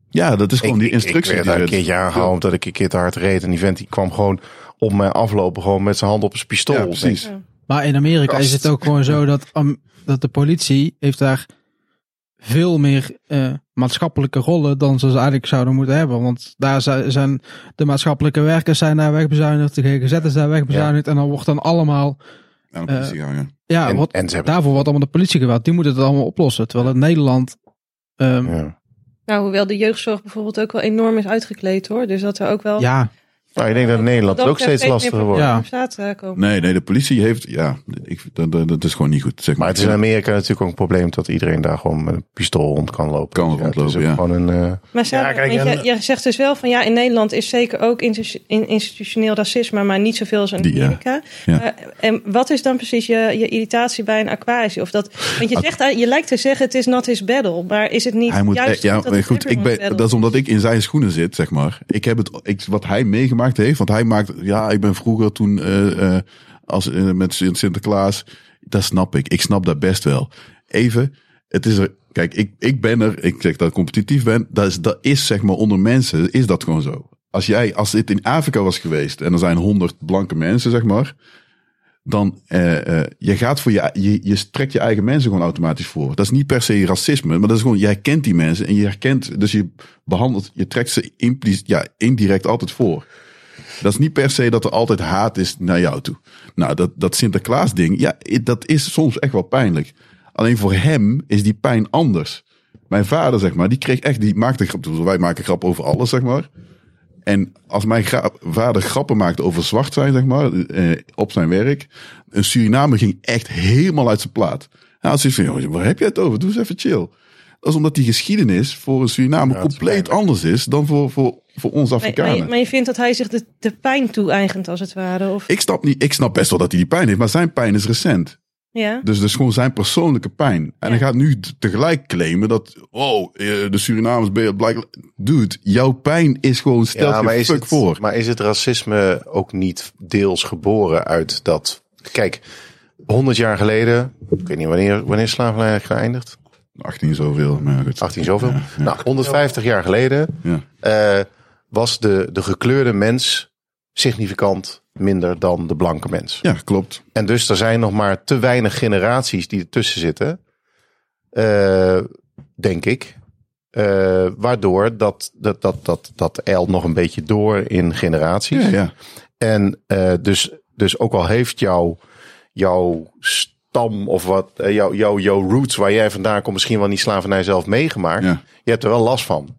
Ja, dat is gewoon
ik,
die instructie.
Ik, ik
die
werd daar een
het-
keertje aangehouden omdat ik een keer te hard reed. En die vent die kwam gewoon op mij aflopen, gewoon met zijn hand op zijn pistool.
Ja, precies.
Maar in Amerika is het ook gewoon zo dat, am- dat de politie heeft daar veel meer eh, maatschappelijke rollen dan ze eigenlijk zouden moeten hebben. Want daar zi- zijn de maatschappelijke werkers zijn daar wegbezuinigd, de GGZ is daar wegbezuinigd. En dan wordt dan allemaal,
Aan de politie gaan, ja.
ja,
En,
wordt-
en ze hebben...
daarvoor wordt allemaal de politie geweld. Die moeten het allemaal oplossen. Terwijl in Nederland ehm, ja.
Ja.
Nou, hoewel de jeugdzorg bijvoorbeeld ook wel enorm is uitgekleed hoor. Dus dat er ook wel.
Ja,
Nou, ik denk dat in Nederland het ook steeds lastiger wordt.
Ja.
Ja. eh, komen.
Nee, nee, de politie heeft... Ja, ik, dat, dat, dat is gewoon niet goed. Zeg
Maar het is in Amerika natuurlijk ook een probleem dat iedereen daar gewoon met een pistool rond kan lopen.
Kan
het is
rondlopen,
ook
ja.
Gewoon een, eh,
Maar Sarah,
kijk,
want
en-
je, je zegt dus wel van ja, in Nederland is zeker ook institu- in- institutioneel racisme, maar niet zoveel als in
Die, ja.
Amerika.
Ja.
Eh, en wat is dan precies je, je irritatie bij een aquatie? Of dat, want je, zegt, ah, je lijkt te zeggen het is not his battle, maar is het niet
Ah. Hij moet,
juist
eh, ja,
dat het
goed, ik
everyone's
ben,
battle
dat is omdat ik in zijn schoenen zit, zeg maar. Ik heb het, ik, wat hij meegemaakt heeft, want hij maakt, ja, ik ben vroeger toen eh, eh, als, eh, met Sint- Sinterklaas, dat snap ik. Ik snap dat best wel. Even, het is er, kijk, ik, ik ben er, ik zeg dat ik competitief ben, dat is, dat is zeg maar onder mensen, is dat gewoon zo. Als jij, als dit in Afrika was geweest en er zijn honderd blanke mensen, zeg maar, dan eh, eh, je gaat voor je, je, je trekt je eigen mensen gewoon automatisch voor. Dat is niet per se racisme, maar dat is gewoon, jij kent die mensen en je herkent, dus je behandelt, je trekt ze impliciet, ja, indirect altijd voor. Dat is niet per se dat er altijd haat is naar jou toe. Nou, dat, dat Sinterklaas ding, ja, i- dat is soms echt wel pijnlijk. Alleen voor hem is die pijn anders. Mijn vader, zeg maar, die kreeg echt, die maakte grap, wij maken grap over alles, zeg maar. En als mijn gra- vader grappen maakte over zwart zijn, zeg maar, eh, op zijn werk. Een Suriname ging echt helemaal uit zijn plaat. Hij had zoiets van, joh, waar heb jij het over? Doe eens even chill. Dat is omdat die geschiedenis voor een Suriname
Ja, het is
compleet anders is dan voor, voor, voor ons
Maar, maar, je-
Afrikanen.
maar je vindt dat hij zich de, de pijn toe-eigent, als het ware? Of,
Ik snap, niet, ik snap best wel dat hij die pijn heeft, maar zijn pijn is recent.
ja?
Dus dus gewoon zijn persoonlijke pijn. En hij gaat nu t- tegelijk claimen dat, oh, eh, de Surinamers ben je blijkbaar... Dude, jouw pijn is gewoon, stel
Ja, maar
je
is,
fuck
het,
voor.
maar is het racisme ook niet deels geboren uit dat... Kijk, 100 jaar geleden, ik weet niet wanneer, wanneer is slavernij eigenlijk geëindigd?
18 zoveel, maar goed.
18 zoveel?
Ja, ja.
Nou, 150 jaar geleden
Ja.
eh, was de, de gekleurde mens significant minder dan de blanke mens.
Ja, klopt.
En dus er zijn nog maar te weinig generaties die ertussen zitten. Eh, denk ik. Eh, waardoor dat, dat, dat, dat, dat eilt nog een beetje door in generaties.
Ja, ja.
En eh, dus, dus ook al heeft jouw, jouw stam of wat, eh, jouw, jouw, jouw roots waar jij vandaan komt, misschien wel niet slavernij zelf meegemaakt.
Ja.
Je hebt er wel last van.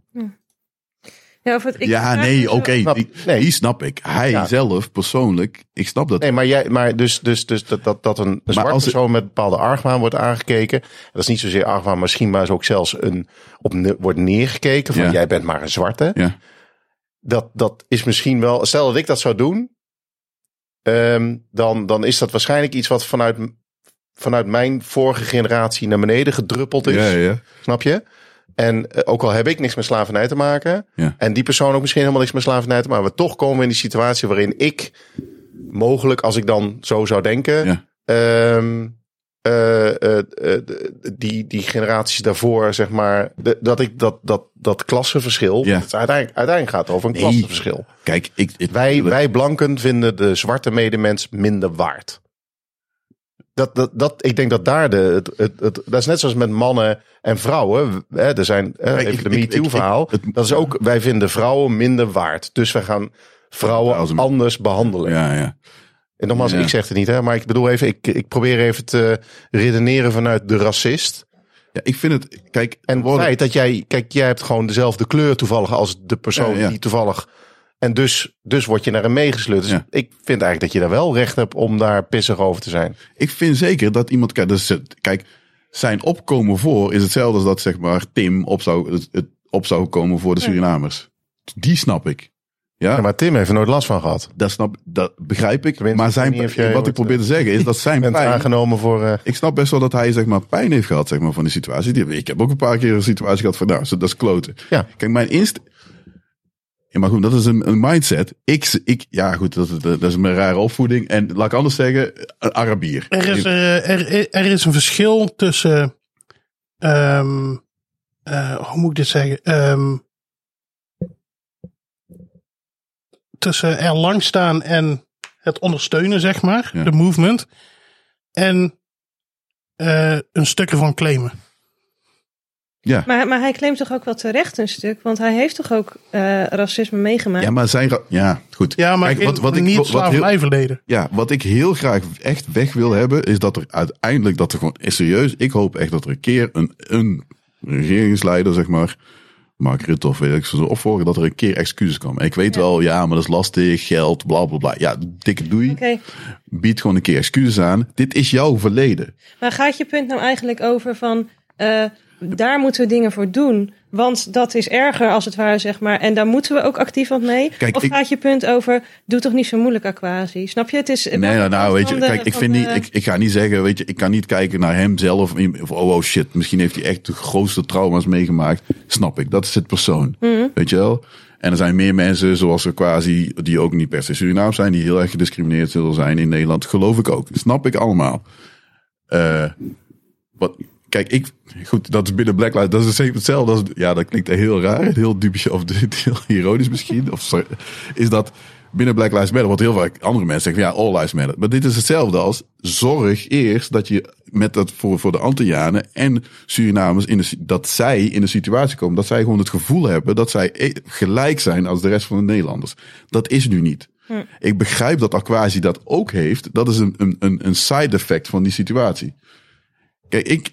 Ja, of het- ik
ja,
vraag me
nee,
zo-
oké.
Snap-
die,
nee.
die snap ik. Hij
Ja.
zelf, persoonlijk, ik snap dat.
Nee, maar, jij, maar dus, dus, dus dat, dat, dat een, een zwart
als-
persoon met bepaalde argwaan wordt aangekeken. Dat is niet zozeer argwaan, misschien maar is ook zelfs een, op ne- wordt neergekeken van
Ja.
jij bent maar een zwarte.
Ja.
Dat, dat is misschien wel, stel dat ik dat zou doen, ehm, dan, dan is dat waarschijnlijk iets wat vanuit, m- vanuit mijn vorige generatie naar beneden gedruppeld is.
ja, ja.
Snap je? En eh, ook al heb ik niks met slavernij te maken.
Ja.
En die persoon ook misschien helemaal niks met slavernij te maken. Maar toch komen we in die situatie waarin ik mogelijk, als ik dan zo zou denken.
Ja.
ehm, eh, eh, eh, de- die, die generaties daarvoor, zeg maar. de- dat ik dat, dat, dat klassenverschil.
Ja.
Het is uiteindelijk, uiteindelijk gaat het over een
Nee.
klassenverschil.
Kijk, ik... ik-
Wij, wij blanken vinden de zwarte medemens minder waard. Dat, dat, dat, ik denk dat daar de. Het, het, het- dat is net zoals met mannen en vrouwen. Hè, er zijn. Hè,
Kijk, ik-
even de
ik- ik-
MeToo-verhaal.
ik- het-
Dat is ook. Wij vinden vrouwen minder waard. Dus wij gaan vrouwen
Als een-
anders behandelen.
Ja, ja.
En nogmaals,
Ja.
ik zeg het niet, hè, maar ik bedoel even. Ik, ik probeer even te redeneren vanuit de racist.
Ja, ik vind het... Kijk,
En het
worden-
feit dat jij, kijk, jij hebt gewoon dezelfde kleur toevallig als de persoon
Ja, ja.
die toevallig. En dus, dus word je naar hem meegesleurd. Dus
Ja.
ik vind eigenlijk dat je daar wel recht hebt om daar pissig over te zijn.
Ik vind zeker dat iemand. Kijk, dus, kijk zijn opkomen voor is hetzelfde als dat zeg maar Tim op zou, het, het op zou komen voor de Surinamers. Die snap ik. Ja,
Ja, maar Tim heeft er nooit last van gehad.
dat, snap, dat begrijp ik.
Tenminste,
maar
ik
zijn,
weet niet of jij
wat ik
wordt, eh,
probeer te zeggen is dat zijn
Je bent
pijn.
aangenomen voor. eh,
Ik snap best wel dat hij zeg maar, pijn heeft gehad zeg maar, van die situatie. Die- Ik heb ook een paar keer een situatie gehad van, nou, dat is kloten.
Ja.
Kijk, mijn inst... Ja, maar goed, dat is een, een mindset. Ik, ik, ja, goed, dat, dat, dat is mijn rare opvoeding. En laat ik anders zeggen, een Arabier.
Er is, eh, er, er is een verschil tussen. ehm, eh, hoe moet ik dit zeggen? Ehm, tussen er lang staan en het ondersteunen, zeg maar,
Ja.
de movement. En eh, een stuk ervan claimen.
Maar, maar hij claimt toch ook wel terecht een stuk? Want hij heeft toch ook eh, racisme meegemaakt?
Ja, maar zijn. ra- Ja, goed.
Ja, maar
Kijk,
wat,
wat, wat ik,
niet
wat, wat heel,
slavernijverleden.
ja, wat ik heel graag echt weg wil hebben, is dat er uiteindelijk, dat er gewoon, is serieus, ik hoop echt dat er een keer een, een regeringsleider, zeg maar, Mark Rutte of weet ik zo, opvolger, dat er een keer excuses komen. Ik weet wel, ja, maar dat is lastig, geld, bla bla bla. Ja, dikke doei.
Oké,
Bied gewoon een keer excuses aan. Dit is jouw verleden.
maar gaat je punt nou eigenlijk over van... eh, daar moeten we dingen voor doen, want dat is erger als het ware, zeg maar. En daar moeten we ook actief wat mee.
Kijk,
of
ik-
gaat je punt over, doe toch niet zo moeilijk, Aquasi. Snap je? Het is,
Nee, nou, nou, weet je,
van de-
kijk, ik,
van
vind
de-
niet, ik, ik ga niet zeggen, weet je, ik kan niet kijken naar hem zelf. Of, oh, oh shit, misschien heeft hij echt de grootste trauma's meegemaakt. Snap ik, dat is het persoon.
Mhm.
Weet je wel? En er zijn meer mensen zoals er quasi, die ook niet per se Surinaam zijn, die heel erg gediscrimineerd zullen zijn in Nederland. Geloof ik ook. Snap ik allemaal. Eh, wat, kijk, ik, goed, dat is binnen Black Lives, dat is zeker hetzelfde als, ja, dat klinkt heel raar, heel dubieus of heel ironisch misschien, of sorry, is dat binnen Black Lives Matter, wat heel vaak andere mensen zeggen, van, ja, all lives matter. Maar dit is hetzelfde als, zorg eerst dat je met dat voor, voor de Antillianen en Surinamers, in de, si- dat zij in de situatie komen, dat zij gewoon het gevoel hebben dat zij e- gelijk zijn als de rest van de Nederlanders. Dat is nu niet. Ik begrijp dat Aquasi dat ook heeft. Dat is een, een- een, een side effect van die situatie. Kijk, ik.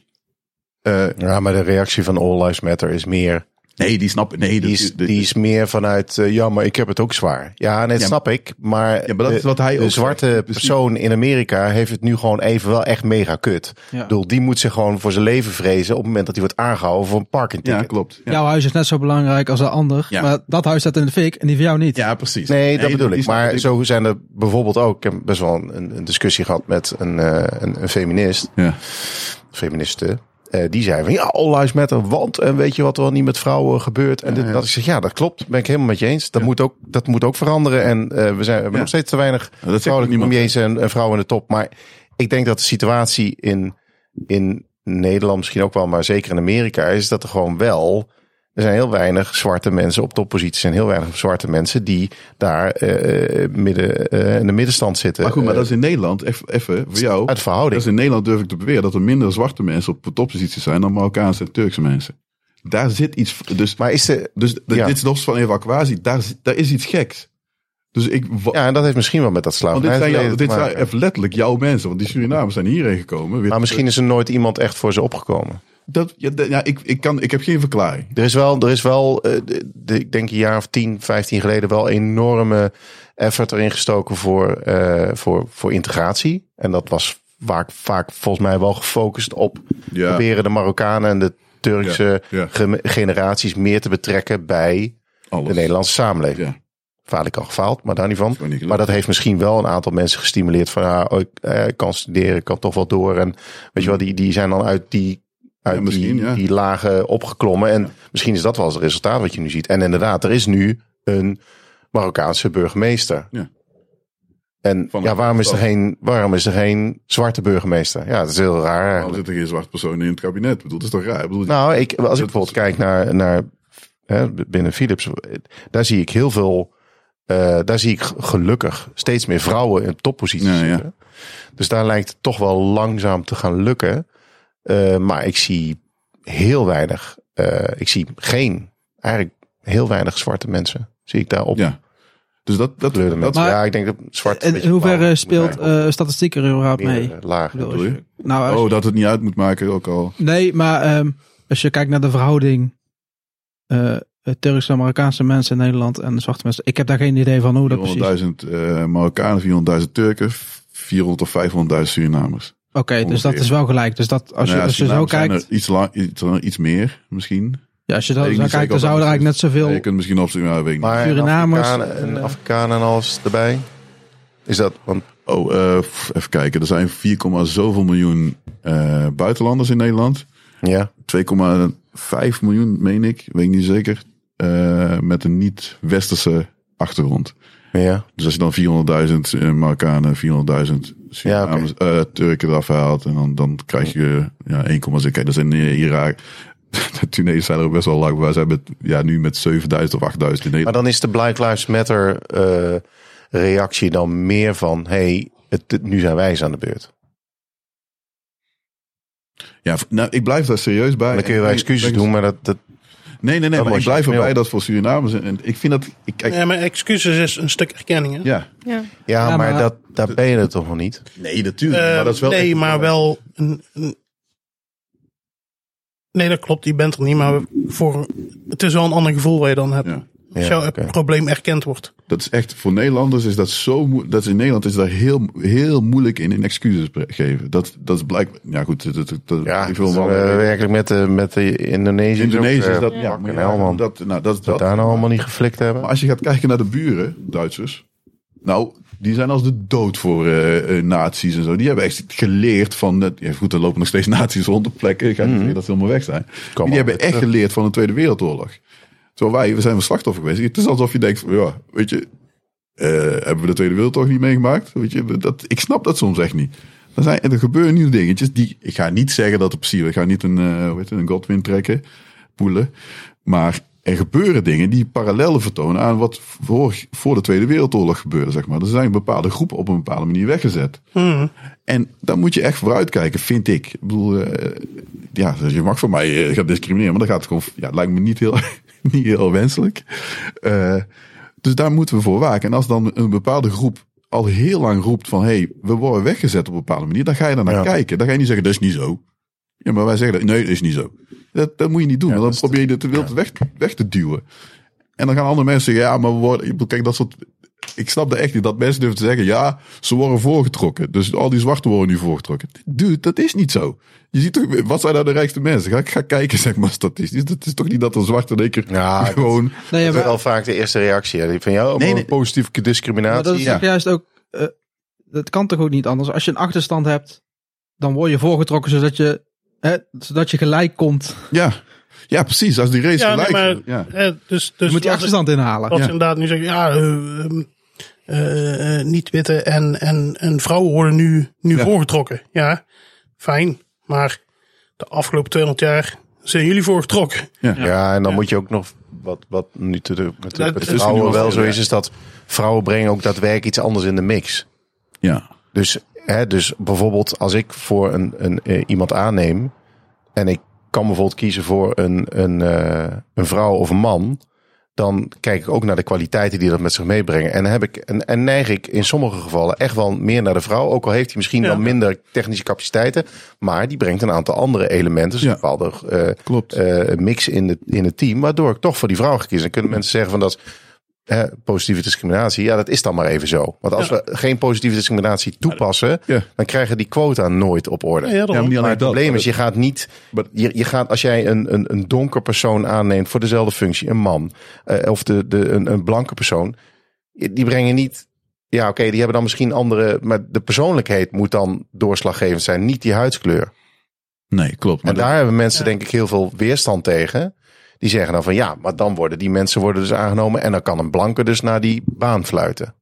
eh,
Ja, maar de reactie van All Lives Matter is meer.
Nee, die snap Nee, dat,
Die is,
de-
die is meer vanuit, eh, ja, maar ik heb het ook zwaar. Ja, nee, dat
Ja,
snap ik. Maar,
Ja, maar dat
de,
is wat hij
de
ook
zwarte
zegt. Precies.
persoon in Amerika heeft het nu gewoon even wel echt mega kut.
Ja.
Ik bedoel, die moet zich gewoon voor zijn leven vrezen op het moment dat hij wordt aangehouden voor een parking
ja,
ticket.
klopt. Ja,
Jouw huis is net zo belangrijk als dat ander.
Ja.
Maar dat huis staat in de fik en die van jou niet.
Ja, precies.
Nee, dat bedoel
die
ik.
snap
Maar zo zijn er bijvoorbeeld ook, ik heb best wel een, een discussie gehad met een, eh, een, een feminist,
Ja.
feministe. eh, die zei van ja, all lives matter, want en weet je wat er wel niet met vrouwen gebeurt. En dit, en dat ik zeg ja, dat klopt, ben ik helemaal met je eens. Dat, moet, ook, dat moet ook veranderen. En eh, we, zijn, we hebben
Ja.
nog steeds te weinig
zegt ook
vrouwelijk
niemand.
premiers en, en vrouwen in de top. Maar ik denk dat de situatie in, in Nederland misschien ook wel, maar zeker in Amerika, is dat er gewoon wel. Er zijn heel weinig zwarte mensen op topposities en heel weinig zwarte mensen die daar eh, eh, midden, eh, in de middenstand zitten.
Maar goed, maar
Eh,
dat is in Nederland, eff- even voor jou.
uit verhouding.
Dat is in Nederland durf ik te beweren dat er minder zwarte mensen op topposities zijn dan Marokkaanse en Turkse mensen. Daar zit iets. Dus,
Maar is de,
dus de-
ja.
dit is los van evacuatie. Daar, zit- daar is iets geks. Dus ik. wa-
ja, en dat heeft misschien wel met dat
want dit zijn,
slavernij
jou,
te
dit zijn
maken.
even letterlijk jouw mensen. Want die Surinamers zijn hierheen gekomen. Weer-
Maar misschien is er nooit iemand echt voor ze opgekomen.
Dat, ja, dat- ja, ik, ik, kan, ik heb geen verklaring.
Er is wel, er is wel eh, de- de- ik denk een jaar of 10, 15 geleden, wel enorme effort erin gestoken voor, eh, voor, voor integratie. En dat was vaak, vaak volgens mij wel gefocust op
Ja.
proberen de Marokkanen en de Turkse
Ja, ja.
gem- generaties meer te betrekken bij
Alles.
de Nederlandse samenleving.
Ja.
Vaarlijk al gefaald, maar daar niet van.
maar niet gelukt.
Maar dat heeft misschien wel een aantal mensen gestimuleerd van ja, oh, ik eh, kan studeren, ik kan toch wel door. En weet je wel, die, die zijn dan uit die,
Ja,
uit
misschien,
die,
ja.
die lagen opgeklommen. En misschien is dat wel eens het resultaat wat je nu ziet. En inderdaad, er is nu een Marokkaanse burgemeester.
Ja.
En
Van
ja,
een-
waarom is, er
van-
geen, waarom is er geen zwarte burgemeester? Ja, dat is heel raar.
Waarom
eigenlijk.
zit er geen zwart persoon in het kabinet? Ik bedoel, dat is toch raar? Ik bedoel,
Nou, ik, als ik bijvoorbeeld kijk naar, naar hè, binnen Philips, daar zie ik heel veel. eh, daar zie ik g- gelukkig steeds meer vrouwen in topposities
Ja, ja.
zitten. Dus daar lijkt het toch wel langzaam te gaan lukken. Eh, maar ik zie heel weinig. eh, ik zie geen, eigenlijk heel weinig zwarte mensen. Zie ik daarop.
ja. Dus dat, dat,
Kleurde
dat
mensen.
Maar-
ja, ik denk dat zwart. een
En
beetje
in hoeverre
blauw
speelt
moet
eh, statistiek er überhaupt
zijn,
mee?
meer, eh, laag.
Ik bedoel,
bedoel
als
je?
je- Nou, als-
Oh, dat het niet uit moet maken ook al.
nee, maar ehm, als je kijkt naar de verhouding eh, Turkse en Marokkaanse mensen in Nederland en zwarte mensen. Ik heb daar geen idee van hoe dat precies.
400.000 eh, Marokkanen, 400.000 Turken, 400 of 500.000 Surinamers.
Oké, dus dat
ongeveer.
is wel gelijk. Dus dat als je,
Nou ja,
als je zo
Surinamers zijn
kijkt,
er Iets, lang, iets, iets meer misschien.
ja, als je dat
Weet ik
zo
niet
kijkt,
zeker
dan
of dat
zouden er eigenlijk net
precies
zoveel.
Ja, je kunt misschien op ja, weet ik niet.
Maar
Surinamers,
Afrikanen, en
eh,
Afrikanen en alles erbij. Is dat? Want
Oh, eh, pff, even kijken. Er zijn 4, komma zoveel miljoen eh, buitenlanders in Nederland.
ja.
2,5 miljoen, meen ik, weet ik niet zeker. eh, met een niet-westerse achtergrond.
Ja.
Dus als je dan 400.000 eh, Marokkanen, 400.000 Surinamers, eh, Turken eraf haalt. En dan, dan krijg je ja, 1,6. Kijk, dat zijn in eh, Irak. De Tunesiërs zijn er ook best wel lang. Wij zijn met, ja, nu met 7.000 of 8.000 in Nederland.
Maar dan is de Black Lives Matter eh, reactie dan meer van: hey, het, het- nu zijn wij eens aan de beurt.
Ja, v- nou, ik blijf daar serieus bij.
Dan kun je wel
En-
excuses
en-
doen, maar dat, dat,
Nee, nee, nee.
Dat
Maar
los
ik
je
blijf
mee
erbij
op.
dat voor Surinamers. En, en ik vind dat. Ik, kijk, ja.
Ja, mijn excuses is een stuk erkenning. Hè?
Ja.
ja,
Ja,
maar,
maar-
dat, daar ben je het toch wel niet?
Nee, natuurlijk.
Eh,
maar dat is wel.
nee,
echt-
maar wel. Een, een- Nee, dat klopt. Je bent er niet. Maar voor, het is wel een ander gevoel wat je dan hebt.
Ja.
Als
Ja,
jouw
oké.
probleem erkend wordt.
Dat is echt voor Nederlanders is dat zo moe- dat is in Nederland is daar heel, heel moeilijk in, in excuses bre- geven. Dat, dat is blijkbaar. Ja, goed. Dat, dat, dat-
Ja,
ik wil
dat,
wel.
eh, werkelijk met de, met de Indonesiërs.
Indonesië
ook,
is
eh,
dat. Ja,
fucking
maar
hell,
ja,
man. Dat,
dat, nou, dat, is dat.
daar nou allemaal niet geflikt hebben.
Maar als je gaat kijken naar de buren, Duitsers. Nou, die zijn als de dood voor eh, eh, nazi's en zo. Die hebben echt geleerd van. het- ja, goed, er lopen nog steeds nazi's rond op plekken. Ik ga niet zeggen dat ze helemaal weg zijn. Maar die
Mhm. maar
hebben
weer
echt geleerd van de Tweede Wereldoorlog. Terwijl wij, we zijn een slachtoffer geweest. Het is alsof je denkt, van, ja, weet je, eh, hebben we de Tweede Wereldoorlog niet meegemaakt? Weet je, dat, ik snap dat soms echt niet. Er, zijn, er gebeuren nieuwe dingetjes. Die, ik ga niet zeggen dat er precies... Ik ga niet een, eh, hoe heet het, een Godwin trekken, poelen. Maar er gebeuren dingen die parallellen vertonen aan wat voor, voor de Tweede Wereldoorlog gebeurde. Zeg maar. Er zijn bepaalde groepen op een bepaalde manier weggezet. En daar moet je echt vooruit kijken, vind ik. Ik bedoel, eh, ja, je mag voor mij eh, gaan discrimineren, maar dan gaat het gewoon. Ja, het lijkt me niet heel, niet heel wenselijk. Eh, dus daar moeten we voor waken. En als dan een bepaalde groep al heel lang roept van hé, hey, we worden weggezet op een bepaalde manier, dan ga je daar naar
Ja.
kijken. Dan ga je niet zeggen, dat is niet zo. Ja, maar wij zeggen dat. Nee, dat is niet zo. Dat, dat moet je niet doen. want dan probeer je het wild weg, weg te duwen. En dan gaan andere mensen zeggen, ja, maar we worden, ik bedoel, kijk, dat soort. Ik snap dat echt niet. Dat mensen durven te zeggen, ja, ze worden voorgetrokken. Dus al die zwarten worden nu voorgetrokken. Dude, dat is niet zo. Je ziet toch, wat zijn nou de rijkste mensen? Ga, ga kijken, zeg maar, statistisch. Het is toch niet dat een zwarte in één keer
Ja, dat-
gewoon...
Nee, ja,
Dat is
maar,
wel vaak de eerste reactie. hè. Die van
Nee,
jou, nee,
nee.
positieve
maar dat
discriminatie.
is
ja.
toch juist ook. eh, dat kan toch ook niet anders. Als je een achterstand hebt, dan word je voorgetrokken zodat je, hè, zodat je gelijk komt.
Ja, ja precies. Als die race
Ja, nee,
gelijk... ja.
maar, eh, dus,
Je moet
dus
die
als-
achterstand inhalen.
Als
Ja.
ze inderdaad nu zeggen, ja, eh, ehm, eh, eh, niet-witte en, en, en vrouwen worden nu, nu
Ja.
voorgetrokken. Ja, fijn. Maar de afgelopen 200 jaar zijn jullie voorgetrokken.
Ja, en dan moet je ook nog. Wat, wat nu te doen met,
Dat
met
is nu
vrouwen
wel
wel zo
veel,
is, is dat vrouwen brengen ook daadwerkelijk iets anders in de mix.
ja.
Dus, hè, dus bijvoorbeeld als ik voor een, een, eh, iemand aanneem en ik kan bijvoorbeeld kiezen voor een, een, eh, een vrouw of een man, dan kijk ik ook naar de kwaliteiten die dat met zich meebrengen. En, heb ik, en, en neig ik in sommige gevallen echt wel meer naar de vrouw, ook al heeft hij misschien
Ja.
dan minder technische capaciteiten, maar die brengt een aantal andere elementen, dus
Ja.
een bepaalde eh,
Klopt.
eh, mix in, de, in het team, waardoor ik toch voor die vrouw gekies. Dan kunnen mensen zeggen van dat is, hè, positieve discriminatie. Ja, dat is dan maar even zo. Want als
Ja.
we geen positieve discriminatie toepassen,
Ja.
dan krijgen die quota nooit op orde.
Ja, daarom.
Ja, maar niet alleen
Maar het
dat.
probleem
maar
is, je gaat niet. Je, je gaat, als jij een, een, een donker persoon aanneemt voor dezelfde functie, een man, eh, of de, de, een, een blanke persoon, die brengen niet. Ja, oké, die hebben dan misschien andere. Maar de persoonlijkheid moet dan doorslaggevend zijn, niet die huidskleur.
Nee, klopt. Maar
en daar hebben mensen, denk ik, heel veel weerstand tegen. Die zeggen dan van ja, maar dan worden die mensen worden dus aangenomen. En dan kan een blanke dus naar die baan fluiten.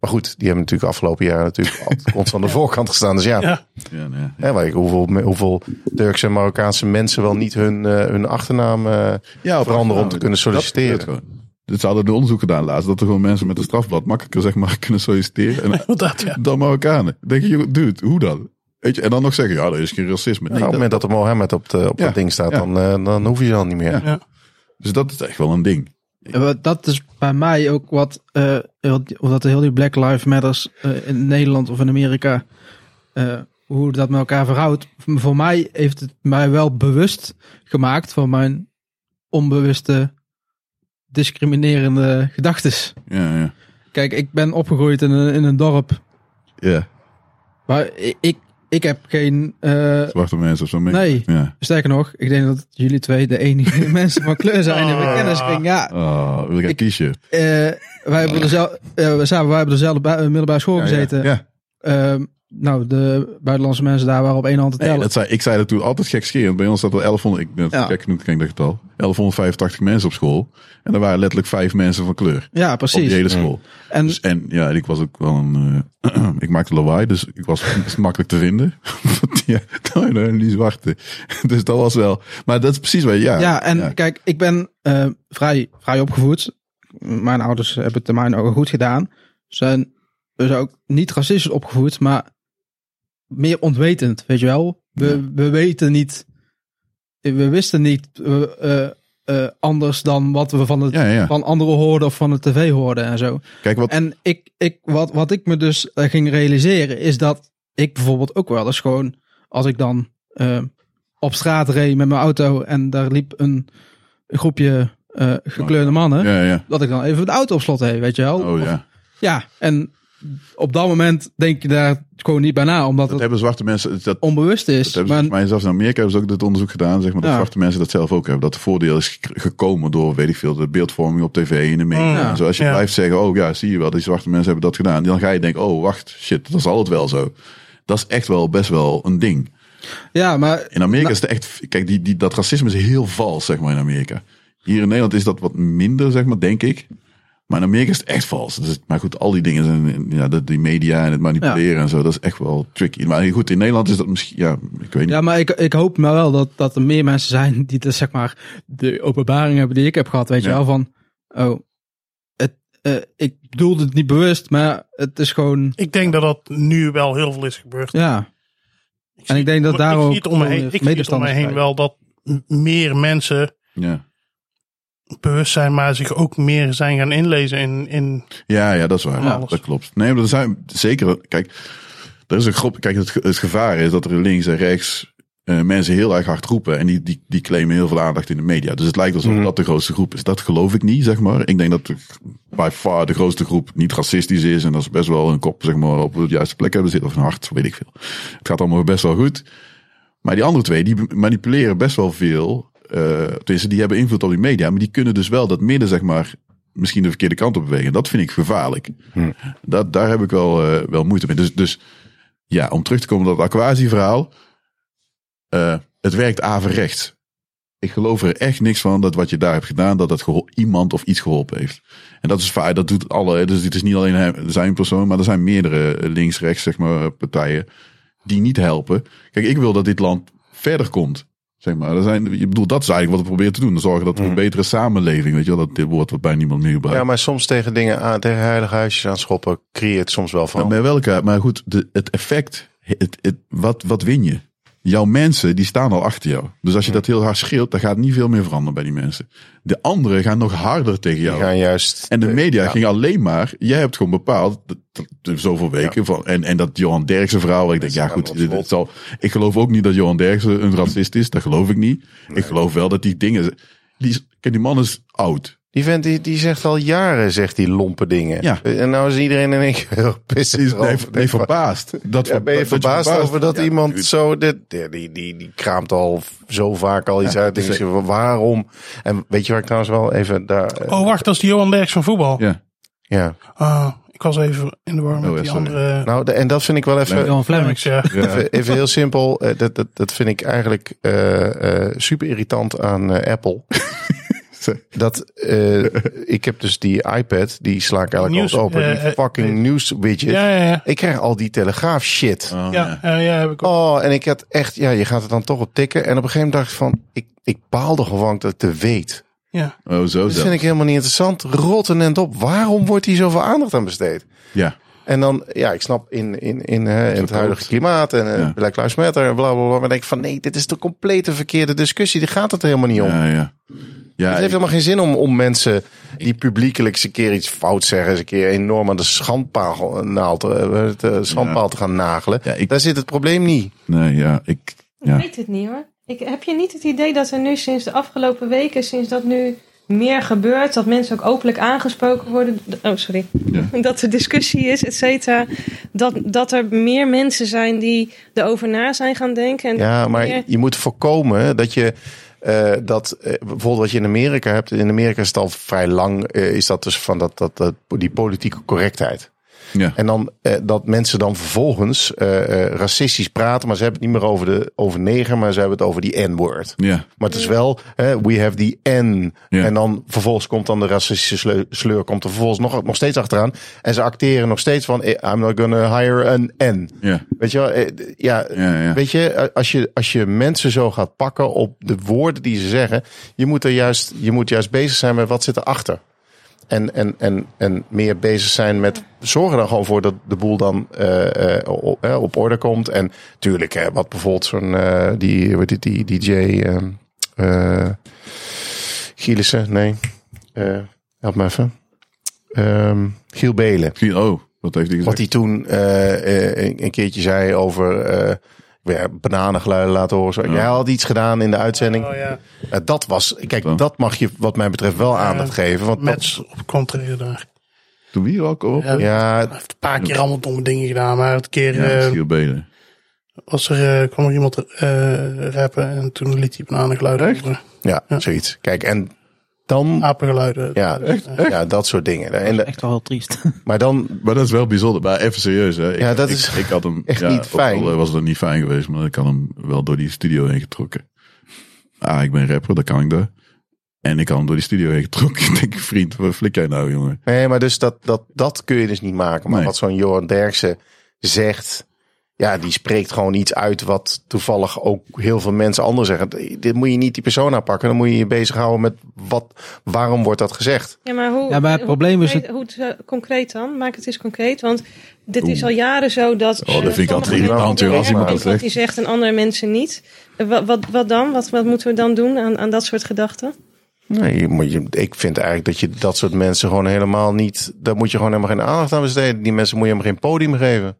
Maar goed, die hebben natuurlijk afgelopen jaar natuurlijk altijd constant aan de voorkant gestaan. Dus ja,
Ja.
dat- ja, nee.
Hè, maar ik- hoeveel, hoeveel Turkse en Marokkaanse mensen wel niet hun, eh, hun achternaam eh,
ja,
veranderen om te kunnen solliciteren.
Dat, dat, dat ze hadden de onderzoek gedaan laatst. Dat er gewoon mensen met een strafblad makkelijker zeg maar kunnen solliciteren. En,
Inderdaad, ja.
dan Marokkanen. Dan Denk je, joh, dude, hoe dan? Weet je, en dan nog zeggen, ja, dat is geen racisme. Nee,
op het
dat-
moment dat er Mohammed op, de, op
Ja,
dat ding staat,
ja.
dan, eh, dan hoef je ze al niet meer.
Ja. dus dat is echt wel een ding.
Ja, maar Dat is bij mij ook wat, eh heel, die- of dat heel die Black Lives Matters eh, in Nederland of in Amerika, eh, hoe dat met elkaar verhoudt. V- Voor mij heeft het mij wel bewust gemaakt van mijn onbewuste discriminerende gedachtes.
Ja, ja.
Kijk, ik ben opgegroeid in een, in een dorp
ja.
waar i- ik, ik heb geen... eh,
Zwarte mensen of zo. mee.
Nee.
Ja.
sterker nog, ik denk dat jullie twee de enige mensen van kleur zijn in mijn
Ah.
kennisring. Ja,
Oh, wil ik een
Ik-
kiesje?
Eh, wij, hebben dezelfde, we samen, wij hebben dezelfde bij- eh, middelbare school gezeten.
Ja, ja.
Ehm, nou, de buitenlandse mensen daar waren op één hand te
Nee,
tellen.
dat zei, ik zei dat toen altijd gekscherend. Bij ons zat er 1100, ik ben
Ja.
gek genoeg, ken ik dat getal. 1185 mensen op school. En er waren letterlijk vijf mensen van kleur.
ja,
Op
precies.
die hele school.
En
Dus, en ja, en ik was ook wel een. eh, ik maakte lawaai, dus ik was best makkelijk te vinden. Want ja, nou, nou, die zwarte. Dus dat was wel. Maar dat is precies waar. Ja,
ja, en kijk, ik ben eh, vrij, vrij opgevoed. Mijn ouders hebben het in mijn ogen goed gedaan. Ze zijn dus ook niet racistisch opgevoed, maar meer ontwetend, weet je wel. We, we weten niet, we wisten niet eh, eh, eh, anders dan wat we van, het,
Ja, ja.
van anderen hoorden of van de tv hoorden en zo.
Kijk wat.
En ik, ik, wat, wat ik me dus eh, ging realiseren is dat ik bijvoorbeeld ook wel eens gewoon, als ik dan eh, op straat reed met mijn auto en daar liep een groepje eh, gekleurde mannen,
ja, ja.
dat ik dan even de auto op slot deed, weet je wel.
Oh ja.
Ja, en op dat moment denk je daar gewoon niet bij na, omdat
Dat
het
hebben zwarte mensen. Dat, dat
onbewust is.
hebben ze
maar
volgens mij zelfs in Amerika hebben ze ook dit onderzoek gedaan. Zeg maar dat
Ja.
zwarte mensen dat zelf ook hebben. Dat voordeel is gek- gekomen door, weet ik veel, de beeldvorming op tv en de media.
Ja.
En zo. Als je
Ja.
blijft zeggen, oh ja, zie je wel, die zwarte mensen hebben dat gedaan. Dan ga je denken, oh wacht, shit, dat zal het wel zo. Dat is echt wel best wel een ding.
ja, maar
In Amerika is het echt. Kijk, die, die, dat racisme is heel vals, zeg maar, in Amerika. Hier in Nederland is dat wat minder, zeg maar, denk ik. Maar in Amerika is het echt vals. Dus, maar goed, al die dingen zijn. Ja, dat- die media en het manipuleren en zo, dat is echt wel tricky. Maar goed, in Nederland is dat misschien. Ja, ik weet niet.
Ja, maar ik, ik hoop maar wel dat, dat er meer mensen zijn die dus, zeg maar de openbaring hebben die ik heb gehad. Weet je
Ja.
wel, van oh, het, eh, ik bedoelde het niet bewust, maar het is gewoon,
Ik denk dat dat nu wel heel veel is gebeurd.
ja.
zie-
ik denk dat
maar
daar
ik
ook
zie het om me
wel
heen,
weer
ik zie het om me
medestanders
heen
bij.
wel dat m- meer mensen
Ja.
bewust zijn, maar zich ook meer zijn gaan inlezen in, in
Ja, ja, dat is waar.
Ja.
dat klopt. Nee, maar er zijn zeker. Kijk, er is een groep. Kijk, het, ge- het gevaar is dat er links en rechts. eh, eh, mensen heel erg hard roepen. En die, die, die claimen heel veel aandacht in de media. Dus het lijkt alsof dat de grootste groep is. Dat geloof ik niet, zeg maar. Ik denk dat de- by far de grootste groep niet racistisch is. En dat ze best wel een kop zeg maar, op de juiste plek hebben zitten. Of een hart, weet ik veel. Het gaat allemaal best wel goed. Maar die andere twee, die manipuleren best wel veel. eh tenminste, die hebben invloed op die media. Maar die kunnen dus wel dat midden, zeg maar, misschien de verkeerde kant op bewegen. Dat vind ik gevaarlijk. Dat, daar heb ik wel, eh, wel moeite mee. Dus, dus ja, om terug te komen op dat Aquasi-verhaal. eh, het werkt averechts. Ik geloof er echt niks van dat wat je daar hebt gedaan, dat dat gehol- iemand of iets geholpen heeft. En dat is vaak, dat doet alle. Dus het is niet alleen hem- zijn persoon, maar er zijn meerdere eh, links-rechts, zeg maar, partijen die niet helpen. Kijk, ik wil dat dit land verder komt. Zeg maar, er zijn, je bedoelt, dat is eigenlijk wat we proberen te doen. Zorgen dat we een betere samenleving, weet je wel, dat dit woord wat bij niemand meer gebruikt.
Ja, maar soms tegen dingen aan, tegen heilige huisjes aan schoppen, creëert soms wel van.
Ja, Bij welke, maar goed, de, het effect, het, het, wat, wat win je? Jouw mensen, die staan al achter jou. Dus als je dat heel hard schreeuwt, dan gaat niet veel meer veranderen bij die mensen. De anderen gaan nog harder tegen
Die
jou.
gaan juist.
En de media
ja.
ging alleen maar, jij hebt gewoon bepaald, dat- dat- dat- zoveel weken van, en, en dat Johan Derksen verhaal, waar ik denk,
Mensen
ja
gaan
goed,
wel
dit, dit zal, ik geloof ook niet dat Johan Derksen een racist is, dat geloof ik niet. Ik geloof wel dat die dingen, die, is- kijk, die man is oud.
Die vent die, die zegt al jaren, zegt die lompe dingen.
Ja.
En nou is iedereen in één keer heel pissig.
Die is,
erover.
nee, nee,
Denk van,
verbaasd. Dat,
ja, ben je
dat
verbaasd over dat
Ja,
iemand zo... Dit, die, die, die, die kraamt al zo vaak al iets uit. Denk je, van, waarom? En weet je waar ik trouwens wel even daar... eh,
Oh, wacht, dat is die Johan Derks van voetbal.
Ja.
Ja.
Ah, ik was even in de war met
Oh, ja,
die
sorry. Nou,
andere.
Nou, de- en dat vind ik wel even...
Johan
Lemmings,
Flemmings.
ja.
Even, even heel simpel, eh, dat, dat, dat vind ik eigenlijk eh, eh, super irritant aan eh, Apple. dat eh, ik heb dus die iPad, die sla ik eigenlijk
Nieuws,
altijd open.
eh,
die
eh,
fucking
eh,
nieuws widget.
Ja, ja, ja.
Ik krijg al die telegraaf shit.
Oh,
Ja, ja, ja, heb ik ook.
Oh, en ik had echt, ja, je gaat het dan toch op tikken. En op een gegeven moment dacht ik van, ik, ik baalde gewoon dat ik het weet.
Ja.
Oh, zo
Dat
zelfs.
vind ik helemaal niet interessant. Rotten en op. Waarom wordt hier zoveel aandacht aan besteed?
Ja.
En dan, ja, ik snap in, in, in, hè, in het huidige klimaat en eh,
Ja.
Black Lives Matter en bla bla bla. Maar dan denk ik van nee, dit is de complete verkeerde discussie. Daar gaat het helemaal niet om.
Ja, ja. Ja,
het heeft helemaal geen zin om, om mensen die publiekelijk eens een keer iets fout zeggen, eens een keer enorm aan de schandpaal, naald, eh, de schandpaal te gaan nagelen.
Ja, ik-
Daar zit het probleem niet.
nee, ja, ik, ja.
Ik weet het niet hoor. Ik, heb je niet het idee dat er nu sinds de afgelopen weken, sinds dat nu meer gebeurt, dat mensen ook openlijk aangesproken worden? d- Oh, sorry.
Ja.
Dat er discussie is, et cetera. Dat, dat er meer mensen zijn die erover na zijn gaan denken. En
Ja, maar
meer-
je moet voorkomen dat je. eh, dat eh, bijvoorbeeld wat je in Amerika hebt. In Amerika is het al vrij lang. eh, is dat dus van dat, dat, dat, die politieke correctheid.
ja.
En dan eh, dat mensen dan vervolgens eh, eh, racistisch praten, maar ze hebben het niet meer over, de, over neger, maar ze hebben het over die N-word.
Ja.
Maar het is wel, eh, we have die N.
Ja.
En dan vervolgens komt dan de racistische sleur, sleur komt er vervolgens nog, nog steeds achteraan. En ze acteren nog steeds van, eh, I'm not gonna hire an N.
Ja.
Weet je wel, eh, d- ja,
Ja, ja.
Weet je, eh, als je, als je mensen zo gaat pakken op de woorden die ze zeggen, je moet, er juist, je moet juist bezig zijn met wat zit erachter. En, en, en, en meer bezig zijn met zorgen er gewoon voor dat de boel dan eh, eh, op, eh, op orde komt. En tuurlijk, hè, wat bijvoorbeeld zo'n eh, die, wat dit, die DJ ehm eh, Gielissen, nee, Eh, help me even. Ehm, Giel Belen.
Misschien- Oh, wat heeft hij gezegd?
Wat hij toen eh, eh, een keertje zei over eh ja, bananengeluiden laten horen. Zo. Jij had iets gedaan in de uitzending.
Oh, ja.
Eh, dat was,
Dan.
kijk, dat mag je wat mij betreft wel aandacht geven. Want dat-
Mets op contraire daar.
Toen wie ook al op? Ja,
Ja.
ja,
Hij heeft een paar keer allemaal domme dingen gedaan, maar het keer eh,
Michiel Belen.
was er, eh, kwam er iemand eh, rappen en toen liet hij bananengeluiden. horen.
ja, zoiets. Kijk, en
Ah.
dan,
Apengeluiden.
ja, ja, dat soort dingen. En, de-
Echt wel heel triest.
maar dan,
Maar dat is wel bijzonder. Maar even serieus, hè. Ik,
Ja, dat
ik-
is
ik, had hem,
echt
ja,
niet
ook
fijn.
al was het niet fijn geweest, maar ik had hem wel door die studio heen getrokken. Ah, ik ben rapper, dat kan ik daar. En ik had hem door die studio heen getrokken. Ik denk, vriend, wat flik jij nou, jongen?
nee, maar dus dat, dat, dat kun je dus niet maken. Maar
Nee.
wat zo'n Johan Derksen zegt, ja, die spreekt gewoon iets uit wat toevallig ook heel veel mensen anders zeggen. Dit moet je niet die persoon aanpakken. Dan moet je je bezighouden met wat, waarom wordt dat gezegd?
Ja, maar hoe,
Ja, maar het
hoe
probleem is
concreet- Hoe het, eh, concreet dan? Maak het eens concreet, want dit is al jaren zo
Oh,
dat...
dat
eh,
vind ik
sommige
altijd
mensen
irritant, joh, als
er
iemand
erg
dat
wat die zegt en andere mensen niet. Eh, Wat, wat, wat dan? Wat, wat moeten we dan doen aan, aan dat soort gedachten?
Nee, je moet je, ik vind eigenlijk dat je dat soort mensen gewoon helemaal niet. Daar moet je gewoon helemaal geen aandacht aan besteden. Die mensen moet je helemaal geen podium geven.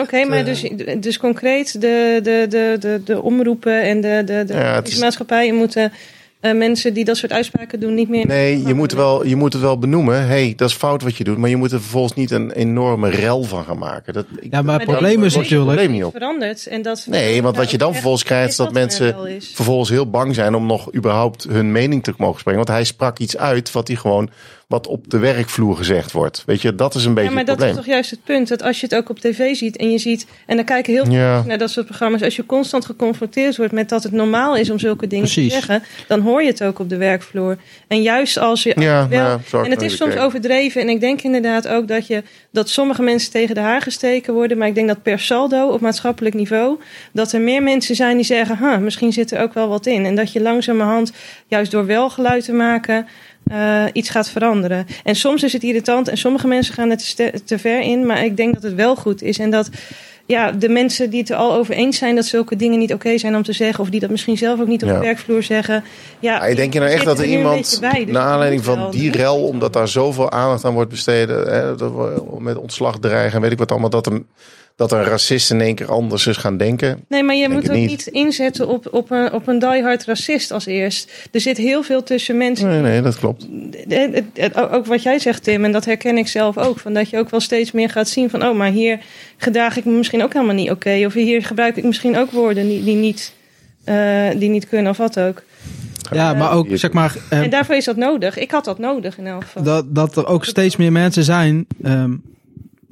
Oké, maar dus, dus concreet de, de, de, de, de omroepen en de, de, de
Ja, het is-
maatschappijen moeten eh, mensen die dat soort uitspraken doen niet meer...
Nee, je moet, wel, je moet het wel benoemen. Hé, hey, dat is fout wat je doet. Maar je moet er vervolgens niet een enorme rel van gaan maken. Dat, ik-
Ja, maar het
dat-
probleem is
dat-
natuurlijk...
probleem niet op.
veranderd. En dat
Nee, want wat je dan
echt
vervolgens krijgt is dat
er
mensen
wel is.
vervolgens heel bang zijn om nog überhaupt hun mening te mogen spreken. Want hij sprak iets uit wat hij gewoon wat op de werkvloer gezegd wordt. Weet je, dat is een beetje
Ja, maar
het
dat is
probleem.
toch juist het punt. Dat als je het ook op tv ziet en je ziet... En dan kijken heel veel
Ja.
mensen naar dat soort programma's. Als je constant geconfronteerd wordt met dat het normaal is om zulke dingen
Precies.
te zeggen... Dan hoor je het ook op de werkvloer. En juist als je...
Ja, nou
wel-
ja, zo
en het
kan
is
ik
soms
kijken.
overdreven. En ik denk inderdaad ook dat, je, dat sommige mensen tegen de haar gesteken worden. Maar ik denk dat per saldo op maatschappelijk niveau... dat er meer mensen zijn die zeggen... "Huh, misschien zit er ook wel wat in. En dat je langzamerhand juist door wel geluid te maken... eh, iets gaat veranderen. En soms is het irritant en sommige mensen gaan het ste- te ver in. Maar ik denk dat het wel goed is. En dat ja, de mensen die het er al over eens zijn dat zulke dingen niet oké zijn om te zeggen. Of die dat misschien zelf ook niet op
Ja.
de werkvloer zeggen. Ja,
Ja, denk je nou echt
zit
dat er
nu een
iemand,
beetje bij, dus
naar
dat
aanleiding
moet
van
wel,
die
hè?
rel, omdat daar zoveel aandacht aan wordt besteed, hè, dat we met ontslag dreigen en weet ik wat allemaal, dat een, dat een racist in één keer anders is gaan denken?
Nee, maar je
Denk
moet
het
ook
niet.
niet, inzetten op, op, een, op een diehard racist als eerst. Er zit heel veel tussen mensen.
Nee, nee, dat klopt.
Eh, eh, eh, Ook wat jij zegt, Tim, en dat herken ik zelf ook. Van dat je ook wel steeds meer gaat zien van... oh, maar hier gedraag ik me misschien ook helemaal niet oké. Of hier gebruik ik misschien ook woorden die, die, niet, eh, die niet kunnen of wat ook.
Ja, maar ook, zeg maar... eh,
En daarvoor is dat nodig. Ik had dat nodig in elk geval.
dat, dat er ook steeds meer mensen zijn... ehm,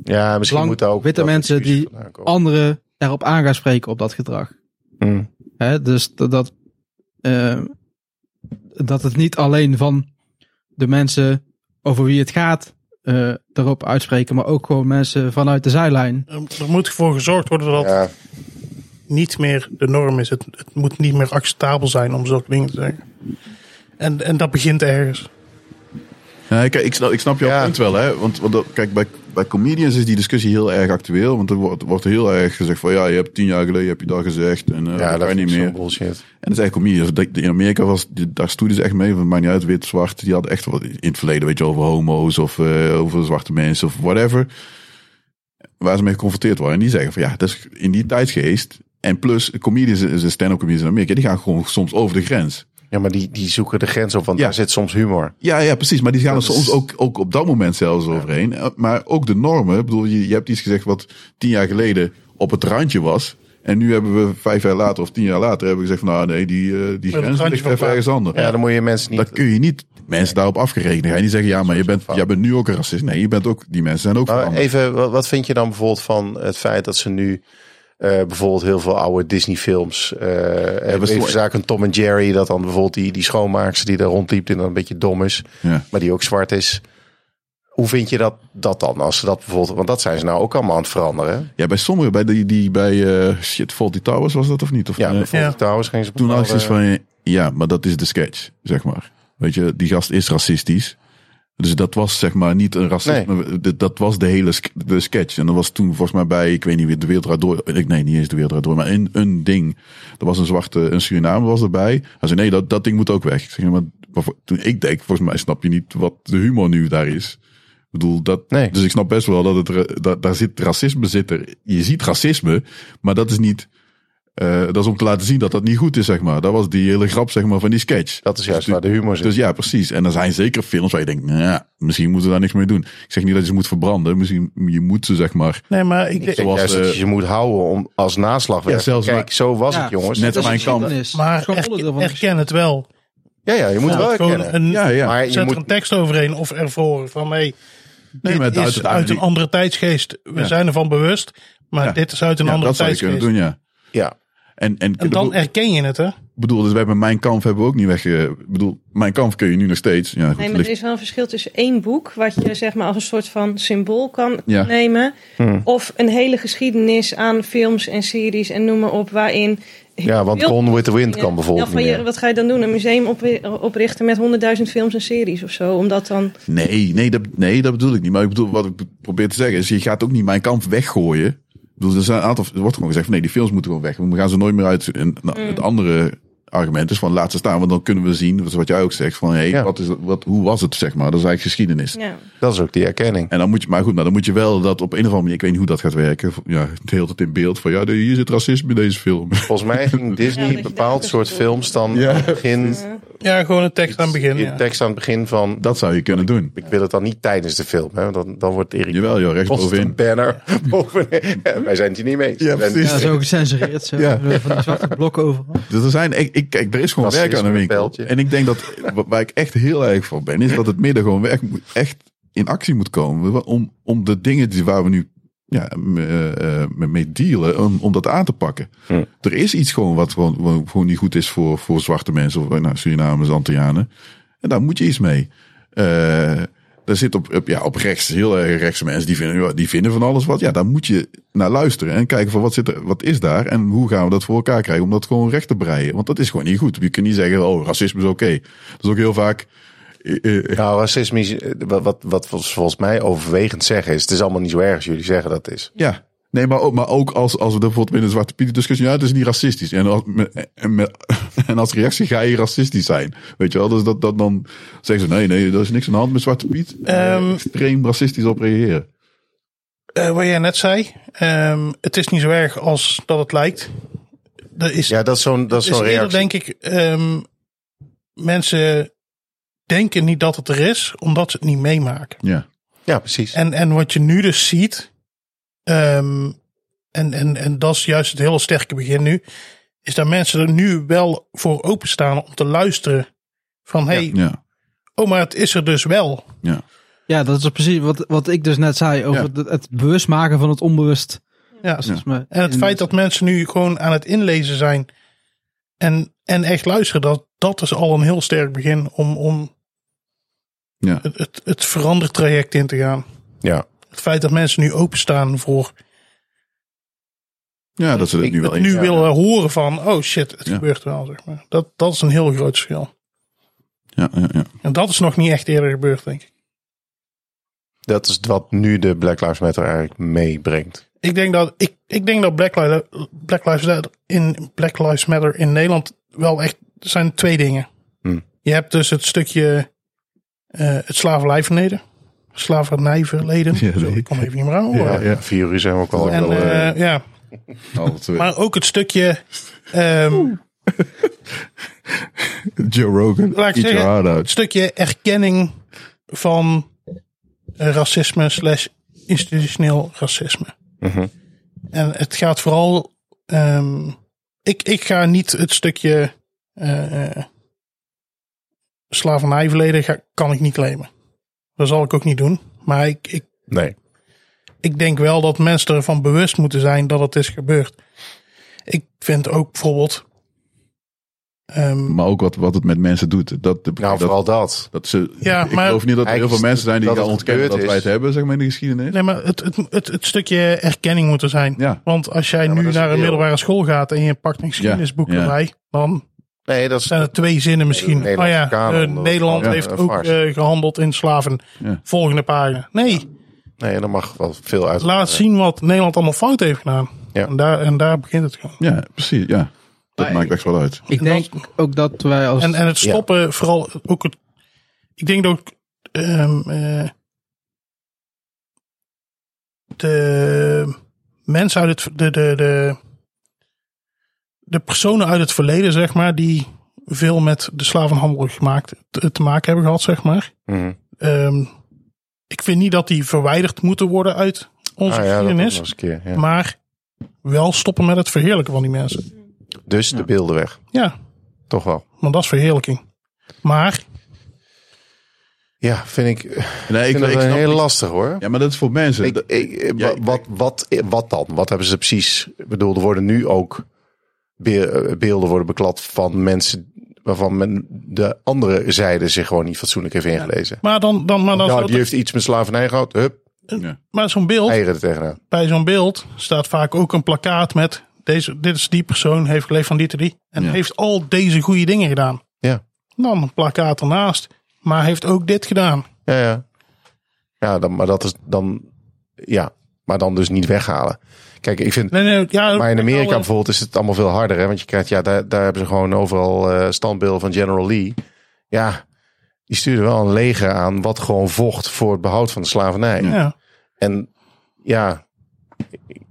Ja, misschien
Lang-
moet ook
witte
dat
mensen
excuus
die
vandaan komen.
anderen erop aan gaan spreken op dat gedrag.
Hmm.
Hè, dus dat, dat, eh, dat het niet alleen van de mensen over wie het gaat eh erop uitspreken, maar ook gewoon mensen vanuit de zijlijn.
Eh, Er moet voor gezorgd worden dat
Ja,
niet meer de norm is. Het, het moet niet meer acceptabel zijn om zulke dingen te zeggen. En, en dat begint ergens.
Nee, kijk, ik, snap, ik snap jouw
Ja.
punt wel, hè? Want, want dat- kijk, bij, bij comedians is die discussie heel erg actueel. Want er wordt, wordt heel erg gezegd van ja, je hebt tien jaar geleden heb je dat gezegd. En eh,
ja
dat
dat
kan
is
niet meer.
zo'n bullshit.
En dat is echt comedians. Dat- In Amerika was, die- daar stoeiden ze echt mee. Van het maakt niet uit, wit, zwart. Die hadden echt wat in het verleden, weet je, over homo's of eh, over zwarte mensen of whatever. Waar ze mee geconfronteerd worden. En die zeggen van ja, dat is in die tijdsgeest. En plus, comedians, de stand-up comedians in Amerika, die gaan gewoon soms over de grens.
Ja, maar die, die zoeken de grens op, want
Ja.
daar zit soms humor.
Ja, ja, precies. Maar die gaan er
Dat is-
soms ook, ook op dat moment zelfs overheen. Eh, Maar ook de normen. Ik bedoel, je, je hebt iets gezegd wat tien jaar geleden op het randje was. En nu hebben we vijf jaar later of tien jaar later hebben we gezegd van nou nee, die, eh, die grens
randje
ligt
van
even
klaar.
ergens anders.
Ja, dan moet je mensen niet...
Dat kun je niet mensen daarop afgerekend. Dan ga je niet zeggen, ja, maar je bent, jij bent nu ook een racist. Nee, je bent ook, die mensen zijn ook
Maar
veranderd.
Nou, even, wat, wat vind je dan bijvoorbeeld van het feit dat ze nu eh, bijvoorbeeld heel veel oude Disney-films eh hebben?
slo-
Even zaken Tom en Jerry, dat dan bijvoorbeeld die, die schoonmaakster die daar rondliep en dan een beetje dom is,
Ja.
maar die ook zwart is. Hoe vind je dat, dat dan? Als ze dat bijvoorbeeld, want dat zijn ze nou ook allemaal aan het veranderen. hè?
ja, bij sommigen, bij die, die bij eh, shit, Faulty Towers was dat of niet? Of,
Ja,
eh,
bijvoorbeeld
Ja.
trouwens gingen ze
toen dacht ik
bepaalde-
zoiets van, ja, maar dat is de sketch, zeg maar. Weet je, die gast is racistisch. Dus dat was zeg maar niet een racisme. Dat- Dat was de hele sk- de sketch. En dat was toen volgens mij bij, ik weet niet wie, de wereld Draait door. Ik, nee, niet eens de wereld Draait door, maar in een ding. Er was een zwarte, een Suriname was erbij. Hij zei, nee, dat, dat ding moet ook weg. Ik Zeg maar, maar voor- toen ik denk, volgens mij snap je niet wat de humor nu daar is. Ik bedoel, dat,
Nee.
dus ik snap best wel dat, het, ra- dat daar zit racisme zit er. Je ziet racisme, maar dat is niet eh, dat is om te laten zien dat dat niet goed is, zeg maar. Dat was die hele grap, zeg maar, van die sketch.
Dat is juist waar de humor zit.
Dus ja, precies. En er zijn zeker films waar je denkt, nou, ja, misschien moeten we daar niks mee doen. Ik zeg niet dat je ze moet verbranden. Misschien je moet ze, zeg maar.
Nee, maar ik,
Ik denk
zoals,
juist dat
eh,
je ze moet houden om als naslag.
Ja, zelfs
Kijk,
maar-
zo was
Ja,
het, jongens.
net
Dat is
mijn
een
kant.
geschiedenis. Dat
maar
is gewoon onderdeel van
erken,
de
erken het wel.
Ja, ja, je moet het wel
Gewoon
herkennen.
een,
Ja, ja.
Maar je
Zet er
moet
een tekst overheen of ervoor van hey,
nee, maar
dit
het
is uit een andere tijdsgeest. We
Ja.
zijn ervan bewust, maar
Ja.
dit is uit een
ja,
andere
dat zou je kunnen
tijdsgeest.
doen, ja.
ja,
En, en,
En dan herken je het, hè?
bedoel, dus wij bij Mijn Kamp hebben we ook niet weg. eh, Ik bedoel, Mijn Kamp kun je nu nog steeds. Ja, goed,
Nee, maar
ligt-
er is wel een verschil tussen één boek, wat je zeg maar als een soort van symbool kan
Ja.
nemen,
Hmm.
of een hele geschiedenis aan films en series en noem maar op, waarin.
ja, want
heel-
Gone with the Wind
Ja,
kan bijvoorbeeld
van
niet
je-
meer.
Wat ga je dan doen? Een museum op- oprichten met honderdduizend films en series of zo? Omdat dan.
Nee, nee dat, nee, dat bedoel ik niet. Maar ik bedoel, wat ik probeer te zeggen is, je gaat ook niet mijn kamp weggooien. Ik bedoel, er zijn een aantal, er wordt gewoon gezegd van nee, die films moeten gewoon weg. We gaan ze nooit meer uit. En nou, het andere argument is van laat ze staan, want dan kunnen we zien, dat is wat jij ook zegt, van hey,
Ja.
wat is, wat, hoe was het zeg maar, dat is eigenlijk geschiedenis.
Ja.
Dat is ook die erkenning.
En dan moet je, maar goed, nou, dan moet je wel dat op een of andere manier, ik weet niet hoe dat gaat werken, ja, de hele tijd in beeld van ja, hier zit racisme in deze film.
Volgens mij ging
Ja,
Disney
dat je
bepaald
daar- dus-
soort films dan
Ja,
aan het begin,
Ja, gewoon een tekst aan het begin.
je
Ja.
tekst aan het begin van,
Dat zou je kunnen doen.
ik wil het dan niet tijdens de film, hè, want dan, dan wordt Erik
Jawel joh,
Post een
rechtsbovenin.
banner boven. Wij zijn het hier niet mee eens.
Ja,
We zijn-
precies.
Ja, zo gecensureerd. Zo.
Ja.
Van die zwarte blokken overal.
Dus er zijn, ik, ik, kijk, er is gewoon
Dat is
werk aan de
een
winkel.
pijltje.
En ik denk dat, wa- waar ik echt heel erg van ben, is dat het midden gewoon werk moet, echt in actie moet komen. wa- Om, om de dingen die, waar we nu ja, m- eh, eh, mee dealen, om, om dat aan te pakken.
Hm.
Er is iets gewoon wat gewoon, wat gewoon niet goed is voor, voor zwarte mensen, of eh, nou, Surinamers, Antillianen. En daar moet je iets mee. Eh daar zit op, op, ja, op rechts, heel erg rechtse mensen, die vinden, ja, die vinden van alles wat. Ja, daar moet je naar luisteren en kijken van wat, zit er, wat is daar en hoe gaan we dat voor elkaar krijgen om dat gewoon recht te breien. Want dat is gewoon niet goed. Je kunt niet zeggen, oh, racisme is oké. Dat is ook heel vaak... eh, eh,
Nou, racisme, is, eh, wat, wat, wat we volgens mij overwegend zeggen is, het is allemaal niet zo erg als jullie zeggen dat het is.
ja, nee, maar ook, maar ook als, als we bijvoorbeeld in de Zwarte Piet discussie, ja, het is niet racistisch. En als, me- en, me- en als reactie ga je racistisch zijn. Weet je wel, dus dat, dat dan zeggen ze, nee, nee, er is niks aan de hand met Zwarte Piet. Eh,
Ehm.
extreem racistisch op reageren.
Eh, wat jij net zei, ehm, het is niet zo erg als dat het lijkt. Er is,
Ja, dat is zo'n dat is
is
zo'n
Dus eerder,
reactie.
denk ik, ehm, mensen denken niet dat het er is, omdat ze het niet meemaken.
Ja.
Ja, precies.
En, en wat je nu dus ziet, ehm, en, en, en dat is juist het hele sterke begin nu, is dat mensen er nu wel voor openstaan om te luisteren. Van hé, hey,
Ja.
oh, maar het is er dus wel.
Ja.
Ja, dat is precies wat, wat ik dus net zei over
Ja.
het, het bewust maken van het onbewust.
Ja.
racisme.
En het
In-
feit dat mensen nu gewoon aan het inlezen zijn en, en echt luisteren, dat, dat is al een heel sterk begin om, om
ja.
het, het, het verandertraject in te gaan.
Ja.
Het feit dat mensen nu openstaan voor,
Ja, dat ze dat
Ik-
nu wel
nu
eens.
willen horen van, oh shit, het
Ja.
gebeurt wel, zeg maar. Dat, dat is een heel groot verschil.
Ja, ja, ja.
En dat is nog niet echt eerder gebeurd, denk ik.
Dat is wat nu de Black Lives Matter eigenlijk meebrengt.
Ik denk dat, ik, ik denk dat Black, Li- Black, Lives Matter in, Black Lives Matter in Nederland wel echt er zijn twee dingen.
Hm.
Je hebt dus het stukje eh, het slavernijverleden. Slavernijverleden.
Ja,
Zo,
nee.
ik kom even niet meer aan. hoor.
Ja, ja.
Vier uur zijn we ook al.
En,
wel, eh,
eh, ja.
Al twee.
Maar ook het stukje. ehm,
Joe Rogan,
Laat ik
eat your
zeggen-
heart
het
out.
stukje erkenning van eh, racisme slash institutioneel racisme.
mhm.
En het gaat vooral. ehm, ik, ik ga niet het stukje eh, eh, slavernijverleden ga, kan ik niet claimen. Dat zal ik ook niet doen. Maar ik, ik,
Nee.
ik denk wel dat mensen ervan bewust moeten zijn dat het is gebeurd. Ik vind ook bijvoorbeeld. ehm,
Maar ook wat, wat het met mensen doet. Dat, dat,
Nou,
dat,
vooral dat.
ze,
Ja,
ik
maar-
geloof niet dat er heel veel
Eigenlijk
mensen zijn die
dat
gaan
het
ontkennen dat
gebeurd
wij het
is.
hebben, zeg maar, in de geschiedenis.
Nee, maar het, het, het, het stukje erkenning moet er zijn.
Ja.
Want als jij
maar
nu
dat is
naar een
deel.
middelbare school gaat en je pakt een geschiedenisboek
Ja, ja.
erbij, dan
Nee, dat is
zijn er twee zinnen misschien.
Nee,
oh ja,
Nederlandse kanon,
eh,
dat
Nederland
was wel
heeft
een
ook
farce.
eh, gehandeld in slaven.
Ja.
Volgende pagina. Nee,
Nee, dat mag wel veel uit.
laat zien wat Nederland allemaal fout heeft gedaan.
Ja.
En, daar, en daar begint het gewoon.
Ja, precies. Ja. Dat
Maar
maakt echt wel uit.
Ik denk ook dat wij als...
En, en het stoppen, vooral ook het. Ik denk dat ook. ehm, eh, de mensen uit het. De, de, de, de personen uit het verleden, zeg maar, die veel met de slavenhandel gemaakt, te, te maken hebben gehad, zeg maar.
Mhm.
Ehm, ik vind niet dat die verwijderd moeten worden uit onze
Ah, ja, dat ook nog
geschiedenis.
eens een keer. ja.
Maar wel stoppen met het verheerlijken van die mensen.
Dus de beelden weg.
Ja,
Toch wel.
want dat is verheerlijking. Maar
Ja, vind ik, ik
Nee, ik,
vind
ik,
dat
snap
heel
niet-
lastig hoor.
Ja, maar dat is voor mensen.
Ik,
Dat-
ik, eh,
Ja,
wa-
ik-
wat, wat, wat dan? Wat hebben ze precies? Ik bedoel, er worden nu ook be- eh, beelden worden beklad van mensen waarvan men de andere zijde zich gewoon niet fatsoenlijk heeft ingelezen.
Maar dan, dan maar dan
nou, die heeft iets met slavernij gehad. Hup,
ja.
maar zo'n beeld,
eieren er tegenaan.
bij zo'n beeld staat vaak ook een plakkaat met deze, dit is die persoon, heeft geleefd van dit en die. En
Ja.
heeft al deze goede dingen gedaan.
Ja.
Dan een plakkaat ernaast, maar heeft ook dit gedaan.
Ja, ja. Ja, dan, maar dat is dan... Ja, Maar dan dus niet weghalen. Kijk, ik vind.
Nee, nee, ja,
Maar in Amerika
nou, eh,
bijvoorbeeld is het allemaal veel harder. Hè? Want je krijgt, ja, daar, daar hebben ze gewoon overal eh standbeelden van General Lee. Ja, die stuurde wel een leger aan wat gewoon vocht voor het behoud van de slavernij.
Ja.
En ja,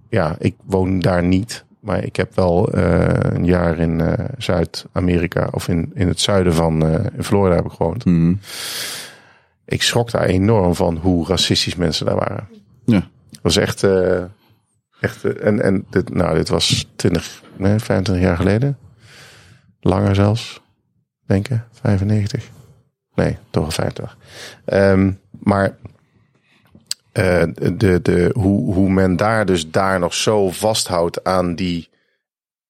ja, ik woon daar niet. Maar ik heb wel eh, een jaar in eh, Zuid-Amerika of in, in het zuiden van eh, in Florida heb ik gewoond.
Mhm.
Ik schrok daar enorm van hoe racistisch mensen daar waren.
Ja.
Het was echt. eh, echt eh, en en dit, nou, dit was 20, nee, 25 jaar geleden. Langer zelfs. Denk ik, 95. Nee, toch wel 50. Ehm, maar. eh, de, de, hoe, hoe men daar dus daar nog zo vasthoudt aan die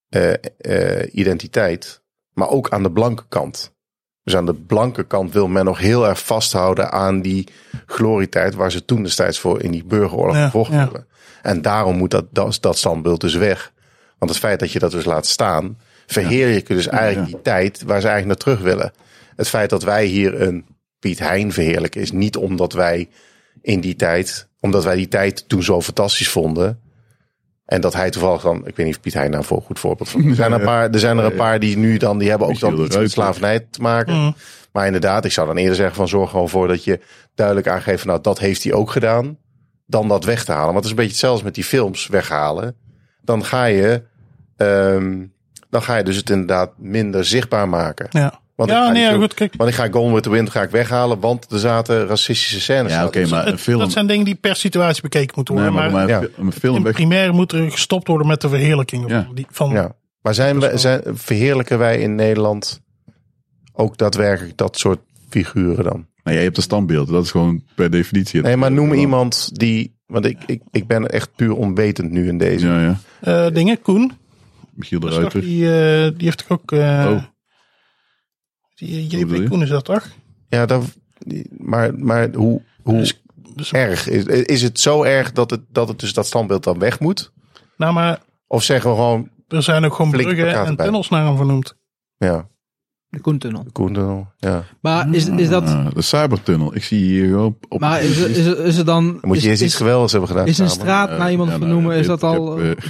eh, eh, identiteit. Maar ook aan de blanke kant. Dus aan de blanke kant wil men nog heel erg vasthouden aan die glorietijd waar ze toen destijds voor in die burgeroorlog
Ja,
gevochten
ja.
hebben. En daarom moet dat, dat, dat standbeeld dus weg. Want het feit dat je dat dus laat staan, verheerlijk je dus eigenlijk die tijd waar ze eigenlijk naar terug willen. Het feit dat wij hier een Piet Hein verheerlijken is niet omdat wij in die tijd, omdat wij die tijd toen zo fantastisch vonden. En dat hij toevallig dan, ik weet niet of Piet Hein daar voor een goed voorbeeld van. Er zijn er een paar, er zijn er een paar die nu dan, die hebben ook
Misschien
dan
wel
iets met
eruit, ja.
slavernij te maken.
Mm.
Maar inderdaad, ik zou dan eerder zeggen van zorg gewoon voor dat je duidelijk aangeeft van nou dat heeft hij ook gedaan. Dan dat weg te halen. Want het is een beetje hetzelfde met die films weghalen. Dan ga je, ehm, dan ga je dus het inderdaad minder zichtbaar maken.
ja.
Want ik
ja,
ga
nee,
niet
ja,
zo-
goed, kijk.
Want ik ga Gone with the Wind ga ik weghalen, want er zaten racistische scènes.
Ja, oké, maar een
dat-
film.
Dat zijn dingen die per situatie bekeken moeten
nee,
worden.
maar,
maar
maar
ja.
een film
in
weg.
primair moet er gestopt worden met de verheerlijking
Ja.
van die- van
Ja. Maar zijn we, zijn, verheerlijken wij in Nederland ook daadwerkelijk dat soort figuren dan?
Nou, jij hebt een standbeeld. Dat is gewoon per definitie. het-
Nee, maar noem
dan-
iemand die. Want ik, ik, ik ben echt puur onwetend nu in deze.
Ja, ja.
eh, dingen. Koen,
Michiel de
dat is toch
Ruiter.
die, eh, die heeft toch ook... eh,
Oh.
Die
Hoe bedoel
JP
je?
Koen is dat toch?
Ja, dat, die- maar, maar hoe, hoe
Dus- dus-
erg? Is, is het zo erg dat het, dat het dus dat standbeeld dan weg moet?
Nou, maar
Of zeggen we gewoon,
er zijn ook gewoon
Flinke
bruggen
plakkaten
en
bij.
tunnels naar hem vernoemd.
ja,
De Koentunnel.
Koendel, ja.
Maar is, is dat...
Ah, de cybertunnel. Ik zie hier gewoon op.
Maar is, is, is, er dan...
Dan moet je
is,
eerst iets
is,
geweldigs hebben gedaan.
is een
samen.
straat
Eh,
naar iemand
ja, nou,
vernoemen, is
dit-
dat al
ik heb,
eh,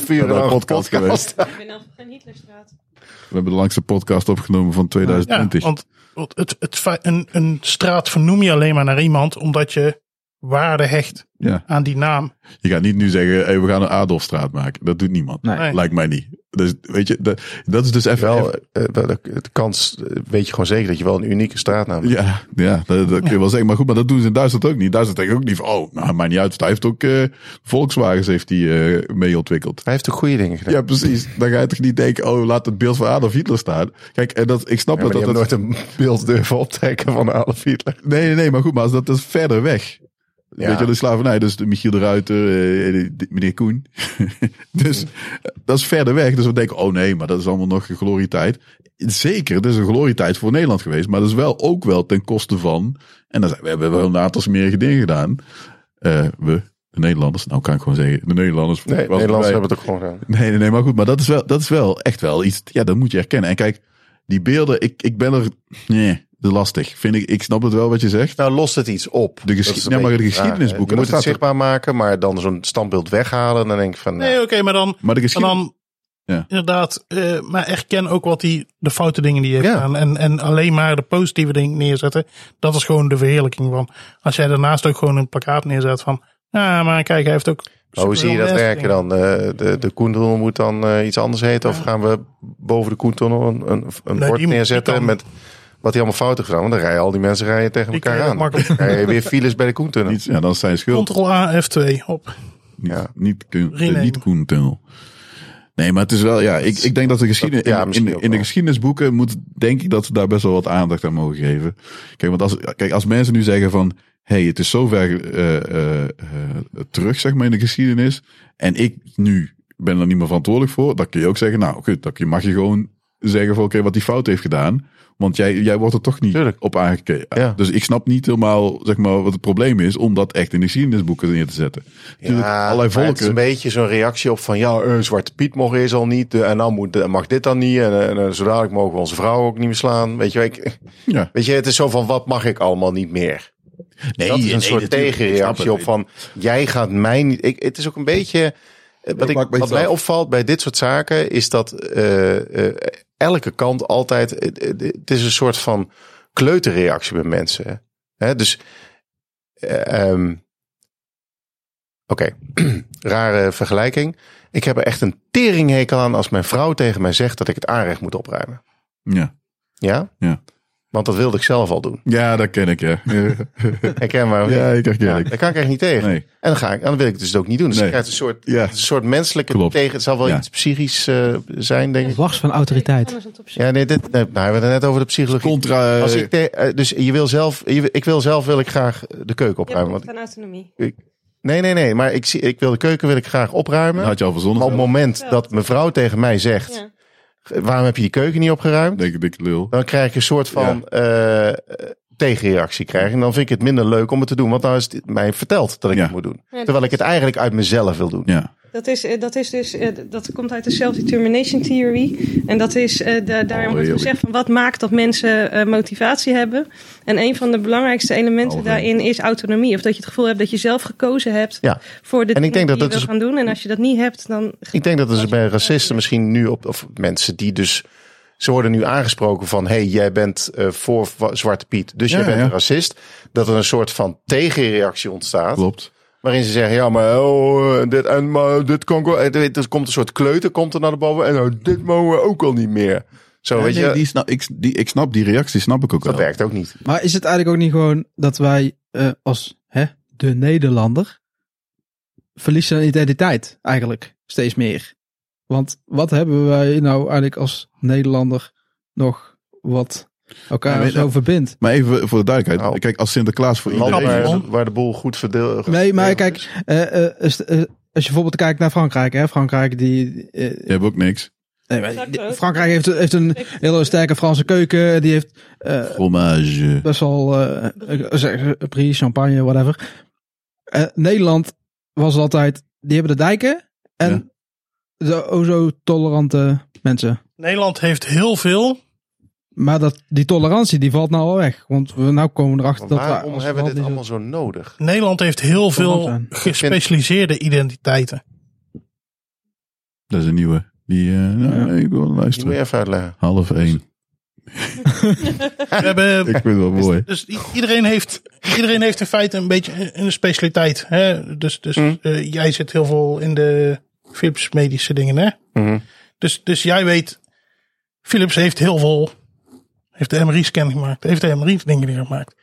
Vier uur
Ja,
lang
een podcast geweest.
Ik ben af van Hitlerstraat.
We hebben de langste podcast opgenomen van
Ja,
2020.
want want het, het, fe- een, een straat vernoem je alleen maar naar iemand omdat je waarde hecht
Ja.
aan die naam.
Je gaat niet nu zeggen, hey, we gaan een Adolfstraat maken. Dat doet niemand.
Nee.
Nee.
Lijkt mij niet. Dus, weet je, dat, dat is dus even...
Wel,
even-
eh, wel, de, de kans eh, weet je gewoon zeker dat je wel een unieke straatnaam hebt.
ja, ja dat, dat kun je wel zeggen. Maar goed, maar dat doen ze in Duitsland ook niet. Duitsland denken ook niet van, oh, nou, maakt niet uit. want Hij heeft ook eh Volkswagens heeft hij eh, mee ontwikkeld.
Hij heeft de goede dingen gedaan.
Ja, precies. Dan ga je toch niet denken, oh, laat het beeld van Adolf Hitler staan. Kijk, en dat, ik snap
Ja, maar
dat
die
dat...
hebben nooit een beeld durven optrekken van Adolf Hitler.
Nee, nee, nee, maar goed, maar als dat is verder weg.
Ja.
Weet je, de slavernij, dus de Michiel de Ruiter, eh, die- die- meneer Koen. dus eh, dat is verder weg. Dus we denken, oh nee, maar dat is allemaal nog een glorietijd. Zeker, dat is een glorietijd voor Nederland geweest. Maar dat is wel ook wel ten koste van. En dan zijn, we hebben wel een aantal smerige dingen gedaan. Eh, we, de Nederlanders, nou kan ik gewoon zeggen, de Nederlanders.
Nee,
want
Nederlanders
wij-
hebben het ook gewoon gedaan.
Nee, nee, nee, maar goed, maar dat is wel, dat is wel echt wel iets. Ja, dat moet je herkennen. En kijk, die beelden, ik, ik ben er. Nee, dat is lastig. Vind ik, ik snap het wel wat je zegt.
Nou, lost het iets op.
De geschi-
Dat is een
nee, maar
beetje
de geschiedenisboeken,
vraag, hè. Je
dat
moet het
staat er.
zichtbaar maken, maar dan zo'n standbeeld weghalen. En dan denk ik van, nou,
Nee, oké, maar dan,
Maar de
en
geschiedenis.
dan
Ja.
inderdaad, eh, maar erken ook wat die, de foute dingen die je hebt
Ja.
gedaan. En, en alleen maar de positieve dingen neerzetten. Dat is gewoon de verheerlijking van. Als jij daarnaast ook gewoon een plakkaat neerzet van, ja, maar kijk, hij heeft ook...
maar Oh, hoe zie je dat
superveel
werken
dingen.
dan? Eh, de de Koentunnel moet dan eh, iets anders heten? Of gaan we boven de Koentunnel een, een, een
die
bord
moet-
neerzetten
die kan-
met wat hij allemaal fouten gedaan? Want dan rijden al die mensen rijden tegen
Die
elkaar
kan je
aan.
makkelijk-
Rij je weer files bij de Koentunnel.
Niet, ja, dan zijn schuld.
Ctrl A, F2, op.
Niet,
Ja.
niet, kun- eh,
Rename.
niet Koen Tunnel. Nee, maar het is wel, ja, ik, ik denk dat de geschiedenis,
Dat- ja,
in- in,
misschien
de-
ook
in de
wel.
geschiedenisboeken moet, denk ik dat ze daar best wel wat aandacht aan mogen geven. Kijk, want als, kijk, als mensen nu zeggen van, hé, hey, het is zo ver eh, eh, eh, terug, zeg maar, in de geschiedenis. En ik nu ben er niet meer verantwoordelijk voor. Dan kun je ook zeggen, nou, goed, dan kun je- mag je gewoon zeggen van, oké, wat die fout heeft gedaan. Want jij, jij wordt er toch niet
Tuurlijk.
op aangekeken.
Ja.
Dus ik snap niet helemaal, zeg maar, wat het probleem is om dat echt in de geschiedenisboeken neer te zetten. Natuurlijk, allerlei
maar Het is een
volken.
beetje zo'n reactie op van ja, eh, Zwarte Piet mocht eerst al niet. eh, en nou moet, eh, mag dit dan niet. En, eh, en eh, zo dadelijk mogen we onze vrouwen ook niet meer slaan. Weet je, wel, ik,
Ja.
weet je, het is zo van wat mag ik allemaal niet meer?
Nee,
dat is een
nee, natuurlijk.
soort
Ik snap
tegenreactie
het.
op van jij gaat mij niet. Ik, het is ook een beetje. eh, Wat,
maakt
ik,
mij
wat
iets
mij
af.
opvalt bij dit soort zaken is dat eh, eh, elke kant altijd. eh, eh, het is een soort van kleuterreactie bij mensen. Hè? Dus. eh, ehm, Oké, rare vergelijking. Ik heb er echt een teringhekel aan als mijn vrouw tegen mij zegt dat ik het aanrecht moet opruimen.
Ja.
Ja?
Ja.
Want dat wilde ik zelf al doen.
ja, dat ken ik, ja. Oh,
Herken maar.
ja, ik herken
Ja,
ik.
daar kan ik echt niet tegen.
Nee.
En dan, ga ik, dan wil ik het dus ook niet doen. Dus
Nee.
je krijgt een soort,
Ja.
het is een soort menselijke
Klopt.
tegen. Het zal wel
Ja.
iets psychisch eh, zijn, denk ik.
Last van autoriteit.
Anders dan op zich.
Ja, nee, dit, nee, nou, we hebben het net over de psychologie.
Contra...
Als ik te- eh, dus je wil zelf, je wil- ik wil zelf wil ik graag de keuken
Je hebt
opruimen. Want,
behoefte aan autonomie.
nee, nee, nee. Maar ik, zie, ik wil de keuken wil ik graag opruimen.
Dat Nou, had je al verzonnen.
maar op het moment
Ja.
dat mevrouw tegen mij zegt,
Ja.
waarom heb je die keuken niet opgeruimd?
Denk ik, dikke lul.
Dan krijg je een soort van eh, eh, tegenreactie krijgen. En dan vind ik het minder leuk om het te doen. Want nou is het mij verteld dat ik
Ja.
het moet doen.
Ja, dat
Terwijl ik
is-
het eigenlijk uit mezelf wil doen.
Ja.
Dat is, eh, dat is dus, eh, dat komt uit de self-determination theory. En dat is, eh, da-
Oh,
daarin wordt
Alweer.
gezegd van wat maakt dat mensen eh, motivatie hebben. En een van de belangrijkste elementen
Alweer.
daarin is autonomie. Of dat je het gevoel hebt dat je zelf gekozen hebt
Ja.
voor de
En ik
dingen
denk dat dus
die
dat
je wil gaan doen. En als je dat niet hebt, dan...
Ik denk dat dus bij racisten misschien nu op, of mensen die dus. Ze worden nu aangesproken van: hey, jij bent eh, voor wa- Zwarte Piet, dus
Ja,
jij bent
ja.
een racist. Dat er een soort van tegenreactie ontstaat.
Klopt.
Waarin ze zeggen: ja, maar, oh, eh, dit, en, maar dit kan ik wel. eh, Er komt een soort kleuter komt er naar de boven. En nou, dit mogen we ook al niet meer. Zo,
Ja,
weet
nee,
je,
die snap, ik, die, ik snap die reactie, snap ik ook
dat
wel.
werkt ook niet.
Maar is het eigenlijk ook niet gewoon dat wij eh, als hè, de Nederlander verliezen aan identiteit eigenlijk steeds meer? Want wat hebben wij nou eigenlijk als Nederlander nog wat
Ja,
elkaar
weet
zo
je-
verbindt?
Maar even voor de duidelijkheid.
Nou.
Kijk, als Sinterklaas voor
Land
iedereen...
waar, waar de boel goed verdeeld
Nee, maar
dus-
kijk, eh, eh, als, eh, als je bijvoorbeeld kijkt naar Frankrijk, hè? Frankrijk die... eh,
Je hebt ook niks.
nee, maar
Exact
die-
ook.
Frankrijk heeft, heeft een hele sterke Franse keuken, die heeft eh,
Fromage.
best wel eh, eh, zeg, eh, brie, champagne, whatever. Eh, Nederland was altijd, die hebben de dijken en de o zo tolerante mensen.
Nederland heeft heel veel.
Maar dat, die tolerantie die valt nou al weg. Want we nou komen erachter dat
Waarom hebben
als
we
land
dit
niet
allemaal zo nodig?
Nederland heeft heel
Tolerant
veel
zijn.
gespecialiseerde identiteiten.
Dat is een nieuwe. Die, eh, nou, ik wil
Die moet je
luisteren.
even uitleggen.
Half één.
We hebben,
Ik vind het wel mooi.
dus i- iedereen heeft, iedereen heeft in feite een beetje een- een specialiteit. Hè? Dus, dus
Mhm.
eh, jij zit heel veel in de Philips medische dingen. Hè?
Mhm.
Dus, dus jij weet, Philips heeft heel veel, heeft de MRI-scan gemaakt, heeft de MRI-dingen gemaakt.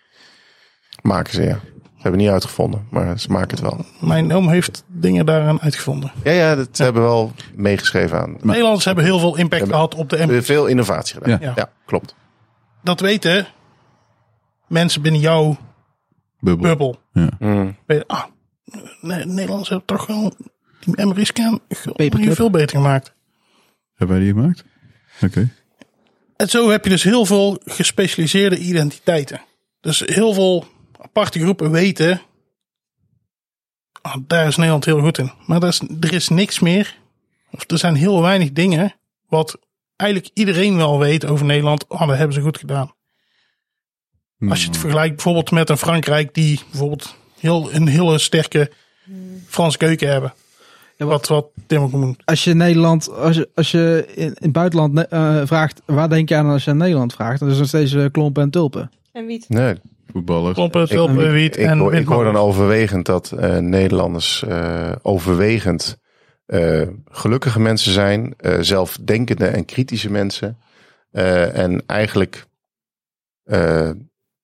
Maken ze, ja. Ze hebben niet uitgevonden, maar ze maken het wel.
Mijn oom heeft dingen daaraan uitgevonden.
Ja, ja, dat hebben we wel meegeschreven aan.
Nederlanders hebben heel veel impact gehad op de
We
MRI.
hebben veel innovatie gedaan. Ja,
Ja.
klopt.
Dat weten mensen binnen jouw
Bubbel.
bubbel.
Ja.
Weet- Ah, Ne- Nederlanders hebben toch wel die MRI-scan
Paperclip.
veel beter gemaakt.
Hebben wij die gemaakt? Oké.
En zo heb je dus heel veel gespecialiseerde identiteiten. Dus heel veel aparte groepen weten. ah, daar is Nederland heel goed in. Maar daar is, er is niks meer. Of er zijn heel weinig dingen. Wat eigenlijk iedereen wel weet over Nederland. Oh, dat hebben ze goed gedaan. Als je
Hmm.
het vergelijkt bijvoorbeeld met een Frankrijk. Die bijvoorbeeld heel, een hele sterke Franse keuken hebben. wat, wat Tim ook noemt.
als je Nederland, als je, als je in, in het buitenland eh, vraagt, waar denk je aan als je aan Nederland vraagt? Dan is het nog steeds eh, klompen en tulpen.
En wiet.
Nee,
Voetballer.
Klompen,
ik,
tulpen, wiet
ik,
en
hoor, ik hoor
windmolen.
dan overwegend dat eh, Nederlanders eh, overwegend eh, gelukkige mensen zijn. eh, zelfdenkende en kritische mensen. eh, en eigenlijk eh,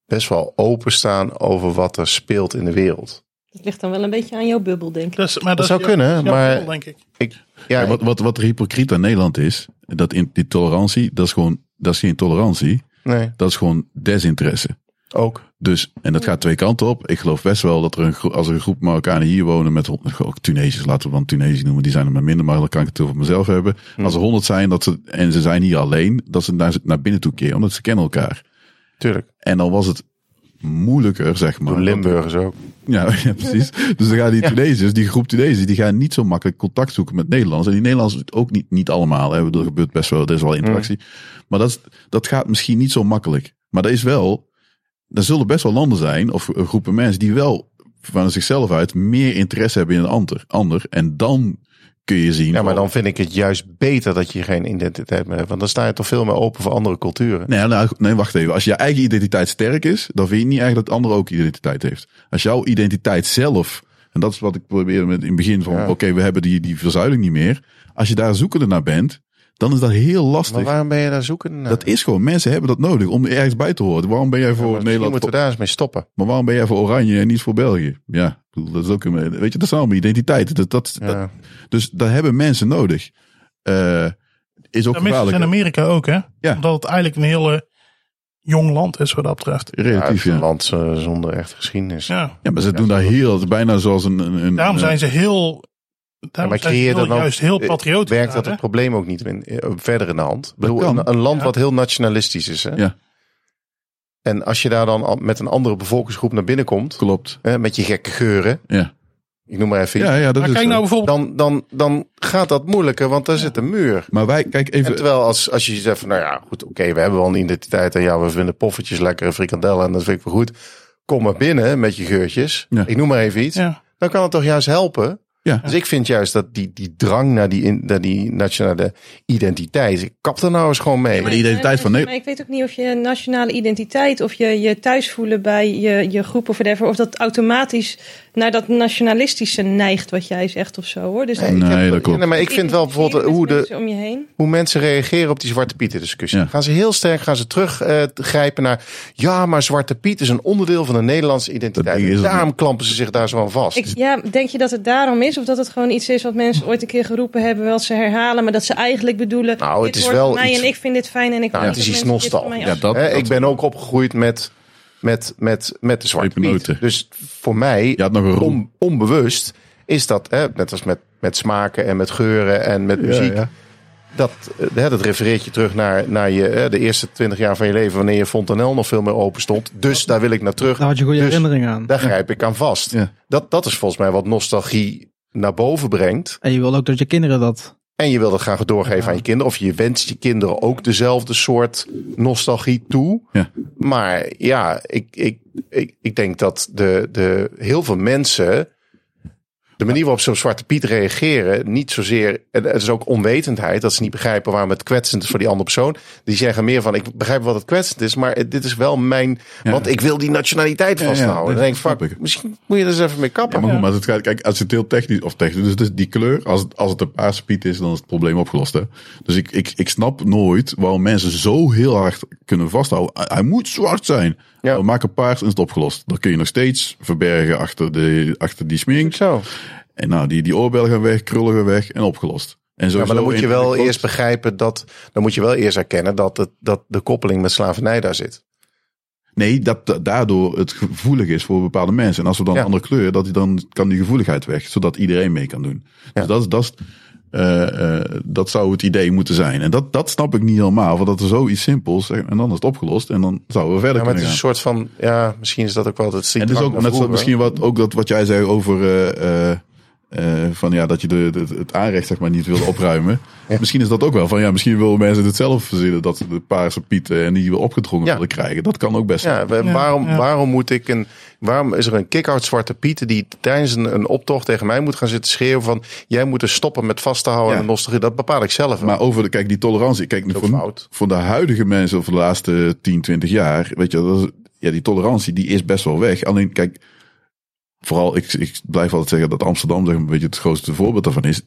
best wel openstaan over wat er speelt in de wereld.
Dat ligt dan wel een beetje aan jouw bubbel, denk ik.
Dat, is- maar
Dat zou
is-
kunnen,
dat is jouw
maar-
rol, denk ik. Nou,
Ik, ja,
Ja, wat, wat, wat er hypocriet aan Nederland is, dat in, die tolerantie, dat is gewoon, dat is geen tolerantie,
nee,
dat is gewoon desinteresse.
ook.
Dus, en dat gaat twee kanten op. Ik geloof best wel dat er een groep, als er een groep Marokkanen hier wonen met hond- ook Tunesiërs, laten we dan Tunesiërs noemen, die zijn er maar minder, maar dan kan ik het over mezelf hebben. Als er honderd zijn dat ze, en ze zijn hier alleen, dat ze naar, naar binnen toe keren, omdat ze kennen elkaar.
Tuurlijk.
En dan was het moeilijker, zeg maar.
Doen Limburgers ook.
Ja, ja, precies. Dus dan gaan die Tunesiërs, die groep Tunesiërs, die gaan niet zo makkelijk contact zoeken met Nederlanders. En die Nederlanders ook niet, niet allemaal. Hè. Er gebeurt
Mm.
best wel, er is wel interactie. Maar dat, is- dat gaat misschien niet zo makkelijk. Maar dat is wel, er zullen best wel landen zijn, of groepen mensen, die wel van zichzelf uit meer interesse hebben in een ander. ander en dan kun je zien.
Ja, maar
oh,
dan vind ik het juist beter dat je geen identiteit meer hebt. Want dan sta je toch veel meer open voor andere culturen.
Nee, nou, nee, wacht even. Als je eigen identiteit sterk is, dan vind je niet eigenlijk dat de ander ook identiteit heeft. Als jouw identiteit zelf, en dat is wat ik probeerde met in het begin van,
Ja.
oké, we hebben die, die verzuiling niet meer. Als je daar zoekende naar bent, dan is dat heel
Maar
lastig.
waarom ben je daar zoeken? naar?
Dat is gewoon, mensen hebben dat nodig om ergens bij te horen. Waarom ben jij
Ja, maar
voor
misschien
Nederland,
moeten we daar eens mee stoppen.
maar waarom ben jij voor Oranje en niet voor België? Ja, ik bedoel, dat is ook een, weet je, dat zijn allemaal identiteiten. Dat, dat, dat-
Ja.
dus daar hebben mensen nodig. Eh, is ook
Dat mis
gevaarlijk.
in Amerika ook, hè?
Ja.
Omdat het eigenlijk een hele jong land is wat dat betreft.
Ja, het
Relatief,
is een
ja.
land eh, zonder echt geschiedenis. Ja.
Ja.
Ja, maar ze doen daar heel, bijna zoals een... een, een-
Daarom
een-
zijn ze heel. Daarom
maar
zijn ze
creëer
heel,
dan ook-
juist heel
eh,
patriotisch.
Werkt dat
daar,
het
hè?
probleem ook niet in- eh, verder in de hand? Ik bedoel,
kan.
een, een land
Ja.
wat heel nationalistisch is. Hè?
Ja.
En als je daar dan al met een andere bevolkingsgroep naar binnen komt,
Klopt.
hè, met je gekke geuren,
Ja.
ik noem maar even, iets,
Ja, ja, dat
Maar
is
kijk
zo.
nou bijvoorbeeld.
dan, dan, dan gaat dat moeilijker, want daar zit een muur.
Maar wij, kijk
En
even.
terwijl als, als je zegt van, nou ja, goed, oké, we hebben wel een identiteit en ja, we vinden poffertjes lekkere frikandellen en dat vind ik wel goed. Kom maar binnen met je geurtjes.
Ja.
Ik noem maar even iets.
Ja.
Dan kan het toch juist helpen.
Ja.
Dus ik vind juist dat die, die drang naar die, in- naar die nationale identiteit, ik kap er nou eens gewoon mee.
maar die identiteit van
Maar
Nederland-
ik weet ook niet of je nationale identiteit of je je thuis voelen bij je, je groep of whatever, of dat automatisch naar dat nationalistische neigt wat jij zegt of zo hoor. Dus
ik
Nee,
heb-
dat klopt.
Nee, maar ik vind wel bijvoorbeeld eh,
Met
hoe, de,
dus mensen om je heen.
hoe mensen reageren op die Zwarte Pieten discussie.
Ja.
Gaan ze heel sterk gaan ze teruggrijpen naar, ja, maar Zwarte Piet is een onderdeel van de Nederlandse identiteit.
ding is
En
het
Daarom klampen ze zich daar zo aan vast.
Ik, ja, denk je dat het daarom is? Of dat het gewoon iets is wat mensen ooit een keer geroepen hebben, wat ze herhalen, maar dat ze eigenlijk bedoelen.
Nou, het
dit
is
hoort
wel
bij mij
iets-
en ik vind dit fijn en ik
Nou,
vind
het
dat
is iets
mensen dit van
nostalgisch.
mij
Ja, dat,
Hè,
dat-
ik ben ook opgegroeid met, met, met, met de zwarte
Pepernoten.
piet. Dus voor mij,
Je had nog een rol.
on- onbewust, is dat, hè, net als met, met smaken en met geuren en met muziek. Dat, eh, hè, dat refereert je terug naar, naar je, hè, de eerste twintig jaar van je leven, wanneer je Fontanel nog veel meer open stond. Dus daar wil ik naar terug.
Daar had je goede
Dus-
herinneringen aan.
Daar grijp ik aan vast.
Ja.
Dat, dat is volgens mij wat nostalgie naar boven brengt.
En je wil ook dat je kinderen dat.
En je wil dat graag doorgeven aan je kinderen. Of je wenst je kinderen ook dezelfde soort nostalgie toe.
Ja.
Maar ja, ik, ik, ik, ik denk dat de, de, heel veel mensen. De manier waarop ze op Zwarte Piet reageren, niet zozeer. En het is ook onwetendheid dat ze niet begrijpen waarom het kwetsend is voor die andere persoon. Die zeggen meer van: Ik begrijp wat het kwetsend is, maar het- dit is wel mijn.
Ja.
Want ik wil die nationaliteit
Ja, ja,
vasthouden.
dat
dan denk ik:
snap
fuck,
ik.
misschien moet je er eens even mee
Ja,
kappen.
maar goed, maar het gaat, kijk, als het heel technisch of technisch, dus, dus die kleur, als het, als het een paarse piet is, dan is het probleem opgelost. Hè? Dus ik, ik, ik snap nooit waarom mensen zo heel hard kunnen vasthouden. Hij, hij moet zwart zijn.
Ja.
We maken paars en is het opgelost. Dan kun je nog steeds verbergen achter, de, achter die smink.
Zo.
En nou, die, die oorbellen gaan weg, krullen gaan weg en opgelost. En
Ja,
sowieso
maar dan moet je
in-
wel
in-
eerst begrijpen dat. Dan moet je wel eerst erkennen dat, het, dat de koppeling met slavernij daar zit.
Nee, dat da- daardoor het gevoelig is voor bepaalde mensen. En als we dan
Ja.
een andere kleur, dat, die- dan kan die gevoeligheid weg, zodat iedereen mee kan doen. Dus dat, is- dat, is, eh, eh, dat zou het idee moeten zijn. En dat, dat snap ik niet helemaal, want dat is zoiets simpels. En dan is het opgelost en dan zouden we verder
Ja, maar het
kunnen
is een
gaan.
soort van. Ja, misschien is dat ook wel. Dat is die
En het is
drang
ook
naar
net zo
vroeger.
misschien wat, ook dat, wat jij zei over eh, eh, eh, van, ja, dat je de, de- het aanrecht zeg maar, niet wil opruimen. Misschien is dat ook wel van ja, misschien willen mensen het zelf verzinnen dat ze de paarse pieten en die we opgedrongen
Ja.
willen krijgen. Dat kan ook best.
Ja, we-
Ja,
waarom,
ja.
waarom moet ik een. Waarom is er een kick-out zwarte Pieten die tijdens een, een optocht tegen mij moet gaan zitten schreeuwen van. Jij moet er stoppen met vast te houden
Ja.
en nostalgie. Dat bepaal ik zelf. wel.
Maar over de, kijk, die tolerantie. Kijk,
ook
voor,
fout.
voor de huidige mensen van de laatste 10, 20 jaar, weet je, dat is- ja, die tolerantie die is best wel weg. Alleen, kijk, vooral, ik, ik blijf altijd zeggen dat Amsterdam zeg maar, een beetje het grootste voorbeeld daarvan is.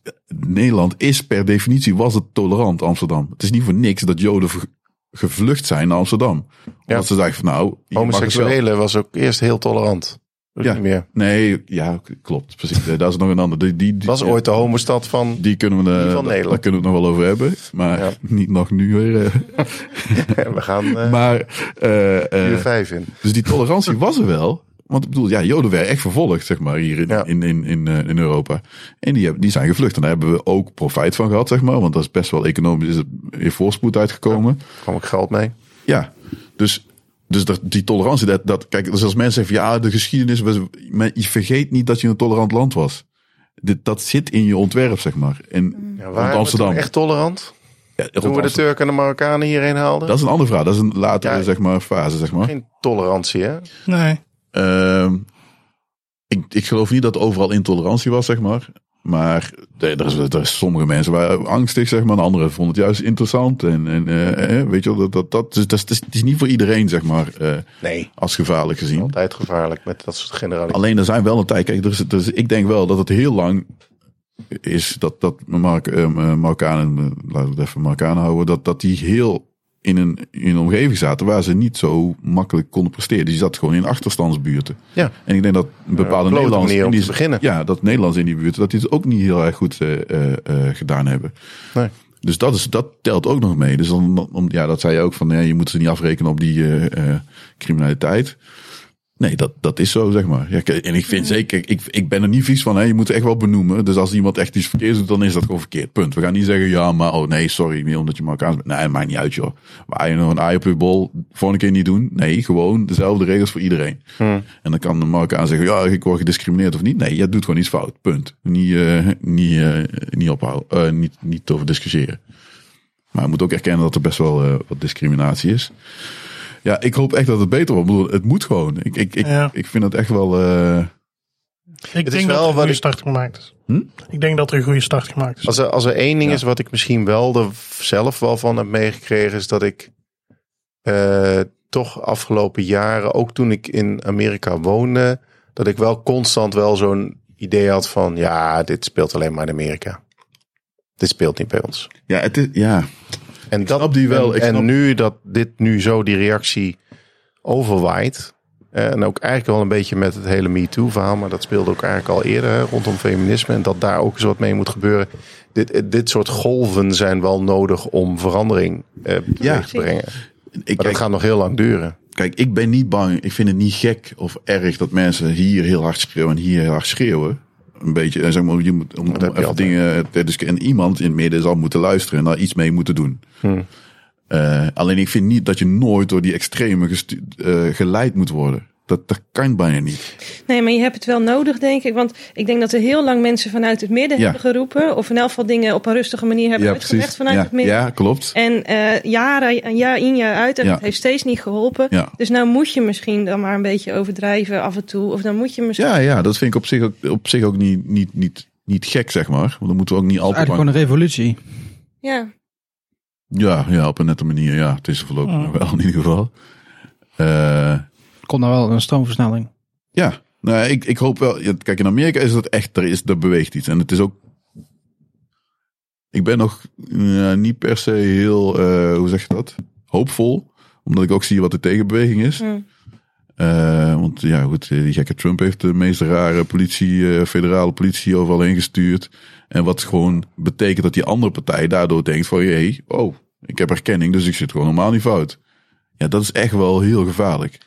Nederland is per definitie, was het tolerant, Amsterdam. Het is niet voor niks dat Joden ge- gevlucht zijn naar Amsterdam. Omdat
Ja.
ze dachten van, nou, je mag het wel.
Homoseksuelen was ook eerst heel tolerant. Dat is
Ja.
niet meer.
Nee, ja, k- klopt. Precies. Eh, Daar is nog een ander. Die, die, die-
Was ooit de homostad van.
Die kunnen we, eh,
van
daar-
Nederland.
daar kunnen we het nog wel over hebben. Maar
Ja.
niet nog nu weer. eh.
We gaan eh,
Maar, eh, eh,
uur vijf in.
dus die tolerantie was er wel. Want ik bedoel, ja, Joden werden echt vervolgd, zeg maar, hier in,
Ja.
in, in, in, eh, in Europa. En die, hebben- die zijn gevlucht. En daar hebben we ook profijt van gehad, zeg maar. Want dat is best wel economisch, is het in voorspoed uitgekomen.
Daar kwam ik geld mee.
Ja, dus, dus dat, die tolerantie, dat, dat, kijk, dus als mensen zeggen, van, ja, de geschiedenis, was- maar je vergeet niet dat je een tolerant land was. Dit, dat zit in je ontwerp, zeg maar. En
Ja,
want
waren we
Amsterdam.
toen echt nou tolerant?
Ja,
Toen we de
dat
Turken en de Marokkanen hierheen haalden?
is een andere vraag. Dat is een latere
Ja.
zeg maar, fase, zeg maar.
Geen tolerantie, hè?
Nee.
Ehm, ik, ik geloof niet dat overal intolerantie was, zeg maar. Maar eh, er, is, er is sommige mensen waren angstig, zeg maar. En anderen vonden het juist interessant. En, en eh, eh, weet je wel, dat, dat, dat, dus, dat is, het is niet voor iedereen, zeg maar, eh,
Nee.
als gevaarlijk gezien.
Altijd gevaarlijk met dat soort generaliteiten.
Alleen er zijn wel een tijd. Kijk, er is, er is- ik denk wel dat het heel lang is dat, dat Mark, eh, Marokkanen, eh, laten we het even Marokkanen houden, dat, dat die heel in een, in een omgeving zaten waar ze niet zo makkelijk konden presteren. Dus Die zat gewoon in achterstandsbuurten.
Ja.
En ik denk dat een bepaalde
klote
Nederlanders
manier om
in die,
te beginnen.
Ja, dat Nederlands in die buurt, dat die het ook niet heel erg goed eh, eh, eh, gedaan hebben.
Nee.
Dus dat, is, dat telt ook nog mee. Dus dan, om, ja, dat zei je ook van nee, je moet ze niet afrekenen op die eh, eh, criminaliteit. Nee, dat, dat is zo, zeg maar. Ja, k- en ik vind zeker, ik, ik ben er niet vies van. Hè. Je moet het echt wel benoemen. Dus als iemand echt iets verkeerds doet, dan is dat gewoon verkeerd. Punt. We gaan niet zeggen, ja, maar oh nee, sorry, niet omdat je Marokkaans bent. Nee, maakt niet uit, joh. Waar je nog een aai op je bol, volgende keer niet doen. Nee, gewoon dezelfde regels voor iedereen. En dan kan de Marokkaan zeggen, ja, ik word gediscrimineerd of niet. Nee, je doet gewoon iets fout. Punt. Niet, eh, niet, eh, niet ophouden, eh, niet, niet over discussiëren. Maar je moet ook erkennen dat er best wel eh, wat discriminatie is. Ja, ik hoop echt dat het beter wordt. Ik bedoel, het moet gewoon. Ik, ik, ik,
Ja.
ik vind dat echt wel. eh,
Ik
is
denk
wel
dat er een
wat
goede
ik- Hm?
start gemaakt is. Ik denk dat er een goede start gemaakt is.
Als er, als er één ding is wat ik misschien wel er zelf wel van heb meegekregen, is dat ik eh, toch afgelopen jaren, ook toen ik in Amerika woonde, dat ik wel constant wel zo'n idee had van, ja, dit speelt alleen maar in Amerika. Dit speelt niet bij ons.
ja, het is, ja,
En dat,
snap die wel,
En,
ik
en
snap-
nu dat dit nu zo die reactie overwaait. eh, En ook eigenlijk wel een beetje met het hele MeToo-verhaal. Maar dat speelde ook eigenlijk al eerder hè, rondom feminisme. En dat daar ook eens wat mee moet gebeuren. Dit, eh, dit soort golven zijn wel nodig om verandering eh teweeg te brengen. Maar
ik,
dat
kijk,
gaat nog heel lang duren.
kijk, ik ben niet bang. Ik vind het niet gek of erg dat mensen hier heel hard schreeuwen en hier heel hard schreeuwen. Een beetje, eh, zeg maar, je moet om, om
heb je
even
altijd.
dingen. ter discu- En iemand in het midden zal moeten luisteren en daar iets mee moeten doen.
Hmm.
Eh, alleen ik vind niet dat je nooit door die extreme gestu- eh, geleid moet worden. Dat, dat kan bijna niet.
Nee, maar je hebt het wel nodig, denk ik. Want ik denk dat er heel lang mensen vanuit het midden
Ja.
hebben geroepen. Of in elk geval dingen op een rustige manier hebben uitgelegd vanuit
Ja,
het midden.
ja, klopt.
En eh, jaren, jaar in jaar uit. En
Ja.
het heeft steeds niet geholpen.
Ja.
Dus nou moet je misschien dan maar een beetje overdrijven af en toe. Of dan moet je misschien...
Ja, ja, dat vind ik op zich ook, op zich ook niet, niet, niet, niet gek, zeg maar. Want dan moeten we ook niet altijd.
eigenlijk gewoon een revolutie.
Ja.
Ja, ja, op een nette manier. Ja, het is er voorlopig nog wel in ieder geval. Eh,
Kon nou wel een stroomversnelling.
ja, nou, ik, ik hoop wel. ja, Kijk, in Amerika is dat echt, er, is, er beweegt iets. En het is ook. Ik ben nog ja, niet per se heel, eh, hoe zeg je dat? Hoopvol. Omdat ik ook zie wat de tegenbeweging is.
Mm.
Eh, want ja, goed, eh, die gekke Trump heeft de meest rare politie, eh, federale politie overal heen gestuurd. En wat gewoon betekent dat die andere partij daardoor denkt van, hé, hey, oh, ik heb erkenning, dus ik zit gewoon normaal niet fout. Ja, dat is echt wel heel gevaarlijk.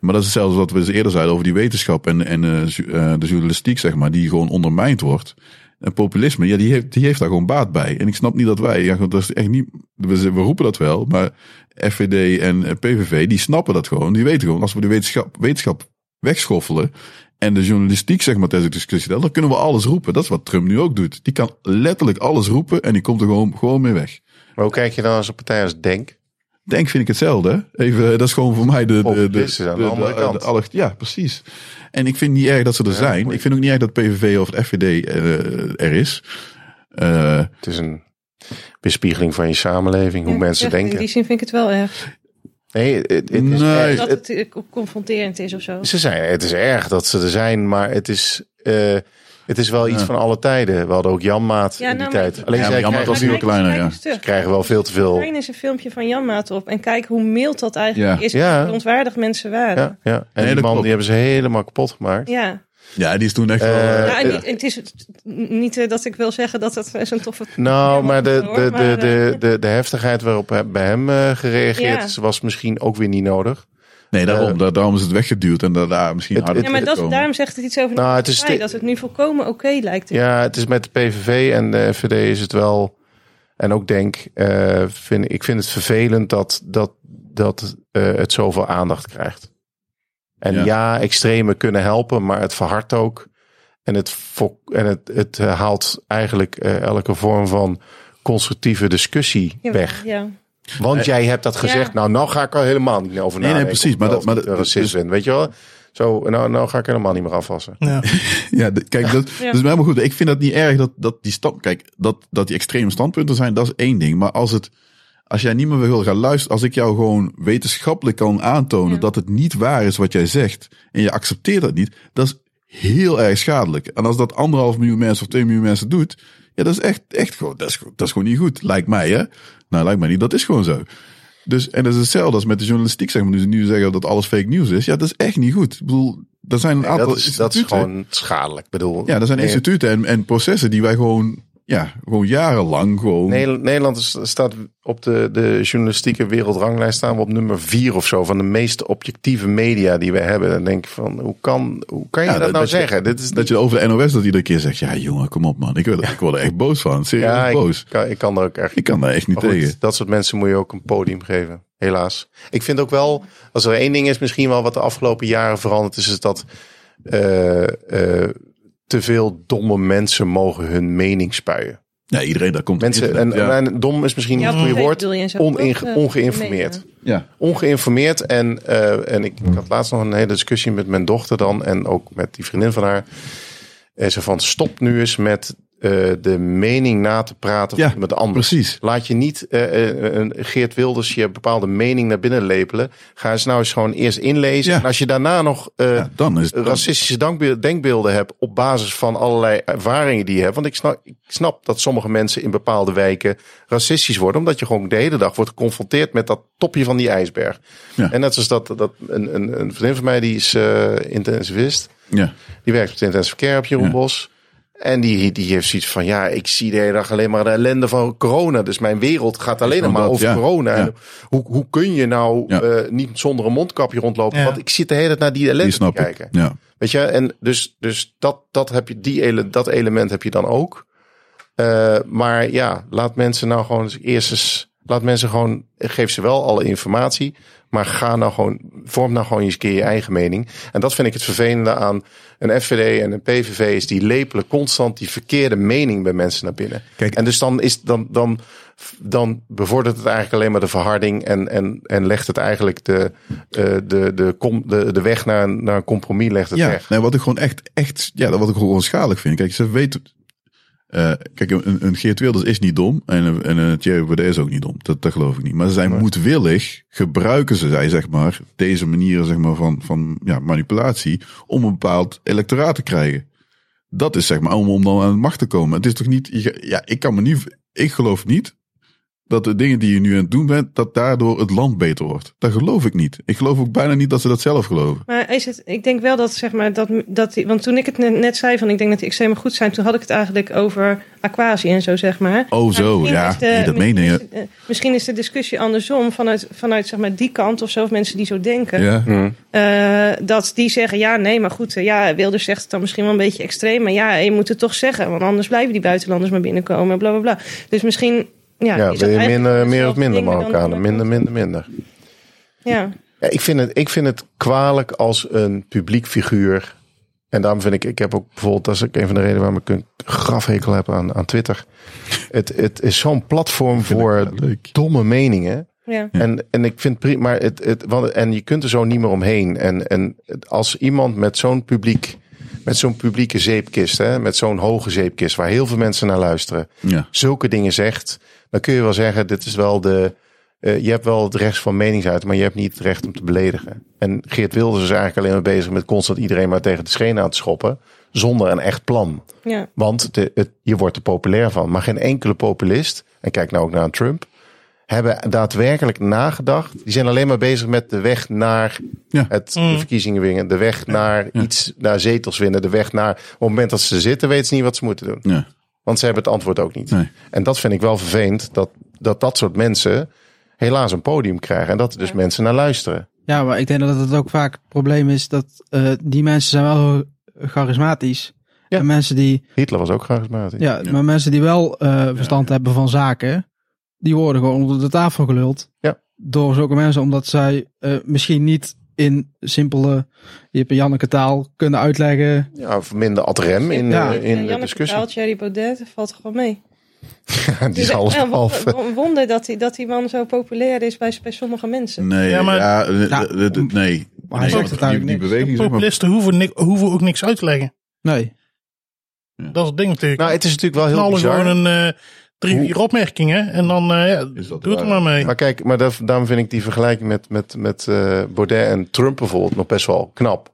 Maar dat is zelfs wat we eens eerder zeiden over die wetenschap en, en eh, ju- eh, de journalistiek, zeg maar, die gewoon ondermijnd wordt. En populisme, ja, die heeft, die heeft daar gewoon baat bij. En ik snap niet dat wij, ja, goed, dat is echt niet, we, z- we roepen dat wel, maar FVD en eh, PVV, die snappen dat gewoon. Die weten gewoon, als we de wetenschap, wetenschap wegschoffelen en de journalistiek, zeg maar, tijdens de discussie stellen, dan kunnen we alles roepen. Dat is wat Trump nu ook doet. Die kan letterlijk alles roepen en die komt er gewoon, gewoon mee weg.
Maar hoe kijk je dan als een partij als Denk?
Denk vind ik hetzelfde. hè. Even, eh, dat is gewoon voor mij de. de, de,
Populisten Oh, aan de andere kant.
alle- ja, precies. En ik vind niet erg dat ze er zijn. Ik vind ook niet erg dat PVV of het FVD eh, er is. Eh,
Het is een bespiegeling van je samenleving. Hoe
Ja,
mensen
echt, In die
denken.
zin vind ik het wel erg.
Nee, het, het is
Nee.
echt-
Dat het eh, confronterend is of zo.
Ze zijn, het is erg dat ze er zijn, maar het is, eh, het is wel iets van alle tijden. We hadden ook Janmaat
Ja,
in die
nou, maar-
tijd. Alleen
Ja, maar
zij
Janmaat
krijgen,
was
Maar
heel
kijk-
kleiner,
kijk
ja.
eens terug.
krijgen wel veel te veel.
Klein is een filmpje van Janmaat op. En kijk hoe mild dat eigenlijk
Ja.
is.
Ja.
Hoe ontwaardig mensen waren.
Ja, ja. En
Nee, dat
die man
klopt.
die hebben ze helemaal kapot gemaakt.
Ja.
ja, die is toen echt. wel,
Eh,
eh,
Ja, en
ja.
niet- en het is niet eh, dat ik wil zeggen dat dat zo'n toffe.
Nou, maar de,
hoor,
de, de,
maar,
de, de, de heftigheid waarop he- bij hem eh, gereageerd
Ja.
is, was misschien ook weer niet nodig.
nee, daarom,
eh,
daar- daarom is het weggeduwd en daar, daar misschien
Het-
harder
Ja, maar
te
dat,
komen.
daarom zegt het iets over de
Nou, het is
maatschappij,
te-
dat het nu volkomen oké lijkt.
Ja, het is met de PVV en de VD is het wel. En ook denk, eh, vind, ik vind het vervelend dat, dat, dat eh, het zoveel aandacht krijgt. En
Ja.
ja, extremen kunnen helpen, maar het verhardt ook. En het, vo- en het, het eh, haalt eigenlijk eh, elke vorm van constructieve discussie
Ja,
weg.
Ja.
Want jij hebt dat gezegd.
Ja.
Nou, nou ga ik er helemaal niet meer over
Nee, nee,
nadenken.
precies, maar
of
dat- maar
ik
dat-
een racist
dus-
ben, weet je wel? Zo, nou, nou ga ik helemaal niet meer afwassen.
Ja.
Ja, de- kijk, dat,
Ja.
dat is maar helemaal goed. Ik vind dat niet erg dat, dat die stand, kijk, dat, dat die extreme standpunten zijn, dat is één ding. Maar als het, als jij niet meer wil gaan luisteren, als ik jou gewoon wetenschappelijk kan aantonen dat het niet waar is wat jij zegt en je accepteert dat niet, dat is heel erg schadelijk. En als dat anderhalf miljoen mensen of twee miljoen mensen doet, ja, dat is echt, echt gewoon, dat is, gewoon- dat is gewoon niet goed. Lijkt mij, hè? Nou, lijkt mij niet. Dat is gewoon zo. Dus, en dat is hetzelfde als met de journalistiek, zeg maar. Dus nu zeggen dat alles fake news is. Ja, dat is echt niet goed. Ik bedoel, er zijn een aantal
dat, is, dat is
instituten-
gewoon schadelijk. Ik bedoel,
ja, dat zijn
Nee,
instituten en, en processen die wij gewoon, ja, gewoon jarenlang gewoon.
Nederland, Nederland is- staat op de, de journalistieke wereldranglijst staan we op nummer vier of zo van de meest objectieve media die we hebben. Dan denk ik van hoe kan, hoe kan je
Ja,
dat, nou
je-
zeggen? Dit is
dat je over de NOS dat iedere keer zegt, ja jongen, kom op man, ik word, ik word er echt boos van, serieus
ja,
boos.
ik,
Ik,
kan, ik kan er ook echt
kan daar echt niet
Maar goed,
tegen.
dat soort mensen moet je ook een podium geven. Helaas. Ik vind ook wel, als er één ding is misschien wel wat de afgelopen jaren veranderd is, is dat eh, eh, te veel domme mensen mogen hun mening spuien.
Ja, iedereen daar komt.
Mensen, en,
internet, ja.
en dom is misschien niet
Ja,
het goede
precies,
woord,
bedoel je en zo.
Oneinge-
Toch, eh,
ongeïnformeerd.
media.
ja.
Ongeïnformeerd en, eh, en ik, ik had laatst nog een hele discussie met mijn dochter dan en ook met die vriendin van haar. En ze van stop nu eens met eh, de mening na te praten
Ja,
van iemand anders.
precies.
Laat je niet eh, eh, een Geert Wilders je bepaalde mening naar binnen lepelen. Ga eens nou eens gewoon eerst inlezen.
Ja.
En als je daarna nog eh,
Ja, dan is het-
racistische dankbe- denkbeelden hebt op basis van allerlei ervaringen die je hebt. Want ik snap, ik snap dat sommige mensen in bepaalde wijken racistisch worden. Omdat je gewoon de hele dag wordt geconfronteerd met dat topje van die ijsberg.
Ja.
En net zoals dat, dat een, een, een vriendin van mij die is eh, intensivist.
Ja.
Die werkt op het intensive care op Jeroen
Ja.
Bos. En die, die heeft zoiets van, ja, ik zie de hele dag alleen maar de ellende van corona. Dus mijn wereld gaat alleen
maar
maar
dat,
over
ja.
corona.
Ja.
En hoe, hoe kun je nou
Ja.
eh, niet zonder een mondkapje rondlopen?
Ja.
Want ik zit de hele tijd naar die
Die
ellende te
snap ik.
kijken.
Ja.
Weet je, en dus, dus dat, dat, heb je, die ele, dat element heb je dan ook. Eh, maar ja, laat mensen nou gewoon eens eerst eens... Laat mensen gewoon, geef ze wel alle informatie, maar ga nou gewoon, vorm nou gewoon eens een keer je eigen mening. En dat vind ik het vervelende aan een FVD en een PVV is die lepelen constant die verkeerde mening bij mensen naar binnen.
Kijk.
en dus dan is dan, dan, dan bevordert het eigenlijk alleen maar de verharding en, en, en legt het eigenlijk de, eh, de, de, kom, de, de weg naar, een- naar een compromis legt het
Ja,
weg.
nee, wat ik gewoon echt, echt, ja, wat ik gewoon schadelijk vind. Kijk, ze weten, eh, kijk, een, een Geert Wilders is niet dom en, een- en een Thierry Baudet is ook niet dom. Dat, dat geloof ik niet. Maar zij moedwillig gebruiken ze, zij, zeg maar, deze manier zeg maar, van, van ja, manipulatie om een bepaald electoraat te krijgen. Dat is zeg maar om, om dan aan de macht te komen. Het is toch niet, je ga- ja, ik kan me niet, ik geloof niet dat de dingen die je nu aan het doen bent, dat daardoor het land beter wordt. Dat geloof ik niet. Ik geloof ook bijna niet dat ze dat zelf geloven.
Maar is het, ik denk wel dat, zeg maar, dat, dat die- want toen ik het net, net zei van ik denk dat die extremen goed zijn, toen had ik het eigenlijk over aquasie en zo, zeg maar.
Oh,
Maar
zo,
misschien
ja.
is de-
Nee, dat
misschien
meen je.
is de- eh, Misschien is de discussie andersom vanuit, vanuit zeg maar, die kant of zo, of mensen die zo denken.
Ja.
Eh, dat die zeggen, ja, nee, maar goed, eh, ja, Wilders zegt het dan misschien wel een beetje extreem, maar ja, je moet het toch zeggen, want anders blijven die buitenlanders maar binnenkomen, bla bla bla. Dus misschien, ja,
Ja, wil
is dat
je
eigenlijk
minder, meer of
hetzelfde
minder
ding, maar dan
Marokkanen?
de andere
Minder, minder, minder.
kant. Ja.
Ja, ik, vind het, ik vind het kwalijk als een publiek figuur. En daarom vind ik, ik heb ook bijvoorbeeld, dat is ook een van de redenen waarom ik een grafhekel heb aan, aan Twitter. Het, het is zo'n platform voor
leuk.
domme meningen.
Ja.
En, en ik vind prima, maar het, het, want, en je kunt er zo niet meer omheen. En, en het- als iemand met zo'n publiek, met zo'n publieke zeepkist, hè, met zo'n hoge zeepkist, waar heel veel mensen naar luisteren,
Ja.
zulke dingen zegt, dan kun je wel zeggen: dit is wel de. eh, je hebt wel het recht van meningsuiting, maar je hebt niet het recht om te beledigen. En Geert Wilders is eigenlijk alleen maar bezig met constant iedereen maar tegen de schenen aan te schoppen, zonder een echt plan.
ja.
Want de, het, je wordt er populair van. Maar geen enkele populist, en kijk nou ook naar een Trump, hebben daadwerkelijk nagedacht. Die zijn alleen maar bezig met de weg naar
Ja.
het, de verkiezingen winnen. De weg naar iets, naar zetels winnen. De weg naar, op het moment dat ze zitten, weten ze niet wat ze moeten doen.
Ja.
Want ze hebben het antwoord ook niet.
Nee.
En dat vind ik wel vervelend, dat dat, dat soort mensen helaas een podium krijgen. En dat er dus mensen naar luisteren.
Ja, maar ik denk dat het ook vaak het probleem is dat eh, die mensen zijn wel charismatisch.
Ja.
En mensen die,
Hitler was ook charismatisch.
ja,
Ja.
Maar mensen die wel eh, verstand hebben van zaken, die worden gewoon onder de tafel geluld.
Ja.
Door zulke mensen, omdat zij eh, misschien niet in simpele Jip en Janneke taal kunnen uitleggen.
Ja, of minder ad rem in,
Ja.
eh, in de
Janneke
discussie.
Kuil, Thierry Baudet, dat valt toch wel mee?
die is
Dus,
alles
eh,
behalve.
wo- Wonder dat die, dat die man zo populair is bij, bij sommige mensen.
Mm.
Nee,
Ja,
ja,
maar-
eh,
Nou,
eh, eh, nee. nee.
Maar hij
want
zegt het
die, die
eigenlijk niks.
beweging, zeg maar.
Populisten hoeven, ni- hoeven ook niks uit te leggen.
Nee.
Dat is het ding natuurlijk.
Nou, het is natuurlijk wel heel
knallen
bizar.
gewoon een eh, drie, vier opmerkingen. En dan eh, ja,
Is dat
doe het er
waar?
maar mee.
Maar kijk, maar daar- daarom vind ik die vergelijking met, met, met eh, Baudet en Trump bijvoorbeeld nog best wel knap.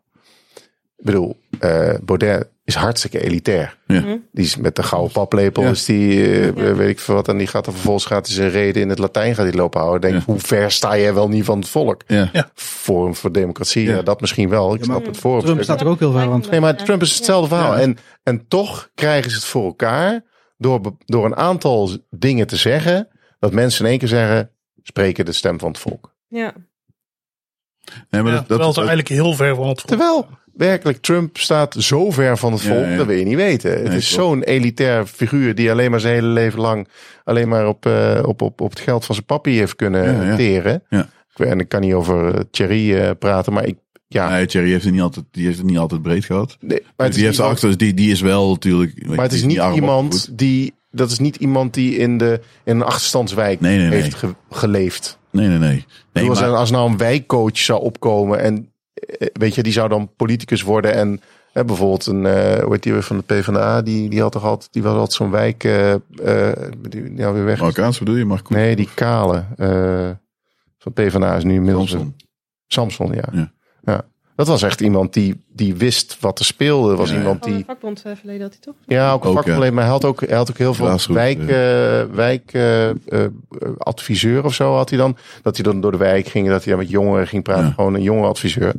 Ik bedoel, eh, Baudet is hartstikke elitair.
Ja.
Hm.
Die is met de gouden paplepel,
Ja.
dus die eh,
Ja.
weet ik veel wat. En die gaat er vervolgens gaat hij zijn reden in het Latijn gaat hij lopen houden. Denk,
Ja.
hoe ver sta jij wel niet van het volk?
Ja.
Ja.
Forum voor Democratie,
Ja.
ja. dat misschien wel. Ik snap het forum.
Trump staat er ook heel ver aan.
Nee, maar Trump is hetzelfde verhaal. En, en toch krijgen ze het voor elkaar door, be- door een aantal z- dingen te zeggen. Dat mensen in één keer zeggen, spreken de stem van het volk.
Ja.
Nee, maar
Ja,
dat,
terwijl
dat,
ze eigenlijk heel ver van het volk.
Terwijl werkelijk Trump staat zo ver van het
Ja,
volk,
ja.
dat wil je niet weten. Het
Nee,
is
klopt.
zo'n elitair figuur die alleen maar zijn hele leven lang alleen maar op, eh, op, op, op het geld van zijn papi heeft kunnen
Ja, ja.
teren.
Ja.
Ik weet- En ik kan niet over eh, Thierry eh, praten, maar ik... Ja,
nee, Thierry heeft het niet altijd, die heeft het niet altijd breed gehad.
nee, maar
Maar
het
die heeft
is
de
niet-
achter, dus die, die is wel natuurlijk.
Maar het is
die
niet
arm opgevoed.
iemand die. Dat is niet iemand die in, de, in een achterstandswijk
Nee, nee, nee.
heeft ge- geleefd.
Nee, nee, nee. nee
Ik bedoel,
maar,
als nou een wijkcoach zou opkomen en eh, weet je, die zou dan politicus worden en eh, bijvoorbeeld een, eh hoe heet die weer van de PvdA, die, die had toch altijd, die was altijd zo'n wijk, eh eh, die nou weer weg.
Marokkaans bedoel je, Marco?
Nee, die kale eh, van PvdA is nu inmiddels een-
Samson.
Samson, ja.
Ja.
ja. Dat was echt iemand die, die wist wat er speelde. Was
Ja, ja.
iemand
Van een
die
vakbond eh, verleden had hij toch?
Ja, ook een
Ook,
vakcollega, Maar hij had ook, hij had ook heel veel
Graasroet,
wijkadviseur wijk, eh, eh, adviseur of zo had hij dan. Dat hij dan door de wijk ging, dat hij dan met jongeren ging praten.
Ja.
Gewoon een jonge adviseur.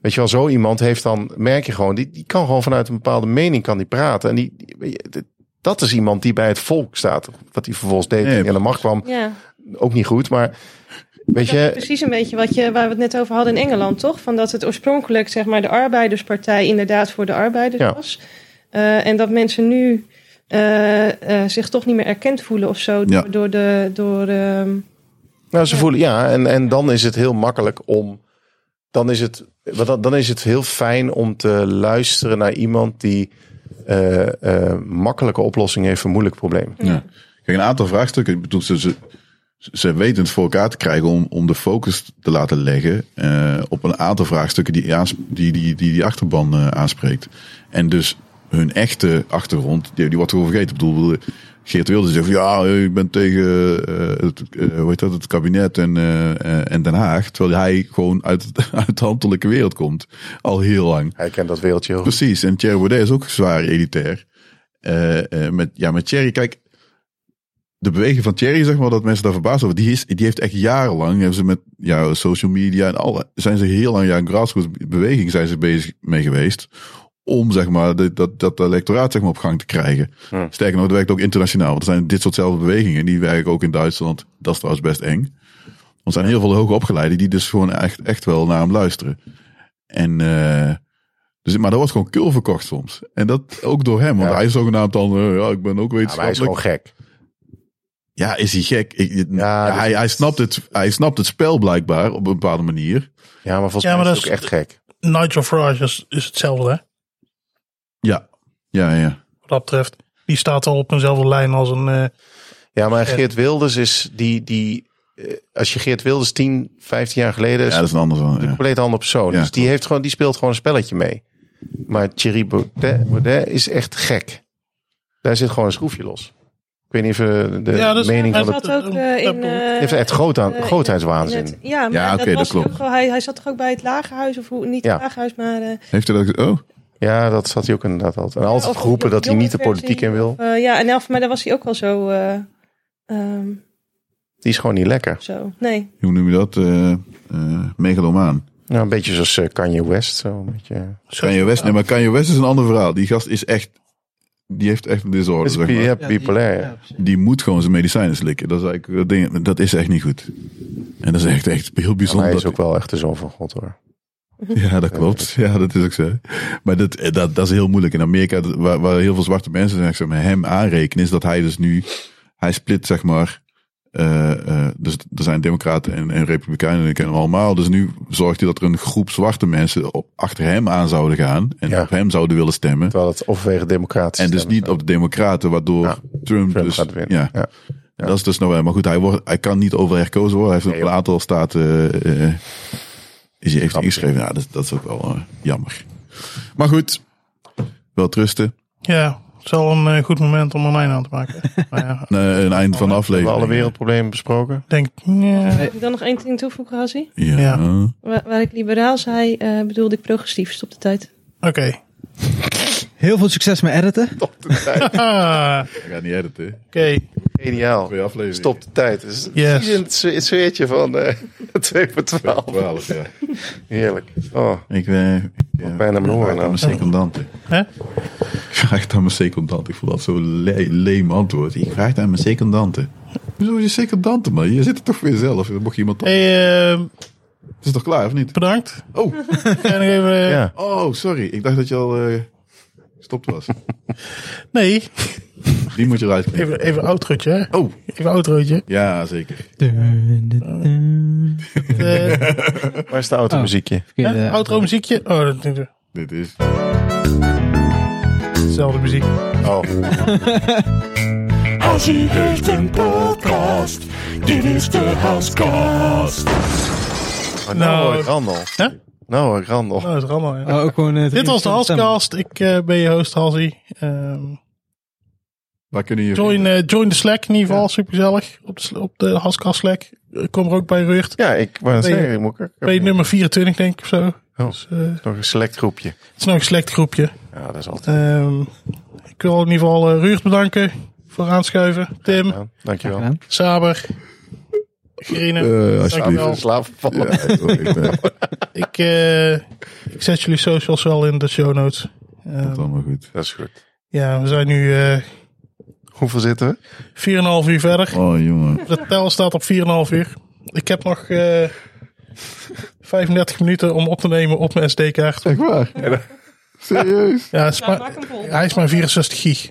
Weet je wel, zo iemand heeft dan, merk je gewoon, die, die kan gewoon vanuit een bepaalde mening kan die praten. En die, die- weet je, d- dat is iemand die bij het volk staat. Wat hij vervolgens deed
Nee,
en aan de macht kwam,
Ja.
ook niet goed. Maar weet
Dat is
je,
precies een beetje wat je, waar we het net over hadden in Engeland, toch? Van dat het oorspronkelijk zeg maar, de arbeiderspartij inderdaad voor de arbeiders
Ja.
was. Eh, en dat mensen nu eh, eh, zich toch niet meer erkend voelen of zo.
Ja.
Door, door de. Door, ehm,
nou ze voelen, ja, en, en dan is het heel makkelijk om, dan is het, want dan- dan is het heel fijn om te luisteren naar iemand die eh, eh, makkelijke oplossingen heeft voor moeilijke problemen.
Ja. Kijk, een aantal vraagstukken. Ik bedoel, ze, ze, ze weten het voor elkaar te krijgen om, om de focus te laten leggen eh, op een aantal vraagstukken die aans- die, die, die, die achterban eh, aanspreekt. En dus hun echte achtergrond, die, die wordt gewoon vergeten. Ik bedoel, Geert Wilders zegt van, ja, eh, ik ben tegen eh, het, eh, hoe heet dat, het kabinet en, eh, eh, en Den Haag. Terwijl hij gewoon uit, uit de handelijke wereld komt. Al heel lang.
Hij kent dat wereldje heel goed.
Precies, en Thierry Baudet is ook zwaar elitair. Eh, eh, met, ja, met Thierry, kijk, de beweging van Thierry, zeg maar, dat mensen daar verbaasd over, die, is, die heeft echt jarenlang, hebben ze met ja, social media en alle, zijn ze heel lang, ja, een grassroots beweging zijn ze bezig mee geweest, om, zeg maar, de- dat, dat electoraat, zeg maar, op gang te krijgen. Sterker nog, dat werkt ook internationaal, want er zijn dit soortzelfde bewegingen, die werken ook in Duitsland, dat is trouwens best eng. Want er zijn heel veel hoogopgeleiden die dus gewoon echt, echt wel naar hem luisteren. En, eh, dus, maar dat wordt gewoon kul verkocht soms. En dat ook door hem, want
Ja.
hij is zogenaamd dan, eh, ja, ik ben ook
Ja, maar hij is
wetenschappelijk.
gewoon gek.
Ja, is hij gek? Ik, ik-
Ja, dus dat
hij,
is-
hij, snapt het, hij snapt het spel blijkbaar op een bepaalde manier.
Ja, maar volgens
Ja, maar
mij
dat
is hij
is-
ook echt gek.
Nigel Farage is, is hetzelfde, hè?
Ja, ja, ja.
Wat dat betreft. Die staat al op eenzelfde lijn als een... eh,
Ja, maar Geert Wilders is die, die eh, als je Geert Wilders 10, 15 jaar geleden is,
Ja, dat is een ander van.
een
Ja.
compleet andere persoon.
Ja,
dus die, heeft gewoon, die speelt gewoon een spelletje mee. Maar Thierry Baudet, Baudet is echt gek. Daar zit gewoon een schroefje los. Ik weet niet of eh, de
Ja, dat is-
mening
hij
van de...
zat-
zat ook eh, in. eh,
Hij heeft echt groot aan,
eh, in-
grootheidswaanzin.
in het- ja, maar
Ja,
dat,
oké, dat
was
klopt.
ook wel. Hij, hij zat toch ook bij het lagerhuis, of hoe, niet
Ja.
het lagerhuis, maar. eh,
Heeft hij dat ge- Oh,
Ja, dat zat hij ook inderdaad altijd. En altijd
of-
geroepen dat hij
jonge
niet de politiek
versie,
in wil.
eh, ja, en elf, maar daar was hij ook wel zo. eh, ehm,
Die is gewoon niet lekker.
zo. Nee.
hoe noem je dat? eh eh megalomaan.
Nou, een beetje zoals eh, Kanye West. Zo een beetje. eh,
Kanye West. Nee, maar Kanye West is een ander verhaal. Die gast is echt. Die heeft echt een disorder.
Het
Zeg
is bi-
maar.
ja, bipolair. ja.
Die moet gewoon zijn medicijnen slikken. Dat is eigenlijk dat ding. Dat is echt niet goed. En dat is echt, echt heel
Maar
bijzonder.
hij
dat-
is ook wel echt de zoon van God hoor.
Ja, dat klopt. Ja, dat is ook zo. Maar dat, eh, dat, dat is heel moeilijk. In Amerika, dat- waar, waar heel veel zwarte mensen zeg maar, hem aanrekenen, is dat hij dus nu, hij split zeg maar. eh, eh, dus er zijn democraten en, en republikeinen, die kennen we allemaal. Dus nu zorgt hij dat er een groep zwarte mensen op, achter hem aan zouden gaan. En
Ja.
op hem zouden willen stemmen.
Terwijl het overwegend democratisch
En dus
stemmen
niet op de democraten, waardoor
Ja.
Trump,
Trump
dus,
gaat winnen.
Ja.
Ja. Ja.
Dat is dus nou wel. Maar goed, hij, wordt, hij kan niet overal herkozen worden. Hij heeft
Nee,
op
joh.
een aantal staten eh, eh, is hij heeft
Grappig.
ingeschreven. Ja, dat, dat is ook wel eh, jammer. Maar goed, wel trusten.
Ja, het is wel een eh, goed moment om een lijn aan te maken. maar ja, ik
Eh, een eind van de
We hebben
aflevering.
alle wereldproblemen besproken.
denk, eh, nee.
Moet ik dan nog één ding toevoegen, Hassie?
Ja.
Ja.
Waar, waar ik liberaal zei, eh, bedoelde ik progressief. Stop de tijd.
oké.
Heel veel succes met editen.
Ah,
Ik ga niet editen.
oké.
Geniaal.
Twee afleveringen.
Stop de tijd. Dus
Yes.
zie je Het swe- het sfeertje van eh 2 voor 12.
12, ja.
Heerlijk. Oh,
Ik ben
bijna mijn nou. oren aan.
mijn secondante.
Hè?
Ik vraag het aan mijn secondante. Ik vond dat zo'n le leem antwoord. Ik vraag het aan mijn secondante. Hoezo is je secondante, man? Je zit er toch weer zelf. Dan mocht je iemand...
Hey, eh,
Het is toch klaar, of niet?
bedankt.
Oh,
En nog even, eh,
Ja.
oh sorry. Ik dacht dat je al eh gestopt was.
Nee,
Die moet je eruit knippen.
even, even een outrootje. hè.
Oh,
Even een outrootje.
ja, zeker.
Eh
Waar is de
Oh.
automuziekje?
hè, outro muziekje. Oh, dat is
Dit is...
dezelfde muziek. Nou,
Oh,
Hasie heeft een podcast. Dit is de Haskast.
Oh,
maar nou
Nou.
hoor ik Randall.
Hè?
Nou hoor ik Randall.
Oh, dat is rammel, ja.
Oh, ook gewoon, eh,
Dit was de
3 september.
Halscast. Ik eh, ben je host, Halsey. Ehm,
Waar kunnen je...
join, eh, join de Slack in ieder geval. Supergezellig. Op de, sl- op de Halscast Slack. Eh, Kom er ook bij Ruurt.
Ja, ik wou net
Ben je-
zeggen, ik moet ook
Bij nummer 24 denk ik of zo.
Oh.
Dus, eh, het
nog een select groepje.
is nog een select groepje.
Ja, dat is altijd.
Ehm, ik wil in ieder geval eh, Ruurt bedanken voor aanschuiven. Tim,
Ja, dankjewel.
gedaan.
Saber, Gerine.
Eh, alsjeblieft.
Dankjewel.
Slaapvallen.
Ja, hoor, Oh, ik ben...
Ik, eh, ik zet jullie socials wel in de show notes. Ehm,
Komt allemaal goed.
Dat is goed.
ja, we zijn nu eh 4,5
Hoeveel zitten we?
uur verder.
Oh, jongen.
De tel staat op 4,5 uur. Ik heb nog eh 35 minuten om op te nemen op mijn SD-kaart.
Echt waar? Serieus?
Ja, het is maar- hij is maar 64 gig.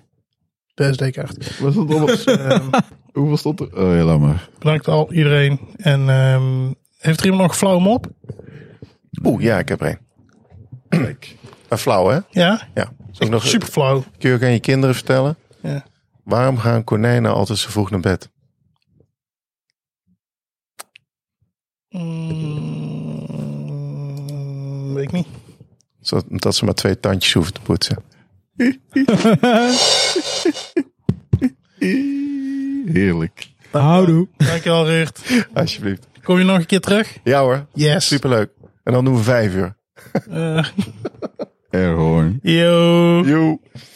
De SD-kaart.
Was dat allemaal...
Ehm,
Hoeveel stond er? Oh, ja, laat maar.
bedankt al iedereen. En ehm, heeft er iemand nog een flauw mop?
Oeh, ja, ik heb er een. Een flauw, hè?
Ja,
Ja. Ik nog,
super flauw.
Kun je ook aan je kinderen vertellen?
Ja.
Waarom gaan konijnen altijd zo vroeg naar bed?
Mm, weet ik niet.
Zodat omdat ze maar twee tandjes hoeven te poetsen.
Heerlijk.
Houdoe.
Dankjewel, Ruurt.
Alsjeblieft.
Kom je nog een keer terug?
Ja hoor,
Yes.
superleuk. En dan doen we vijf uur.
Eh,
Erhoorn.
yo.
Joe.